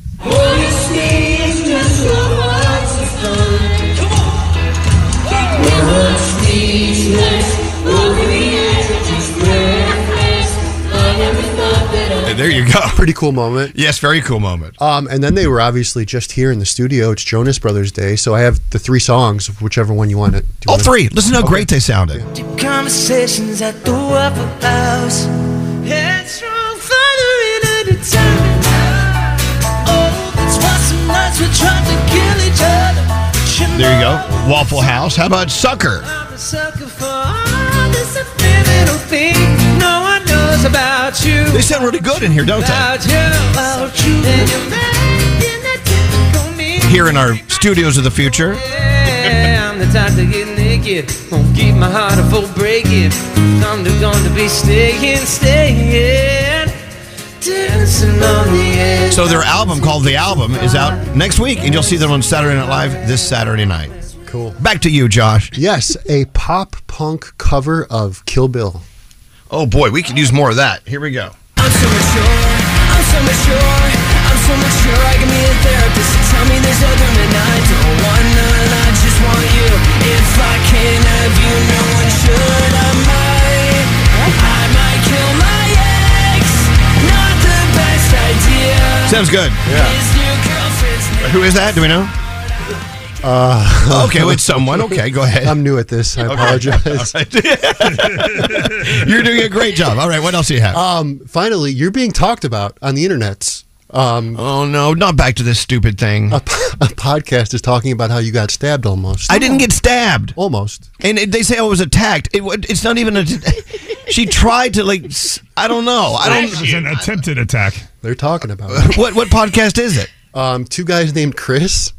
Speaker 2: there you go.
Speaker 26: Pretty cool moment.
Speaker 2: Yes, very cool moment.
Speaker 26: Um, and then they were obviously just here in the studio. It's Jonas Brothers Day, so I have the three songs, whichever one you want. It
Speaker 2: All three. Listen to how great they sounded.
Speaker 9: Conversations at the Waffle House. Headstrong father in a determined heart. Oh, that's why sometimes we try to kill each other. But you
Speaker 2: There you go. Waffle House. How about Sucker?
Speaker 9: I'm a sucker for all the subliminal things no one knows about you.
Speaker 2: They sound really good in here, don't
Speaker 9: About
Speaker 2: they?
Speaker 9: you, about you. And you're acting that typical me.
Speaker 2: Here in our studios of the future.
Speaker 9: Yeah, I'm the type to get naked. Won't keep my heart if won't break it. I'm the gonna be staying, staying. Dancing on the edge.
Speaker 2: So their album called The Album is out next week, and you'll see them on Saturday Night Live this Saturday night.
Speaker 26: Cool.
Speaker 2: Back to you, Josh.
Speaker 26: Yes, a pop punk cover of Kill Bill.
Speaker 2: Oh boy, we could use more of that. Here we go.
Speaker 9: I'm so mature, I'm so mature, I'm so mature. I can be a therapist. So tell me there's other men I don't want none. I just want you. If I can't have you, no one should. I might, I might kill my ex. Not the best idea.
Speaker 2: Sounds good.
Speaker 9: His new girlfriend's name.
Speaker 2: Who is that? Do we know?
Speaker 26: Uh,
Speaker 2: Okay, well, it's someone. Okay, go ahead.
Speaker 26: I'm new at this. I
Speaker 2: Okay.
Speaker 26: apologize.
Speaker 2: All You're doing a great job. All right, what else do you have?
Speaker 26: Um, finally, you're being talked about on the internets. Um,
Speaker 2: oh no, not back to this stupid thing.
Speaker 26: A, po- a podcast is talking about how you got stabbed almost.
Speaker 2: I didn't get stabbed.
Speaker 26: Almost.
Speaker 2: And it- they say I was attacked. It, wa- it's not even a. She tried to like. s- I don't know. Oh, I
Speaker 16: It was
Speaker 2: don't.
Speaker 16: an attempted attack.
Speaker 26: They're talking about it.
Speaker 2: what what podcast is it?
Speaker 26: Um, two guys named Chris.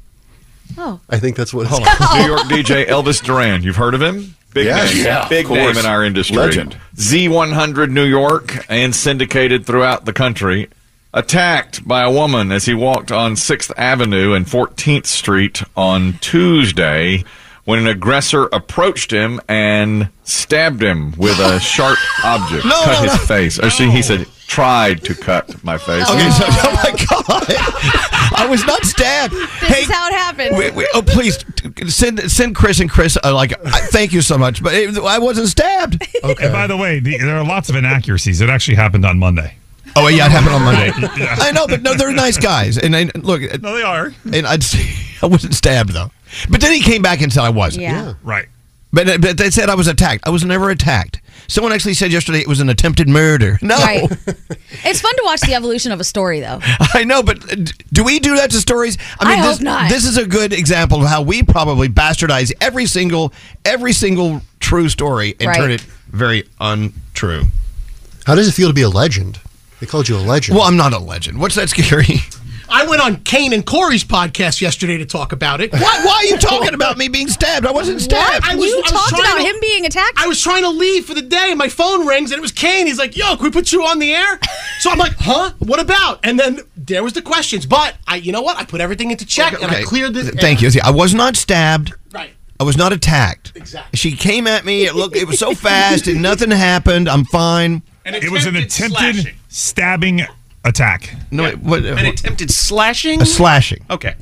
Speaker 4: Oh.
Speaker 26: I think that's what it's
Speaker 12: Hold on. New York DJ Elvis Duran. You've heard of him? Big
Speaker 26: Yes.
Speaker 12: name.
Speaker 26: Yeah, of
Speaker 12: Big
Speaker 26: course.
Speaker 12: name in our industry.
Speaker 26: Legend.
Speaker 12: Z100 New York and syndicated throughout the country. Attacked by a woman as he walked on 6th Avenue and 14th Street on Tuesday when an aggressor approached him and stabbed him with a sharp object.
Speaker 2: No,
Speaker 12: cut
Speaker 2: no,
Speaker 12: his
Speaker 2: no.
Speaker 12: face. Or see, he said, tried to cut my face.
Speaker 2: Okay, so, oh my god, I was not stabbed.
Speaker 4: This is how it happened.
Speaker 2: Wait, wait, oh please t- send send Chris and Chris uh, like I- thank you so much, but it, I wasn't stabbed.
Speaker 16: And by the way, the, there are lots of inaccuracies. It actually happened on Monday.
Speaker 2: Oh yeah, it happened on Monday.
Speaker 16: Yeah.
Speaker 2: I know, but no, they're nice guys, and I, look,
Speaker 16: No, they are.
Speaker 2: and I'd say I wasn't stabbed though. But then he came back and said I wasn't.
Speaker 4: Yeah. Yeah.
Speaker 16: Right.
Speaker 2: But, uh, but they said I was attacked. I was never attacked. Someone actually said yesterday it was an attempted murder. No,
Speaker 4: Right. It's fun to watch the evolution of a story, though.
Speaker 2: I know, but uh, d- do we do that to stories?
Speaker 4: I
Speaker 2: this,
Speaker 4: hope not.
Speaker 2: this is a good example of how we probably bastardize every single every single true story and
Speaker 4: Right.
Speaker 2: turn it very untrue.
Speaker 26: How does it feel to be a legend? They called you a legend.
Speaker 2: Well, I'm not a legend. What's that scary?
Speaker 10: I went on Kane and Corey's podcast yesterday to talk about it.
Speaker 2: Why, why are you talking about me being stabbed? I wasn't stabbed.
Speaker 10: I was,
Speaker 4: you
Speaker 10: I was
Speaker 4: talked
Speaker 10: trying
Speaker 4: about
Speaker 10: to-
Speaker 4: him being attacked.
Speaker 10: I was trying to leave for the day, and my phone rings, and it was Kane. He's like, "Yo, can we put you on the air?" So I'm like, "Huh? What about?" And then there was the questions, but I, you know what? I put everything into check, and I
Speaker 2: Okay.
Speaker 10: cleared the.
Speaker 2: Thank you. See, I was not stabbed.
Speaker 10: Right.
Speaker 2: I was not attacked. Exactly. She came at me. It looked. It was so fast, and nothing happened. I'm fine.
Speaker 16: It was an attempted stabbing attack.
Speaker 2: No, wait, what?
Speaker 1: An attempted slashing?
Speaker 2: A slashing.
Speaker 1: Okay.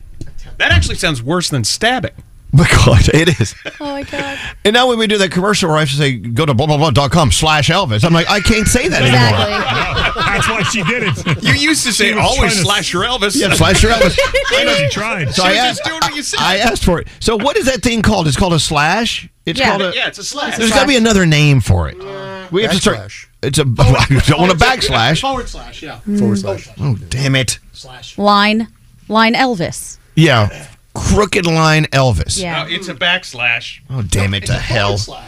Speaker 1: That actually sounds worse than stabbing.
Speaker 2: My God, it is.
Speaker 4: Oh my god.
Speaker 2: And now when we do that commercial where I have to say go to blah blah blah.com slash Elvis, I'm like, I can't say that anymore.
Speaker 16: That's why she did it.
Speaker 1: You used to say,
Speaker 16: She was
Speaker 1: "Always
Speaker 16: trying to-
Speaker 1: slash your Elvis."
Speaker 2: Yeah, slash your Elvis.
Speaker 16: I know she tried.
Speaker 2: So I asked, I asked for it. So what is that thing called? It's called a slash? It's
Speaker 1: Yeah.
Speaker 2: called a
Speaker 1: Yeah, it's a slash. Uh,
Speaker 2: There's gotta be another name for it. we have to start it's a I don't want a backslash.
Speaker 10: Forward slash. Yeah.
Speaker 26: Forward slash.
Speaker 2: Oh damn it.
Speaker 4: Line, line Elvis.
Speaker 2: Yeah. Crooked line Elvis.
Speaker 4: Yeah.
Speaker 1: it's
Speaker 2: Hmm.
Speaker 1: a backslash.
Speaker 2: Oh damn it to hell.
Speaker 4: Scary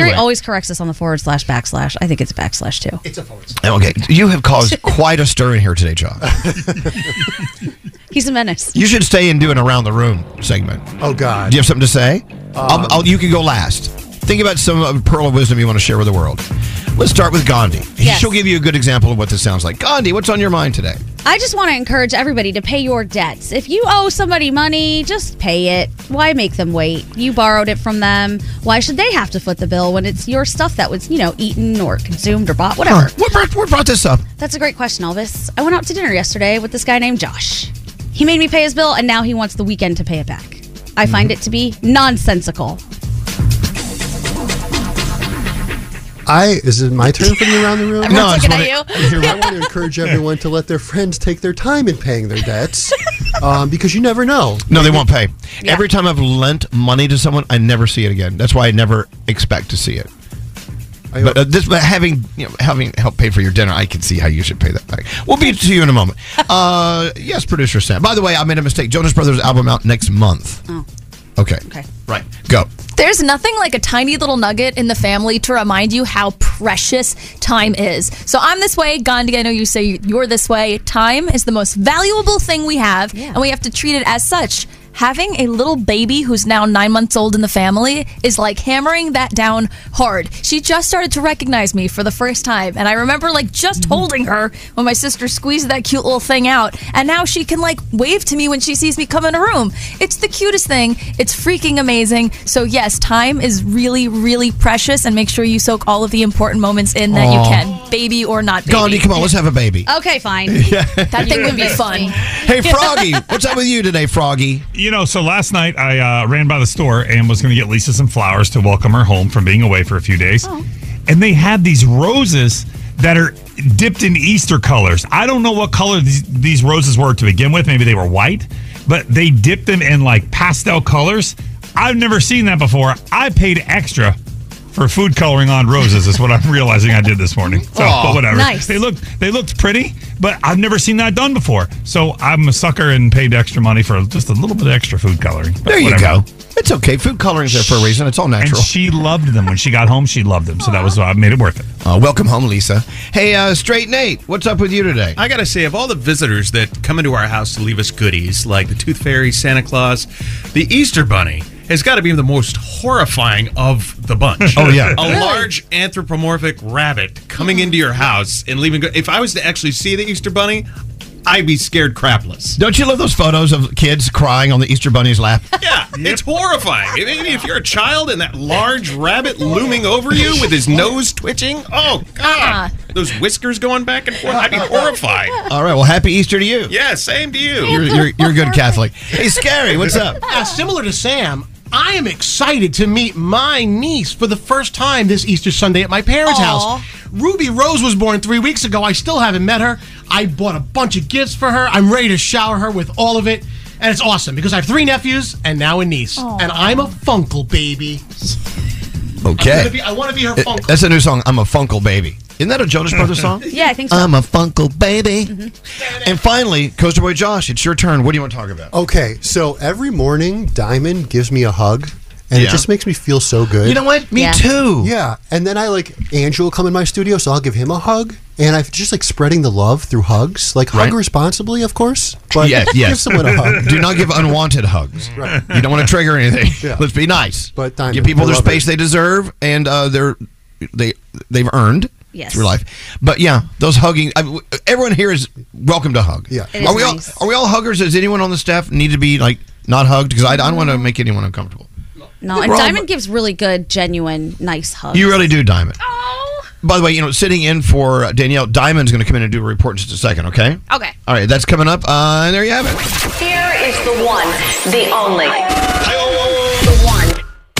Speaker 2: Anyway.
Speaker 4: always corrects us on the forward slash backslash. I think it's backslash too.
Speaker 10: It's a forward.
Speaker 2: Okay. You have caused quite a stir in here today, John.
Speaker 4: He's a menace.
Speaker 2: You should stay and do an around the room segment.
Speaker 26: Oh God. Um,
Speaker 2: Do you have something to say? I'll, I'll, you can go last. Think about some uh, pearl of wisdom you want to share with the world. Let's start with Gandhi. He-
Speaker 4: Yes.
Speaker 2: She'll give you a good example of what this sounds like. Gandhi, what's on your mind today?
Speaker 4: I just want to encourage everybody to pay your debts. If you owe somebody money, just pay it. Why make them wait? You borrowed it from them. Why should they have to foot the bill when it's your stuff that was, you know, eaten or consumed or bought, whatever?
Speaker 2: Huh. What, brought, what brought this up?
Speaker 4: That's a great question, Elvis. I went out to dinner yesterday with this guy named Josh. He made me pay his bill, and now he wants the weekend to pay it back. I
Speaker 2: Mm-hmm.
Speaker 4: find it to be nonsensical.
Speaker 26: I is it my turn for the around the room?
Speaker 4: Everyone's No, I just looking wanna- at you.
Speaker 26: I want to encourage everyone to let their friends take their time in paying their debts, um, because you never know.
Speaker 2: No, they won't pay. Every time I've lent money to someone, I never see it again. That's why I never expect to see it. But uh, this, but having you know, having helped pay for your dinner, I can see how you should pay that back. We'll be to you in a moment. Uh, yes, producer Sam. By the way, I made a mistake. Jonas Brothers album out next month.
Speaker 4: Oh.
Speaker 2: Okay.
Speaker 4: Okay.
Speaker 2: Right. Go.
Speaker 11: There's nothing like a tiny little nugget in the family to remind you how precious time is. So I'm this way, Gandhi. I know you say you're this way. Time is the most valuable thing we have, and we have to treat it as such. Having a little baby who's now nine months old in the family is like hammering that down hard. She just started to recognize me for the first time, and I remember like just
Speaker 2: Mm-hmm.
Speaker 11: holding her when my sister squeezed that cute little thing out, and now she can like wave to me when she sees me come in a room. It's the cutest thing. It's freaking amazing. So yes, time is really, really precious, and make sure you soak all of the important moments in that you
Speaker 2: Aw.
Speaker 11: can, baby or not baby.
Speaker 2: Gandhi, come on, let's have a baby.
Speaker 4: Okay, fine.
Speaker 2: Yeah.
Speaker 11: That thing would be fun.
Speaker 2: Hey, Froggy, what's up with you today, Froggy?
Speaker 16: You know, so last night I uh, ran by the store and was going to get Lisa some flowers to welcome her home from being away for a few days. And they had these roses that are dipped in Easter colors. I don't know what color these, these roses were to begin with. Maybe they were white, but they dipped them in like pastel colors. I've never seen that before. I paid extra for food coloring on roses is what I'm realizing I did this morning. So,
Speaker 17: Aw.
Speaker 16: but whatever.
Speaker 17: Nice.
Speaker 16: They looked they looked pretty, but I've never seen that done before. So I'm a sucker and paid extra money for just a little bit of extra food coloring. But
Speaker 2: There you
Speaker 16: whatever.
Speaker 2: go. It's okay. Food coloring's there for a reason. It's all natural.
Speaker 16: And she loved them when she got home. She loved them, so that was what made it worth it.
Speaker 2: Uh, welcome home, Lisa. Hey, uh, Straight Nate, what's up with you today?
Speaker 1: I gotta say, of all the visitors that come into our house to leave us goodies, like the Tooth Fairy, Santa Claus, the Easter Bunny has got to be the most horrifying of the bunch.
Speaker 2: Oh, yeah.
Speaker 1: a
Speaker 2: Really?
Speaker 1: large anthropomorphic rabbit coming into your house and leaving. Go- if I was to actually see the Easter Bunny, I'd be scared crapless.
Speaker 2: Don't you love those photos of kids crying on the Easter Bunny's lap?
Speaker 1: Yeah, it's horrifying. I mean, if you're a child and that large rabbit looming over you with his nose twitching, oh god, those whiskers going back and forth, I'd be horrified.
Speaker 2: All right. Well, happy Easter to you.
Speaker 1: Yeah, same to you.
Speaker 2: You're, you're, you're a good Catholic. Hey, Scary, what's up?
Speaker 10: Yeah, Uh, similar to Sam, I am excited to meet my niece for the first time this Easter Sunday at my parents'
Speaker 11: Aw.
Speaker 10: house. Ruby Rose was born three weeks ago. I still haven't met her. I bought a bunch of gifts for her. I'm ready to shower her with all of it. And it's awesome because I have three nephews and now a niece. And I'm a Funkle baby. I'm
Speaker 2: Okay.
Speaker 10: gonna be- I wanna be her
Speaker 2: It-
Speaker 10: Funkle.
Speaker 2: That's a new song. I'm a Funkle Baby. Isn't that a Jonas Brothers song?
Speaker 4: Yeah, I think so.
Speaker 2: I'm
Speaker 4: Mm-hmm.
Speaker 2: a Funkle Baby. And finally, Coaster Boy Josh, it's your turn. What do you want to talk about?
Speaker 26: Okay, so every morning Diamond gives me a hug, and
Speaker 2: Yeah.
Speaker 26: it just makes me feel so good.
Speaker 2: You know what? Me Yeah. too.
Speaker 26: Yeah, and then I like Andrew will come in my studio, so I'll give him a hug, and I just like spreading the love through hugs. Like hug
Speaker 2: Right.
Speaker 26: responsibly, of course, but
Speaker 2: yes, yes.
Speaker 26: give someone a hug.
Speaker 2: Do not give unwanted hugs.
Speaker 26: Right.
Speaker 2: You don't want to trigger anything.
Speaker 26: Yeah.
Speaker 2: Let's be nice.
Speaker 26: But Diamond,
Speaker 2: give people
Speaker 26: I
Speaker 2: their
Speaker 26: love
Speaker 2: space
Speaker 26: it.
Speaker 2: they deserve and uh, they're they they've earned
Speaker 26: Yes.
Speaker 2: through life. But yeah, those hugging. I, w- everyone here is welcome to hug. Yeah.
Speaker 26: It is
Speaker 2: Are we
Speaker 26: nice.
Speaker 2: all are we all huggers? Does anyone on the staff need to be like not hugged? Because I, I don't want to make anyone uncomfortable.
Speaker 4: No, and
Speaker 2: Wrong.
Speaker 4: Diamond gives really good, genuine, nice hugs.
Speaker 2: You really do, Diamond. Oh. By the way, you know, sitting in for uh, Danielle, Diamond's going to come in and do a report in just a second. Okay.
Speaker 5: Okay.
Speaker 2: All right, that's coming up. Uh, and there you have it.
Speaker 5: Here is the one, the only. The one,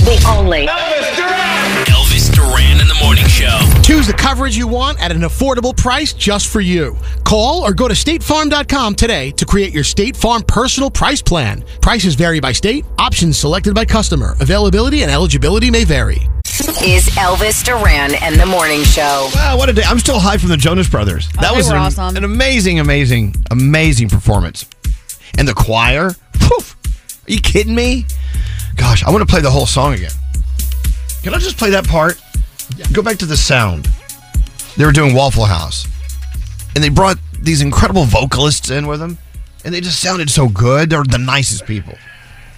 Speaker 5: the only. Elvis Duran! Elvis Duran in the morning show.
Speaker 27: Choose the coverage you want at an affordable price just for you. Call or go to statefarm.com today to create your State Farm personal price plan. Prices vary by state, options selected by customer, availability and eligibility may vary.
Speaker 5: Is Elvis Duran and the morning show.
Speaker 2: Wow, what a day. I'm still high from the Jonas Brothers. that
Speaker 5: Oh, they
Speaker 2: was
Speaker 5: were
Speaker 2: an,
Speaker 5: awesome.
Speaker 2: an amazing, amazing, amazing performance. And the choir? Poof. Are you kidding me? Gosh, I want to play the whole song again. Can I just play that part? Go back to the sound. They were doing Waffle House. And they brought these incredible vocalists in with them. And they just sounded so good. They're the nicest people.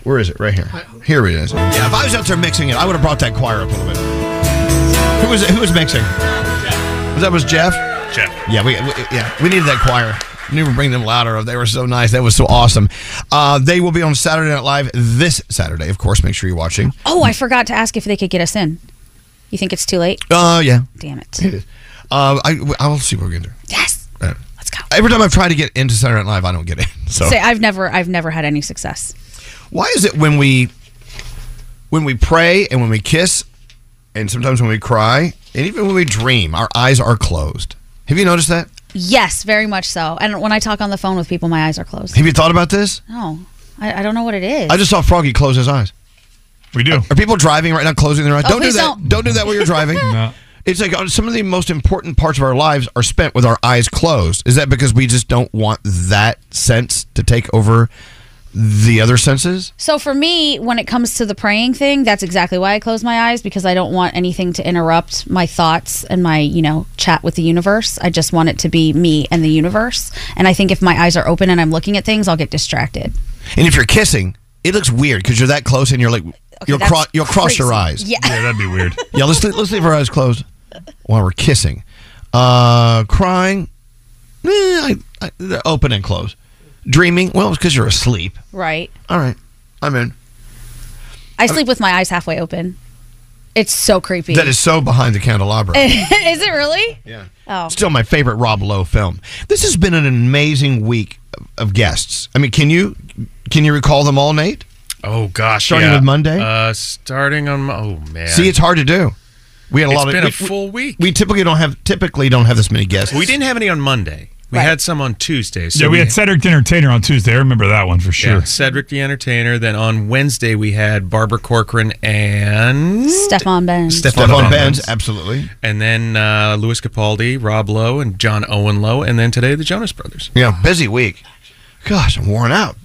Speaker 2: Where is it? Right here. Here it is. Yeah, if I was out there mixing it, I would have brought that choir up a little bit. Who was who was mixing? Was That was Jeff.
Speaker 16: Jeff.
Speaker 2: Yeah, we, we yeah we needed that choir. Knew we bring them louder. They were so nice. That was so awesome. Uh, they will be on Saturday Night Live this Saturday. Of course, make sure you're watching.
Speaker 4: Oh, I forgot to ask if they could get us in. You think it's too late?
Speaker 2: Oh yeah.
Speaker 4: Damn it.
Speaker 2: Uh, I I will see what we can do.
Speaker 4: Yes.
Speaker 2: Let's go. Every time I've tried to get into Saturday Night Live, I don't get in. So
Speaker 4: Say, I've never, I've never had any success.
Speaker 2: why is it when we when we pray and when we kiss and sometimes when we cry and even when we dream, our eyes are closed? Have you noticed that?
Speaker 4: Yes, very much so. And when I talk on the phone with people, my eyes are closed.
Speaker 2: Have you thought about this?
Speaker 4: No, I, I don't know what it is.
Speaker 2: I just saw Froggy close his eyes. We do. Are, are people driving right now closing their eyes?
Speaker 4: Oh,
Speaker 2: don't do
Speaker 4: please
Speaker 2: that.
Speaker 4: don't.
Speaker 2: Don't. do that while you're driving. no. It's like uh, some of the most important parts of our lives are spent with our eyes closed. Is that because we just don't want that sense to take over the other senses?
Speaker 4: So for me, when it comes to the praying thing, that's exactly why I close my eyes because I don't want anything to interrupt my thoughts and my, you know, chat with the universe. I just want it to be me and the universe. And I think if my eyes are open and I'm looking at things, I'll get distracted.
Speaker 2: And if you're kissing, it looks weird because you're that close and you're like you'll
Speaker 4: that's
Speaker 2: cross you'll cross your
Speaker 4: crazy.
Speaker 2: eyes.
Speaker 4: Yeah. Yeah,
Speaker 2: that'd be weird. yeah, let's le- let's leave our eyes closed while we're kissing. Uh, crying, eh, I, I, they're open and closed. Dreaming, well, it's because you're asleep.
Speaker 4: Right.
Speaker 2: All right, I'm in.
Speaker 4: I sleep with my eyes halfway open. It's so creepy.
Speaker 2: That is so behind the candelabra.
Speaker 4: is it really? Yeah. Oh.
Speaker 2: Still my favorite Rob Lowe film. This has been an amazing week of, of guests. I mean, can you can you recall them all, Nate?
Speaker 1: Oh gosh,
Speaker 2: Starting
Speaker 1: yeah.
Speaker 2: with Monday?
Speaker 1: Uh, starting on Mo- oh man.
Speaker 2: See, it's hard to do. We had a
Speaker 1: It's
Speaker 2: lot of
Speaker 1: been a
Speaker 2: we-
Speaker 1: full week.
Speaker 2: We typically don't have typically don't have this many guests.
Speaker 1: We didn't have any on Monday. We had some on Tuesday. So
Speaker 16: yeah, we had Cedric the Entertainer on Tuesday. I remember that one for sure.
Speaker 1: yeah, Cedric the Entertainer. Then on Wednesday we had Barbara Corcoran and
Speaker 4: Stefan Benz.
Speaker 2: Stephon Benz, absolutely.
Speaker 1: And then uh, Louis Capaldi, Rob Lowe, and John Owen Lowe, and then today the Jonas Brothers.
Speaker 2: Yeah, busy week. Gosh, I'm worn out.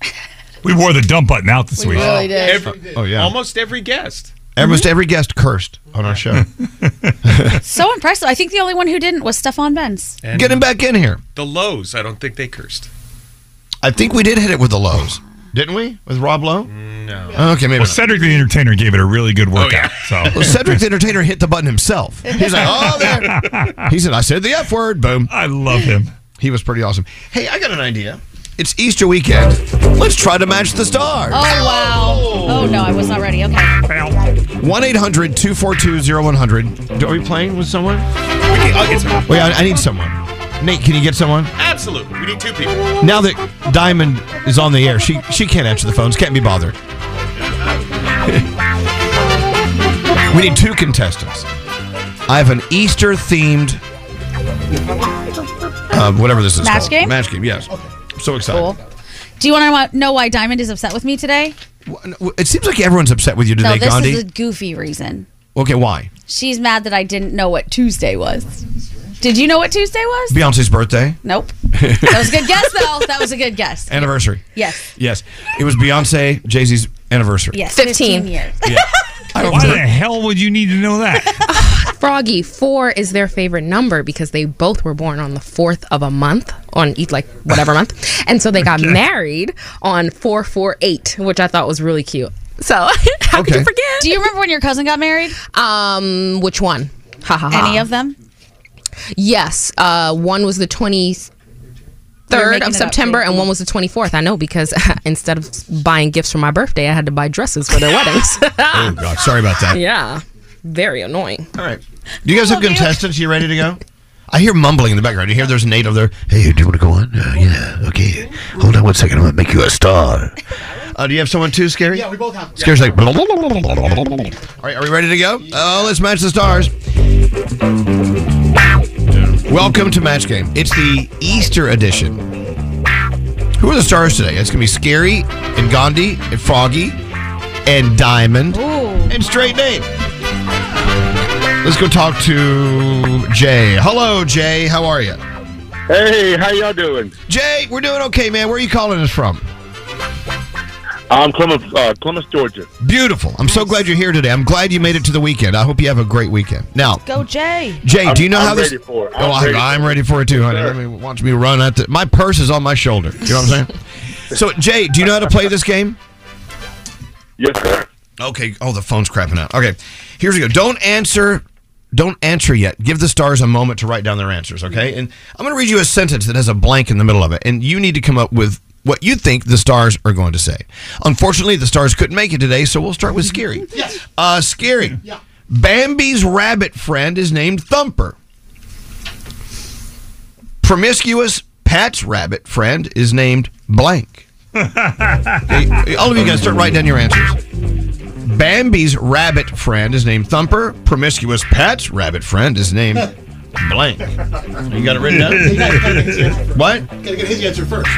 Speaker 16: We wore the dump button out this week.
Speaker 1: Every,
Speaker 2: oh yeah.
Speaker 1: almost every guest.
Speaker 2: Almost every guest cursed on our show.
Speaker 4: so impressive. I think the only one who didn't was Stefan Benz.
Speaker 2: Get him back in here.
Speaker 1: The Lows, I don't think they cursed.
Speaker 2: I think we did hit it with the lows, didn't we? With Rob Lowe? No. Okay, maybe. Oh,
Speaker 16: Well, Cedric the Entertainer gave it a really good workout.
Speaker 2: not.
Speaker 16: So
Speaker 2: Well, Cedric the Entertainer hit the button himself. He's like, oh, there. He said, I said the F word. Boom. I love him. He was pretty awesome. Hey, I got an idea. It's Easter weekend. Let's try to match the stars.
Speaker 4: Oh wow. Oh no, I was not ready. Okay.
Speaker 2: 1 800 242 0100. Are we playing with someone? I'll get someone. Wait, Oh, I, I need someone. Nate, can you get someone?
Speaker 1: Absolutely. We need two people.
Speaker 2: Now that Diamond is on the air, she she can't answer the phones, can't be bothered. we need two contestants. I have an Easter themed, uh, whatever this is
Speaker 4: Match
Speaker 2: called.
Speaker 4: game?
Speaker 2: Match game, yes. I'm so excited.
Speaker 4: Do you want to know why Diamond is upset with me today?
Speaker 2: Well, It seems like everyone's upset with you
Speaker 4: no,
Speaker 2: today,
Speaker 4: this
Speaker 2: Gandhi.
Speaker 4: is a goofy reason.
Speaker 2: okay, why?
Speaker 4: She's mad that I didn't know what Tuesday was. Did you know what Tuesday was?
Speaker 2: Beyonce's birthday.
Speaker 4: Nope. That was a good guess, though. That was a good guess.
Speaker 2: anniversary.
Speaker 4: Yes.
Speaker 2: Yes. It was Beyonce, Jay Z's anniversary.
Speaker 4: Yes. 15.
Speaker 12: years.
Speaker 16: why the hell would you need to know that?
Speaker 12: Froggy, four is their favorite number because they both were born on the fourth of a month, on each like whatever month. And so they got
Speaker 5: Okay.
Speaker 12: married on 448, which I thought was really cute. So how could you forget?
Speaker 4: Do you remember when your cousin got married?
Speaker 12: Um, which one? Ha ha ha.
Speaker 4: Any of them?
Speaker 12: Uh-huh. Yes. Uh, one was the 23rd
Speaker 4: You're making it
Speaker 12: of
Speaker 4: up,
Speaker 12: September
Speaker 4: babe.
Speaker 12: and one was the 24th. I know because instead of buying gifts for my birthday, I had to buy dresses for their weddings.
Speaker 2: Oh, God. Sorry about that.
Speaker 12: yeah. Very annoying.
Speaker 2: All right. Do you guys have contestants? You ready to go? I hear mumbling in the background. You hear there's Nate over there. Hey, do you want to go on? Uh, yeah. Okay. Hold on one second. I'm gonna make you a star. Uh, do you have someone too, Scary? Yeah, we both have. Scary's like. "Blah, blah, blah, blah, blah, blah, blah, blah." All right. Are we ready to go? Oh, let's match the stars. Welcome to Match Game. It's the Easter edition. Who are the stars today? It's gonna be Scary and Gandhi and Froggy and Diamond and Straight Nate. Let's go talk to Jay. Hello, Jay. How are you?
Speaker 21: Hey, how y'all doing?
Speaker 2: Jay, we're doing okay, man. Where are you calling us from?
Speaker 21: I'm Clemens, uh, Clemens, Georgia.
Speaker 2: Beautiful. I'm so glad you're here today. I'm glad you made it to the weekend. I hope you have a great weekend. Now,
Speaker 4: Go, Jay.
Speaker 2: Jay, do you know
Speaker 21: I'm-
Speaker 2: how
Speaker 21: I'm
Speaker 2: this?
Speaker 21: ready for it.
Speaker 2: oh,
Speaker 21: I'm
Speaker 2: I-
Speaker 21: ready
Speaker 2: I'm ready for it too, honey. Let me watch me run at the. My purse is on my shoulder. You know what I'm saying? so, Jay, do you know how to play this game?
Speaker 21: Yes, sir.
Speaker 2: Okay. Oh, the phone's crapping out. Okay. Here's we go. Don't answer Don't answer yet. Give the stars a moment to write down their answers, okay? And I'm going to read you a sentence that has a blank in the middle of it, and you need to come up with what you think the stars are going to say. Unfortunately, the stars couldn't make it today, so we'll start with Scary. yes. Uh, Scary. Yeah. Bambi's rabbit friend is named Thumper. Promiscuous Pat's rabbit friend is named Blank. Okay, all of you guys start writing down your answers. Bambi's rabbit friend is named Thumper. Promiscuous Pat's rabbit friend is named Blank. You got it written down? what?
Speaker 10: Gotta get his answer first.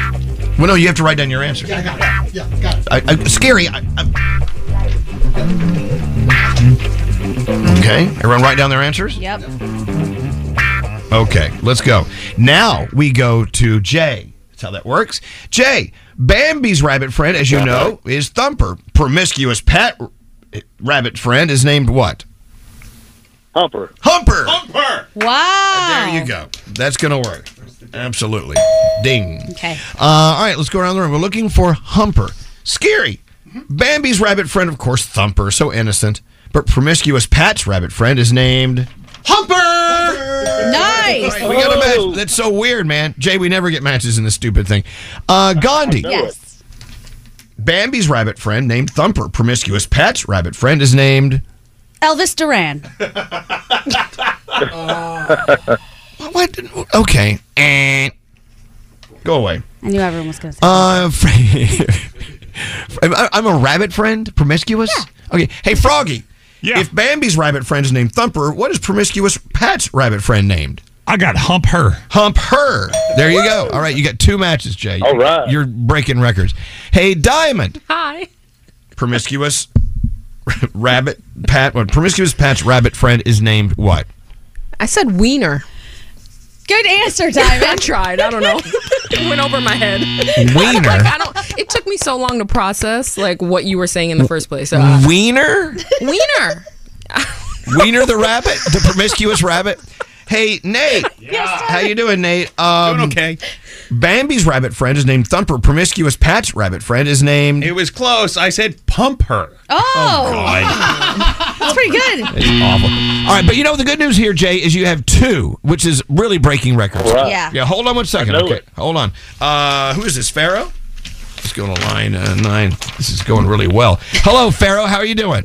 Speaker 2: Well, no, you have to write down your answer.
Speaker 10: Yeah, I got it. Yeah, got it.
Speaker 2: I, I, scary. I, I- okay, everyone write down their answers.
Speaker 9: Yep.
Speaker 2: Okay, let's go. Now we go to Jay. That's how that works. Jay, Bambi's rabbit friend, as you know, is Thumper. Promiscuous pet r- rabbit friend is named what?
Speaker 28: Humper.
Speaker 2: Humper.
Speaker 28: Humper.
Speaker 4: Wow.
Speaker 2: There you go. That's gonna work. Absolutely. Ding.
Speaker 4: Okay.
Speaker 2: Uh, all right, let's go around the room. We're looking for Humper. Scary. Bambi's rabbit friend, of course, Thumper, so innocent. But promiscuous Pat's rabbit friend is named.
Speaker 9: Humper!
Speaker 4: Nice.
Speaker 2: We got a
Speaker 4: Oh.
Speaker 2: match. That's so weird, man. Jay, we never get matches in this stupid thing. Uh, Gandhi.
Speaker 4: Yes.
Speaker 2: Bambi's rabbit friend named Thumper. Promiscuous Pat's rabbit friend is named.
Speaker 4: Elvis Duran.
Speaker 2: What? what? Okay. Eh. Go away.
Speaker 4: I knew everyone was going to say.
Speaker 2: Uh, fr- I'm- I'm a rabbit friend, promiscuous. Okay, hey Froggy. Yeah. If Bambi's rabbit friend is named Thumper, what is promiscuous Pat's rabbit friend named? I got hump her. Hump her. There you go. All right, you got two matches, Jay. All right. You're breaking records. Hey Diamond,
Speaker 19: Hi.
Speaker 2: promiscuous rabbit Pat. What promiscuous Pat's rabbit friend is named what?
Speaker 19: I said wiener.
Speaker 4: Good answer, Diamond.
Speaker 19: I tried. I don't know. it went over my head.
Speaker 2: Wiener.
Speaker 19: Like, I don't, it took me so long to process like what you were saying in the first place. So, uh,
Speaker 2: Wiener.
Speaker 19: Wiener.
Speaker 2: Wiener the rabbit, the promiscuous rabbit. Hey Nate, how you doing, Nate? Um, doing okay. Bambi's rabbit friend is named Thumper. Promiscuous Pat's rabbit friend is named.
Speaker 1: It was close. I said pump her.
Speaker 4: Oh,
Speaker 1: God.
Speaker 4: that's pretty good.
Speaker 2: It's awful. All right, but you know the good news here, Jay, is you have two, which is really breaking records.
Speaker 4: Right. Yeah.
Speaker 2: Yeah. Hold on one second.
Speaker 4: I know
Speaker 2: Okay. Hold on. Uh, who is this, Pharaoh? Let's go to line uh, nine. This is going really well. Hello, Pharaoh. How are you doing?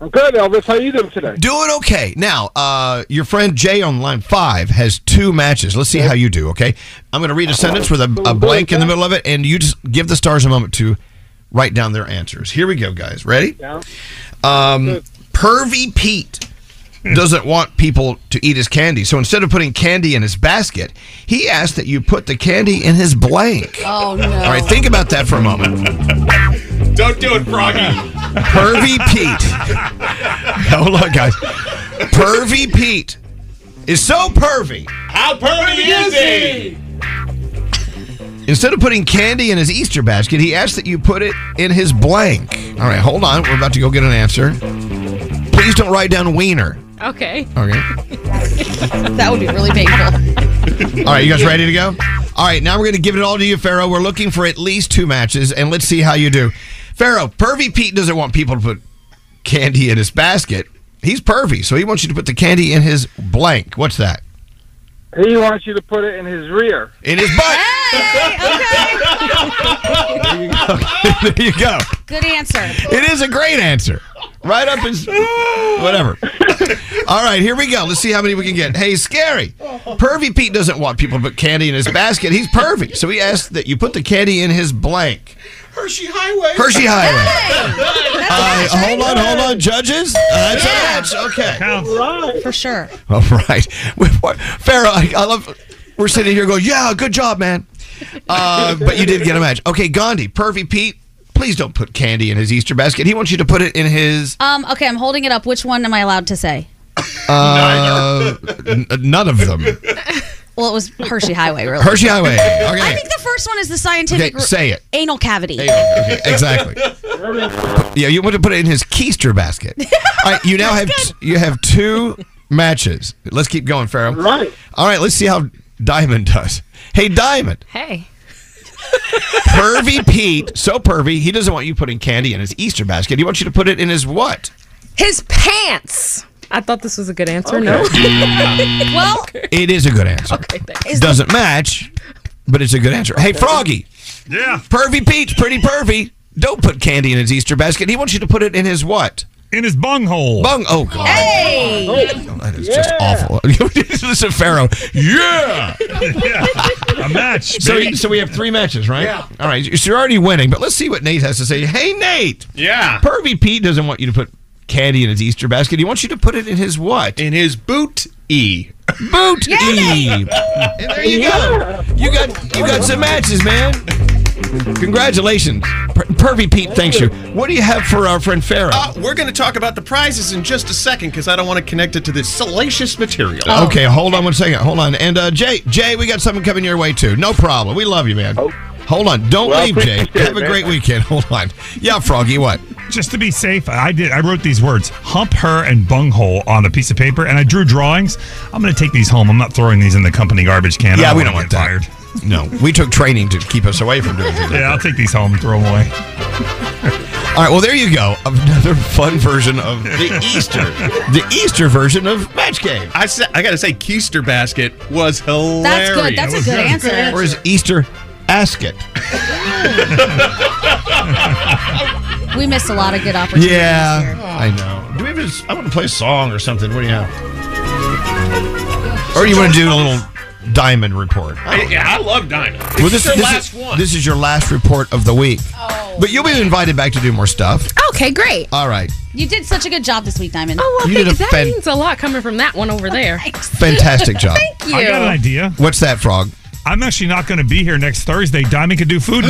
Speaker 28: I'm good, Elvis. How you doing today?
Speaker 2: Doing okay. Now, uh, your friend Jay on line five has two matches. Let's see how you do, okay? I'm going to read a sentence with a, a blank in the middle of it, and you just give the stars a moment to write down their answers. Here we go, guys. Ready?
Speaker 28: Yeah.
Speaker 2: Um, Pervy Pete doesn't want people to eat his candy, so instead of putting candy in his basket, he asked that you put the candy in his blank.
Speaker 9: Oh, no.
Speaker 2: All right, think about that for a moment.
Speaker 1: Don't do it, Froggy.
Speaker 2: Pervy Pete. Hold on, guys. Pervy Pete is so pervy.
Speaker 9: How pervy is he?
Speaker 2: Instead of putting candy in his Easter basket, he asked that you put it in his blank. All right, hold on. We're about to go get an answer. Please don't write down wiener.
Speaker 19: Okay.
Speaker 2: Okay.
Speaker 4: That would be really painful.
Speaker 2: All right, you guys ready to go? All right, now we're going to give it all to you, Pharaoh. We're looking for at least two matches, and let's see how you do. Pharaoh, Pervy Pete doesn't want people to put candy in his basket. He's pervy, so he wants you to put the candy in his blank. What's that?
Speaker 28: He wants you to put it in his rear.
Speaker 2: In his butt. Okay, there you go.
Speaker 4: Good answer.
Speaker 2: It is a great answer. Right up his whatever. All right, here we go. Let's see how many we can get. Hey, scary. Pervy Pete doesn't want people to put candy in his basket. He's pervy, so he asked that you put the candy in his blank.
Speaker 10: Hershey Highway.
Speaker 2: Hershey Highway.
Speaker 10: That's
Speaker 2: Uh, hold on, hold on, judges. Uh, that's a match. Okay.
Speaker 4: For sure.
Speaker 2: All right. Farrah, I, I love. We're sitting here going, yeah, good job, man. Uh, but you did get a match. Okay, Gandhi, Pervy Pete, please don't put candy in his Easter basket. He wants you to put it in his.
Speaker 4: Um, okay, I'm holding it up. Which one am I allowed to say?
Speaker 2: Uh, n- none of them.
Speaker 4: Well, it was Hershey Highway, really.
Speaker 2: Hershey Highway.
Speaker 4: I
Speaker 2: Okay.
Speaker 4: think the first one is the scientific.
Speaker 2: Okay, say it.
Speaker 4: Anal cavity.
Speaker 2: Okay, exactly. Yeah, you want to put it in his keister basket. All right, you now have you have two matches. Let's keep going, Pharaoh. Right. All right, let's see how Diamond does. Hey, Diamond.
Speaker 19: Hey.
Speaker 2: pervy Pete, so pervy, he doesn't want you putting candy in his Easter basket. He wants you to put it in his what?
Speaker 19: His pants.
Speaker 12: I thought this was a good answer. No.
Speaker 9: well,
Speaker 2: It is a good answer.
Speaker 12: Okay, thanks.
Speaker 2: Doesn't match, but it's a good answer. Hey,
Speaker 12: Okay.
Speaker 2: Froggy. Yeah. Pervy Pete's pretty pervy. Don't put candy in his Easter basket. He wants you to put it in his what? In his bunghole. Bung. Oh, God.
Speaker 9: Hey!
Speaker 2: That is just awful. this is a Pharaoh. Yeah.
Speaker 16: A match.
Speaker 2: So,
Speaker 16: baby.
Speaker 2: so we have three matches, right?
Speaker 16: Yeah.
Speaker 2: All right. So you're already winning, but let's see what Nate has to say. Hey, Nate.
Speaker 1: Yeah.
Speaker 2: Pervy Pete doesn't want you to put candy in his Easter basket. He wants you to put it in his what? In his boot E. Boot E. And there you go. You got you got some matches, man. Congratulations. Per- Pervy Pete, thanks you. What do you have for our friend Pharaoh?
Speaker 1: Uh, we're going to talk about the prizes in just a second because I don't want to connect it to this salacious material.
Speaker 9: Oh,
Speaker 16: Oh.
Speaker 2: Okay, hold on one second. Hold on. And uh, Jay, Jay, we got something coming your way too. No problem. We love you, man. Hold on. Don't
Speaker 16: Oh. Well,
Speaker 2: leave, Jay.
Speaker 16: appreciate it,
Speaker 2: Have a
Speaker 16: man.
Speaker 2: great weekend. Hold on. Yeah, Froggy, what?
Speaker 16: Just to be safe, I did. I wrote these words: hump her and bunghole on a piece of paper, and I drew drawings. I'm going to take these home. I'm not throwing these in the company garbage can. I
Speaker 2: Yeah, we don't
Speaker 16: wanna
Speaker 2: want that.
Speaker 16: get
Speaker 2: No, we took training to keep us away from doing things.
Speaker 16: Yeah, I'll take these home and throw them away.
Speaker 2: All right, well, there you go. Another fun version of the Easter. the Easter version of Match Game.
Speaker 1: I sa- I got to say, Keister Basket was hilarious.
Speaker 4: That's a good answer.
Speaker 2: Or is Easter Asket?
Speaker 4: We missed a lot of good opportunities.
Speaker 2: Yeah,
Speaker 4: here.
Speaker 2: I know. Do we have a, I want to play a song or something. What do you have? Or you want to do a little diamond report?
Speaker 1: I, yeah, I love diamonds.
Speaker 2: Well,
Speaker 1: this,
Speaker 2: this,
Speaker 1: is your
Speaker 2: this
Speaker 1: last
Speaker 2: is,
Speaker 1: one. Oh.
Speaker 2: This is your last report of the week. But you'll be invited back to do more stuff.
Speaker 4: Okay, great.
Speaker 2: All right.
Speaker 4: You did such a good job this week, Diamond. Oh,
Speaker 2: well, You did thanks. a That fan-
Speaker 4: means a lot coming from that one over there.
Speaker 2: Fantastic job.
Speaker 4: Thank you.
Speaker 16: I got an idea.
Speaker 2: What's that, Frog?
Speaker 16: I'm actually not going to be here next Thursday. Diamond could do food.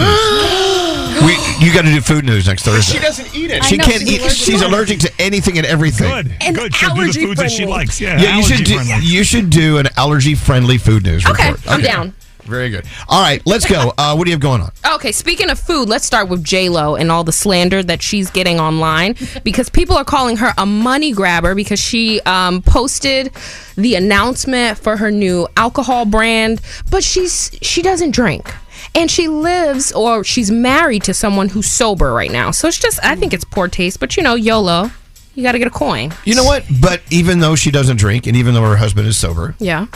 Speaker 2: we, you got to do food news next Thursday.
Speaker 1: doesn't eat
Speaker 2: She can't eat. she's allergic to anything and everything. Good.
Speaker 16: And Good. She'll do the foods that she
Speaker 2: friendly.
Speaker 16: likes. Yeah.
Speaker 2: Yeah, you should do.
Speaker 16: allergy-friendly.
Speaker 2: You should do an allergy-friendly food news
Speaker 12: Okay,
Speaker 2: report.
Speaker 12: I'm down.
Speaker 2: Very good. All right, let's go. Uh, what do you have going on?
Speaker 12: Okay, speaking of food, let's start with J Lo and all the slander that she's getting online because people are calling her a money grabber because she um, posted the announcement for her new alcohol brand, but she's she doesn't drink. And she lives or she's married to someone who's sober right now. So it's just I think it's poor taste, but you know, YOLO. You gotta get a coin.
Speaker 2: You know what? But even though she doesn't drink, and even though her husband is sober,
Speaker 12: Yeah.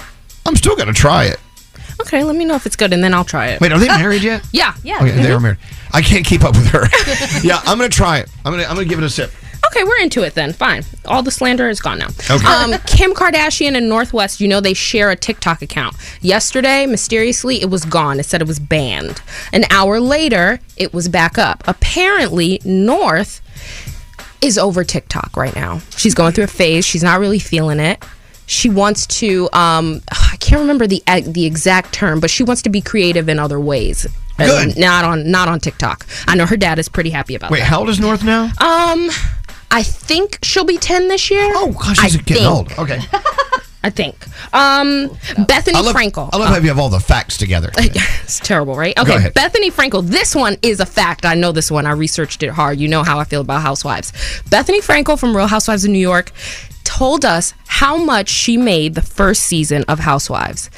Speaker 2: I'm still gonna try it.
Speaker 12: Okay, let me know if it's good and then I'll try it.
Speaker 2: Wait, are they married yet?
Speaker 12: Yeah. Yeah.
Speaker 2: Okay, they were married. I can't keep up with her. yeah, I'm gonna try it. I'm gonna. I'm gonna give it a sip.
Speaker 12: Okay, we're into it then. Fine. All the slander is gone now.
Speaker 2: Okay.
Speaker 12: Um, Kim Kardashian and Northwest, you know, they share a TikTok account. Yesterday, mysteriously, it was gone. It said it was banned. An hour later, it was back up. Apparently, North is over TikTok right now. She's going through a phase. She's not really feeling it. She wants to. Um, I can't remember the uh, the exact term, but she wants to be creative in other ways. Good. Not on not on TikTok. I know her dad is pretty happy about
Speaker 2: Wait,
Speaker 12: that.
Speaker 2: how old is North now?
Speaker 12: Um, I think she'll be ten this year. Oh gosh,
Speaker 2: She's getting old. Okay.
Speaker 12: I think. Um, Bethany
Speaker 2: I love,
Speaker 12: Frankel.
Speaker 2: I love how you have all the facts together.
Speaker 12: it's terrible, right?
Speaker 2: Go
Speaker 12: Okay,
Speaker 2: ahead.
Speaker 12: Bethany Frankel. This one is a fact. I know this one. I researched it hard. You know how I feel about housewives. Bethany Frankel from Real Housewives of New York told us how much she made the first season of Housewives.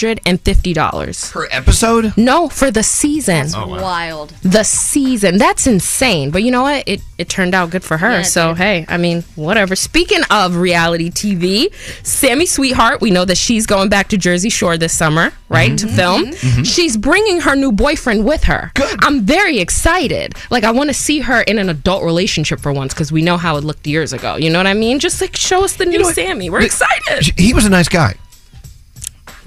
Speaker 12: $7,250.
Speaker 2: Per episode? Oh,
Speaker 12: No, for the season.
Speaker 16: Oh,
Speaker 4: Wild.
Speaker 12: The season. That's insane. But you know what? It it turned out good for her.
Speaker 4: Yeah, it
Speaker 12: so hey, I mean, whatever. Speaking of reality TV, Sammy Sweetheart, we know that she's going back to Jersey Shore this summer, right?
Speaker 2: Mm-hmm.
Speaker 12: To film.
Speaker 29: Mhm.
Speaker 12: She's bringing her new boyfriend with her. Good. I'm very excited. Like I want to see her in an adult relationship for once cuz we know how it looked years ago. You know what I mean? Just like show us the new Sammy. We're excited.
Speaker 2: He was a nice guy.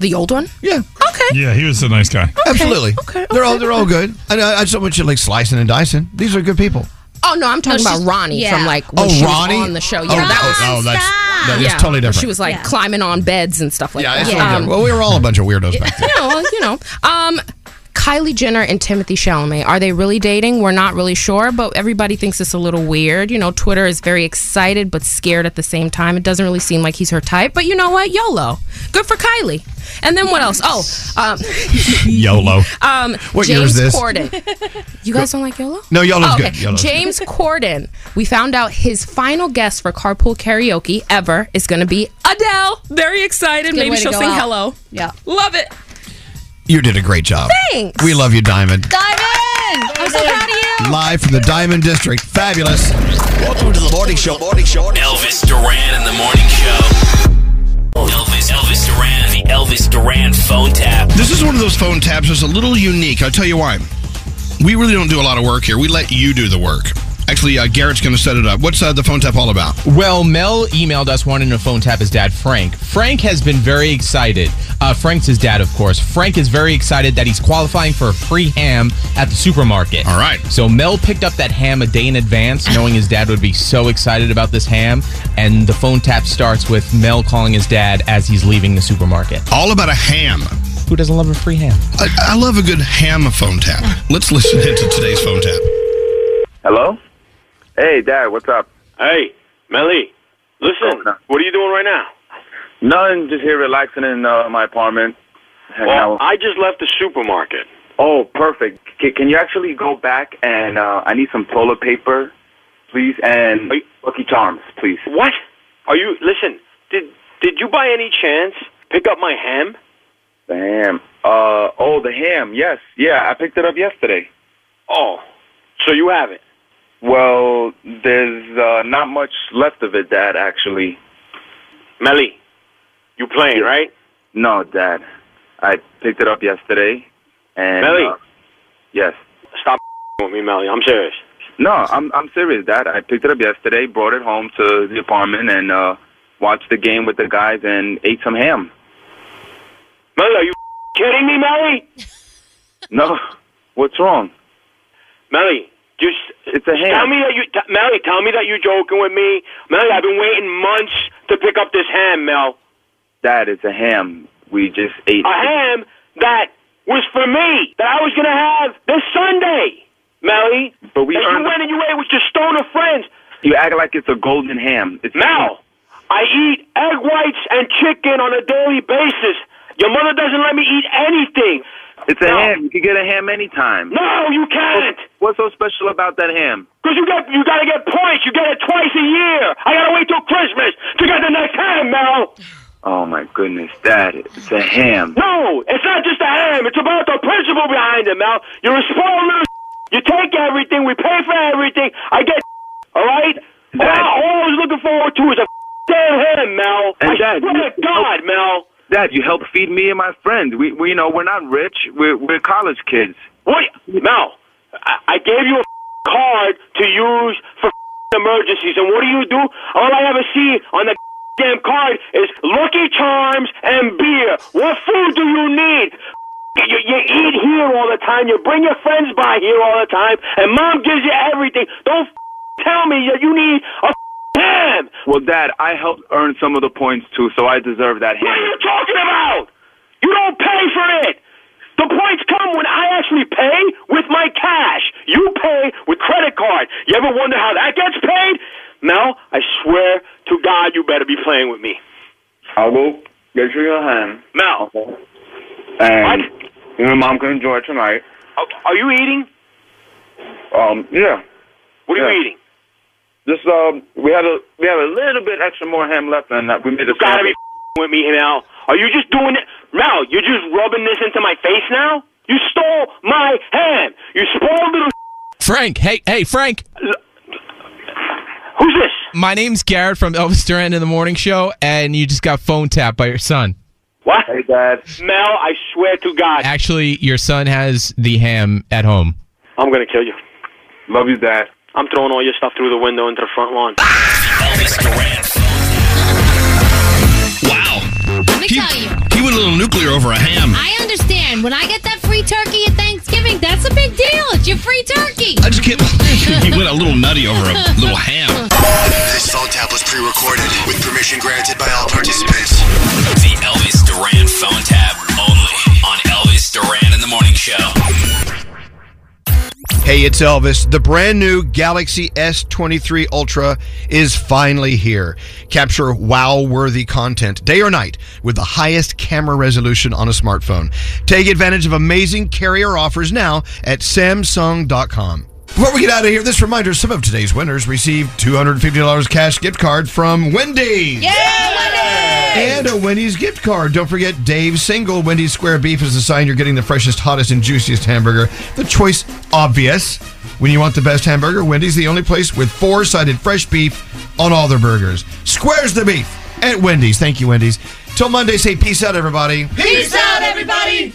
Speaker 12: The old one?
Speaker 2: Yeah.
Speaker 12: Okay.
Speaker 16: Yeah, he was a nice guy.
Speaker 2: Absolutely.
Speaker 12: Okay.
Speaker 2: They're all they're all good. I, I just don't want you like slicing and dicing. These are good people.
Speaker 12: Oh no, I'm talking
Speaker 2: No,
Speaker 12: about
Speaker 2: she's-
Speaker 12: Ronnie
Speaker 2: yeah.
Speaker 12: from like
Speaker 2: Oh,
Speaker 12: when she
Speaker 2: Ronnie?
Speaker 12: was on the show.
Speaker 2: Oh,
Speaker 12: Yeah,
Speaker 2: that-
Speaker 12: that
Speaker 2: oh,
Speaker 12: was
Speaker 2: that's- that is
Speaker 12: yeah,
Speaker 2: totally
Speaker 12: where She
Speaker 2: different.
Speaker 12: was like
Speaker 2: Yeah.
Speaker 12: climbing on beds and stuff like
Speaker 2: Yeah,
Speaker 12: that. Um,
Speaker 2: it's all good. Well, we were all a bunch of weirdos back then.
Speaker 12: yeah, well, you know, um, Kylie Jenner and Timothy Chalamet are they really dating? We're not really sure, but everybody thinks it's a little weird. You know, Twitter is very excited but scared at the same time. It doesn't really seem like he's her type, but you know what? YOLO. Good for Kylie. And then what else? Oh, um,
Speaker 2: YOLO.
Speaker 12: um,
Speaker 2: What
Speaker 12: James
Speaker 2: year is this?
Speaker 12: Corden. You guys don't like YOLO?
Speaker 2: No, YOLO's
Speaker 12: Oh,
Speaker 2: good.
Speaker 12: okay.
Speaker 2: YOLO's good.
Speaker 12: James Corden. We found out his final guest for Carpool Karaoke ever is going to be Adele. Very excited.
Speaker 9: Good way
Speaker 12: Maybe
Speaker 9: to
Speaker 12: she'll
Speaker 9: go
Speaker 12: sing
Speaker 9: out.
Speaker 12: hello. Yeah. Love it.
Speaker 2: You did a great job.
Speaker 12: Thanks.
Speaker 2: We love you, Diamond.
Speaker 12: Diamond! I'm so proud of you.
Speaker 2: Love live from the Diamond District. Fabulous. Welcome to the morning show. Morning show.
Speaker 3: Elvis Duran in the morning show. Elvis, Elvis Duran, the Elvis Duran phone tap.
Speaker 2: This is one of those phone taps that's a little unique. I'll tell you why. We really don't do a lot of work here. We let you do the work. Actually, uh, Garrett's going to set it up. What's uh, the phone tap all about?
Speaker 19: Well, Mel emailed us wanting to phone tap his dad, Frank. Frank has been very excited. Uh, Frank's his dad, of course. Frank is very excited that he's qualifying for a free ham at the supermarket. All right. So Mel picked up that ham a day in advance, knowing his dad would be so excited about this ham. And the phone tap starts with Mel calling his dad as he's leaving the supermarket.
Speaker 2: All about a ham.
Speaker 19: Who doesn't love a free ham?
Speaker 2: I, I love a good ham phone tap. Let's listen into today's phone tap.
Speaker 21: Hello? Hey, Dad, what's up? Hey, Melly, listen, what are you doing right now? Nothing, just here relaxing in uh, my apartment. Hanging
Speaker 20: Well,
Speaker 21: out.
Speaker 20: I just left the supermarket.
Speaker 21: oh, perfect. C- can you actually go back and uh, I need some toilet paper, please, and Lucky Charms, please.
Speaker 20: What? Are you listen? Did did you by any chance pick up my ham?
Speaker 21: The ham. Uh, oh, the ham, yes. Yeah, I picked it up yesterday.
Speaker 20: Oh, so you have it.
Speaker 21: Well, there's uh, not much left of it, Dad, actually.
Speaker 20: Melly, you playing, right?
Speaker 21: No, Dad. I picked it up yesterday. And,
Speaker 20: Melly.
Speaker 21: uh, yes.
Speaker 20: Stop with me, Melly. I'm serious.
Speaker 21: No, I'm I'm serious, Dad. I picked it up yesterday, brought it home to the apartment, and uh, watched the game with the guys and ate some ham.
Speaker 20: Melly, are you kidding me, Melly?
Speaker 21: No, what's wrong?
Speaker 20: Melly, just
Speaker 21: It's a ham.
Speaker 20: tell me that you t- Melly, tell me that you're joking with me. Melly, I've been waiting months to pick up this ham, Mel.
Speaker 21: Dad, it's a ham. We just ate.
Speaker 20: A ham that was for me that I was gonna have this Sunday, Melly.
Speaker 21: But we
Speaker 20: and you
Speaker 21: earned-
Speaker 20: went and you ate with your stoner friends.
Speaker 21: You act like it's a golden ham. It's
Speaker 20: Mel, I eat egg whites and chicken on a daily basis. Your mother doesn't let me eat anything.
Speaker 21: It's a ham. You can get a ham anytime.
Speaker 20: No, you can't.
Speaker 21: What's so special about that ham?
Speaker 20: Cause you get you gotta get points. You get it twice a year. I gotta wait till Christmas to get the next ham, Mel.
Speaker 21: Oh my goodness, Dad! It's a ham.
Speaker 20: No, it's not just the ham. It's about the principle behind it, Mel. You're a spoiled little. You take everything. We pay for everything. I get. All right. All, I, all I was looking forward to is a damn ham, Mel.
Speaker 21: And
Speaker 20: I
Speaker 21: Dad,
Speaker 20: swear
Speaker 21: you-
Speaker 20: to God, Mel.
Speaker 21: Dad, you help feed me and my friends. We, we you know, we're not rich. We're we're college kids.
Speaker 20: What? Mel, I, I gave you a card to use for emergencies, and what do you do? All I ever see on the damn card is Lucky Charms and beer. What food do you need? You, you eat here all the time. You bring your friends by here all the time, and mom gives you everything. Don't tell me that you need a ham.
Speaker 21: Well, Dad, I helped earn some of the points too, so I deserve that
Speaker 20: What are
Speaker 21: ham.
Speaker 20: you talking about? You don't pay for it. The points come when I actually pay with my cash. You pay with credit card. You ever wonder how that gets paid? Mel, I swear to God, you better be playing with me.
Speaker 21: I'll go get you your ham,
Speaker 20: Mel,
Speaker 21: and you and Mom can enjoy it tonight.
Speaker 20: are you eating?
Speaker 21: Um, yeah.
Speaker 20: What are
Speaker 21: Yeah.
Speaker 20: you eating?
Speaker 21: Just um, we had a we had a little bit extra more ham left, and uh, we made a.
Speaker 20: You gotta be f***ing with me, Mel. Are you just doing it? Mel, you're just rubbing this into my face now? You stole my ham. You spoiled little
Speaker 19: Frank, hey, hey, Frank.
Speaker 20: Who's this?
Speaker 19: My name's Garrett from Elvis Duran in the Morning Show, and you just got phone tapped by your son.
Speaker 20: What?
Speaker 21: Hey, Dad.
Speaker 20: Mel, I swear to God.
Speaker 19: Actually, your son has the ham at home.
Speaker 20: I'm gonna kill you.
Speaker 21: Love you, Dad.
Speaker 20: I'm throwing all your stuff through the window into the front lawn.
Speaker 9: Let me tell you.
Speaker 2: He went a little nuclear over a ham.
Speaker 9: I understand. When I get that free turkey at Thanksgiving, that's a big deal. It's your free turkey.
Speaker 2: I just can't believe he went a little nutty over a little ham.
Speaker 9: This phone tap was pre-recorded with permission granted by all participants.
Speaker 3: The Elvis Duran phone tap only on Elvis Duran in the morning show.
Speaker 2: Hey, it's Elvis. The brand new Galaxy S23 Ultra is finally here. Capture wow worthy content day or night with the highest camera resolution on a smartphone. Take advantage of amazing carrier offers now at Samsung.com. Before we get out of here, this reminder some of today's winners received $250 cash gift card from Wendy's. And a Wendy's gift card. Don't forget, Dave's single Wendy's square beef is the sign you're getting the freshest, hottest, and juiciest hamburger. The choice obvious. When you want the best hamburger, Wendy's the only place with four-sided fresh beef on all their burgers. Squares the beef at Wendy's. Thank you, Wendy's. Till Monday, say peace out, everybody.
Speaker 9: Peace out, everybody!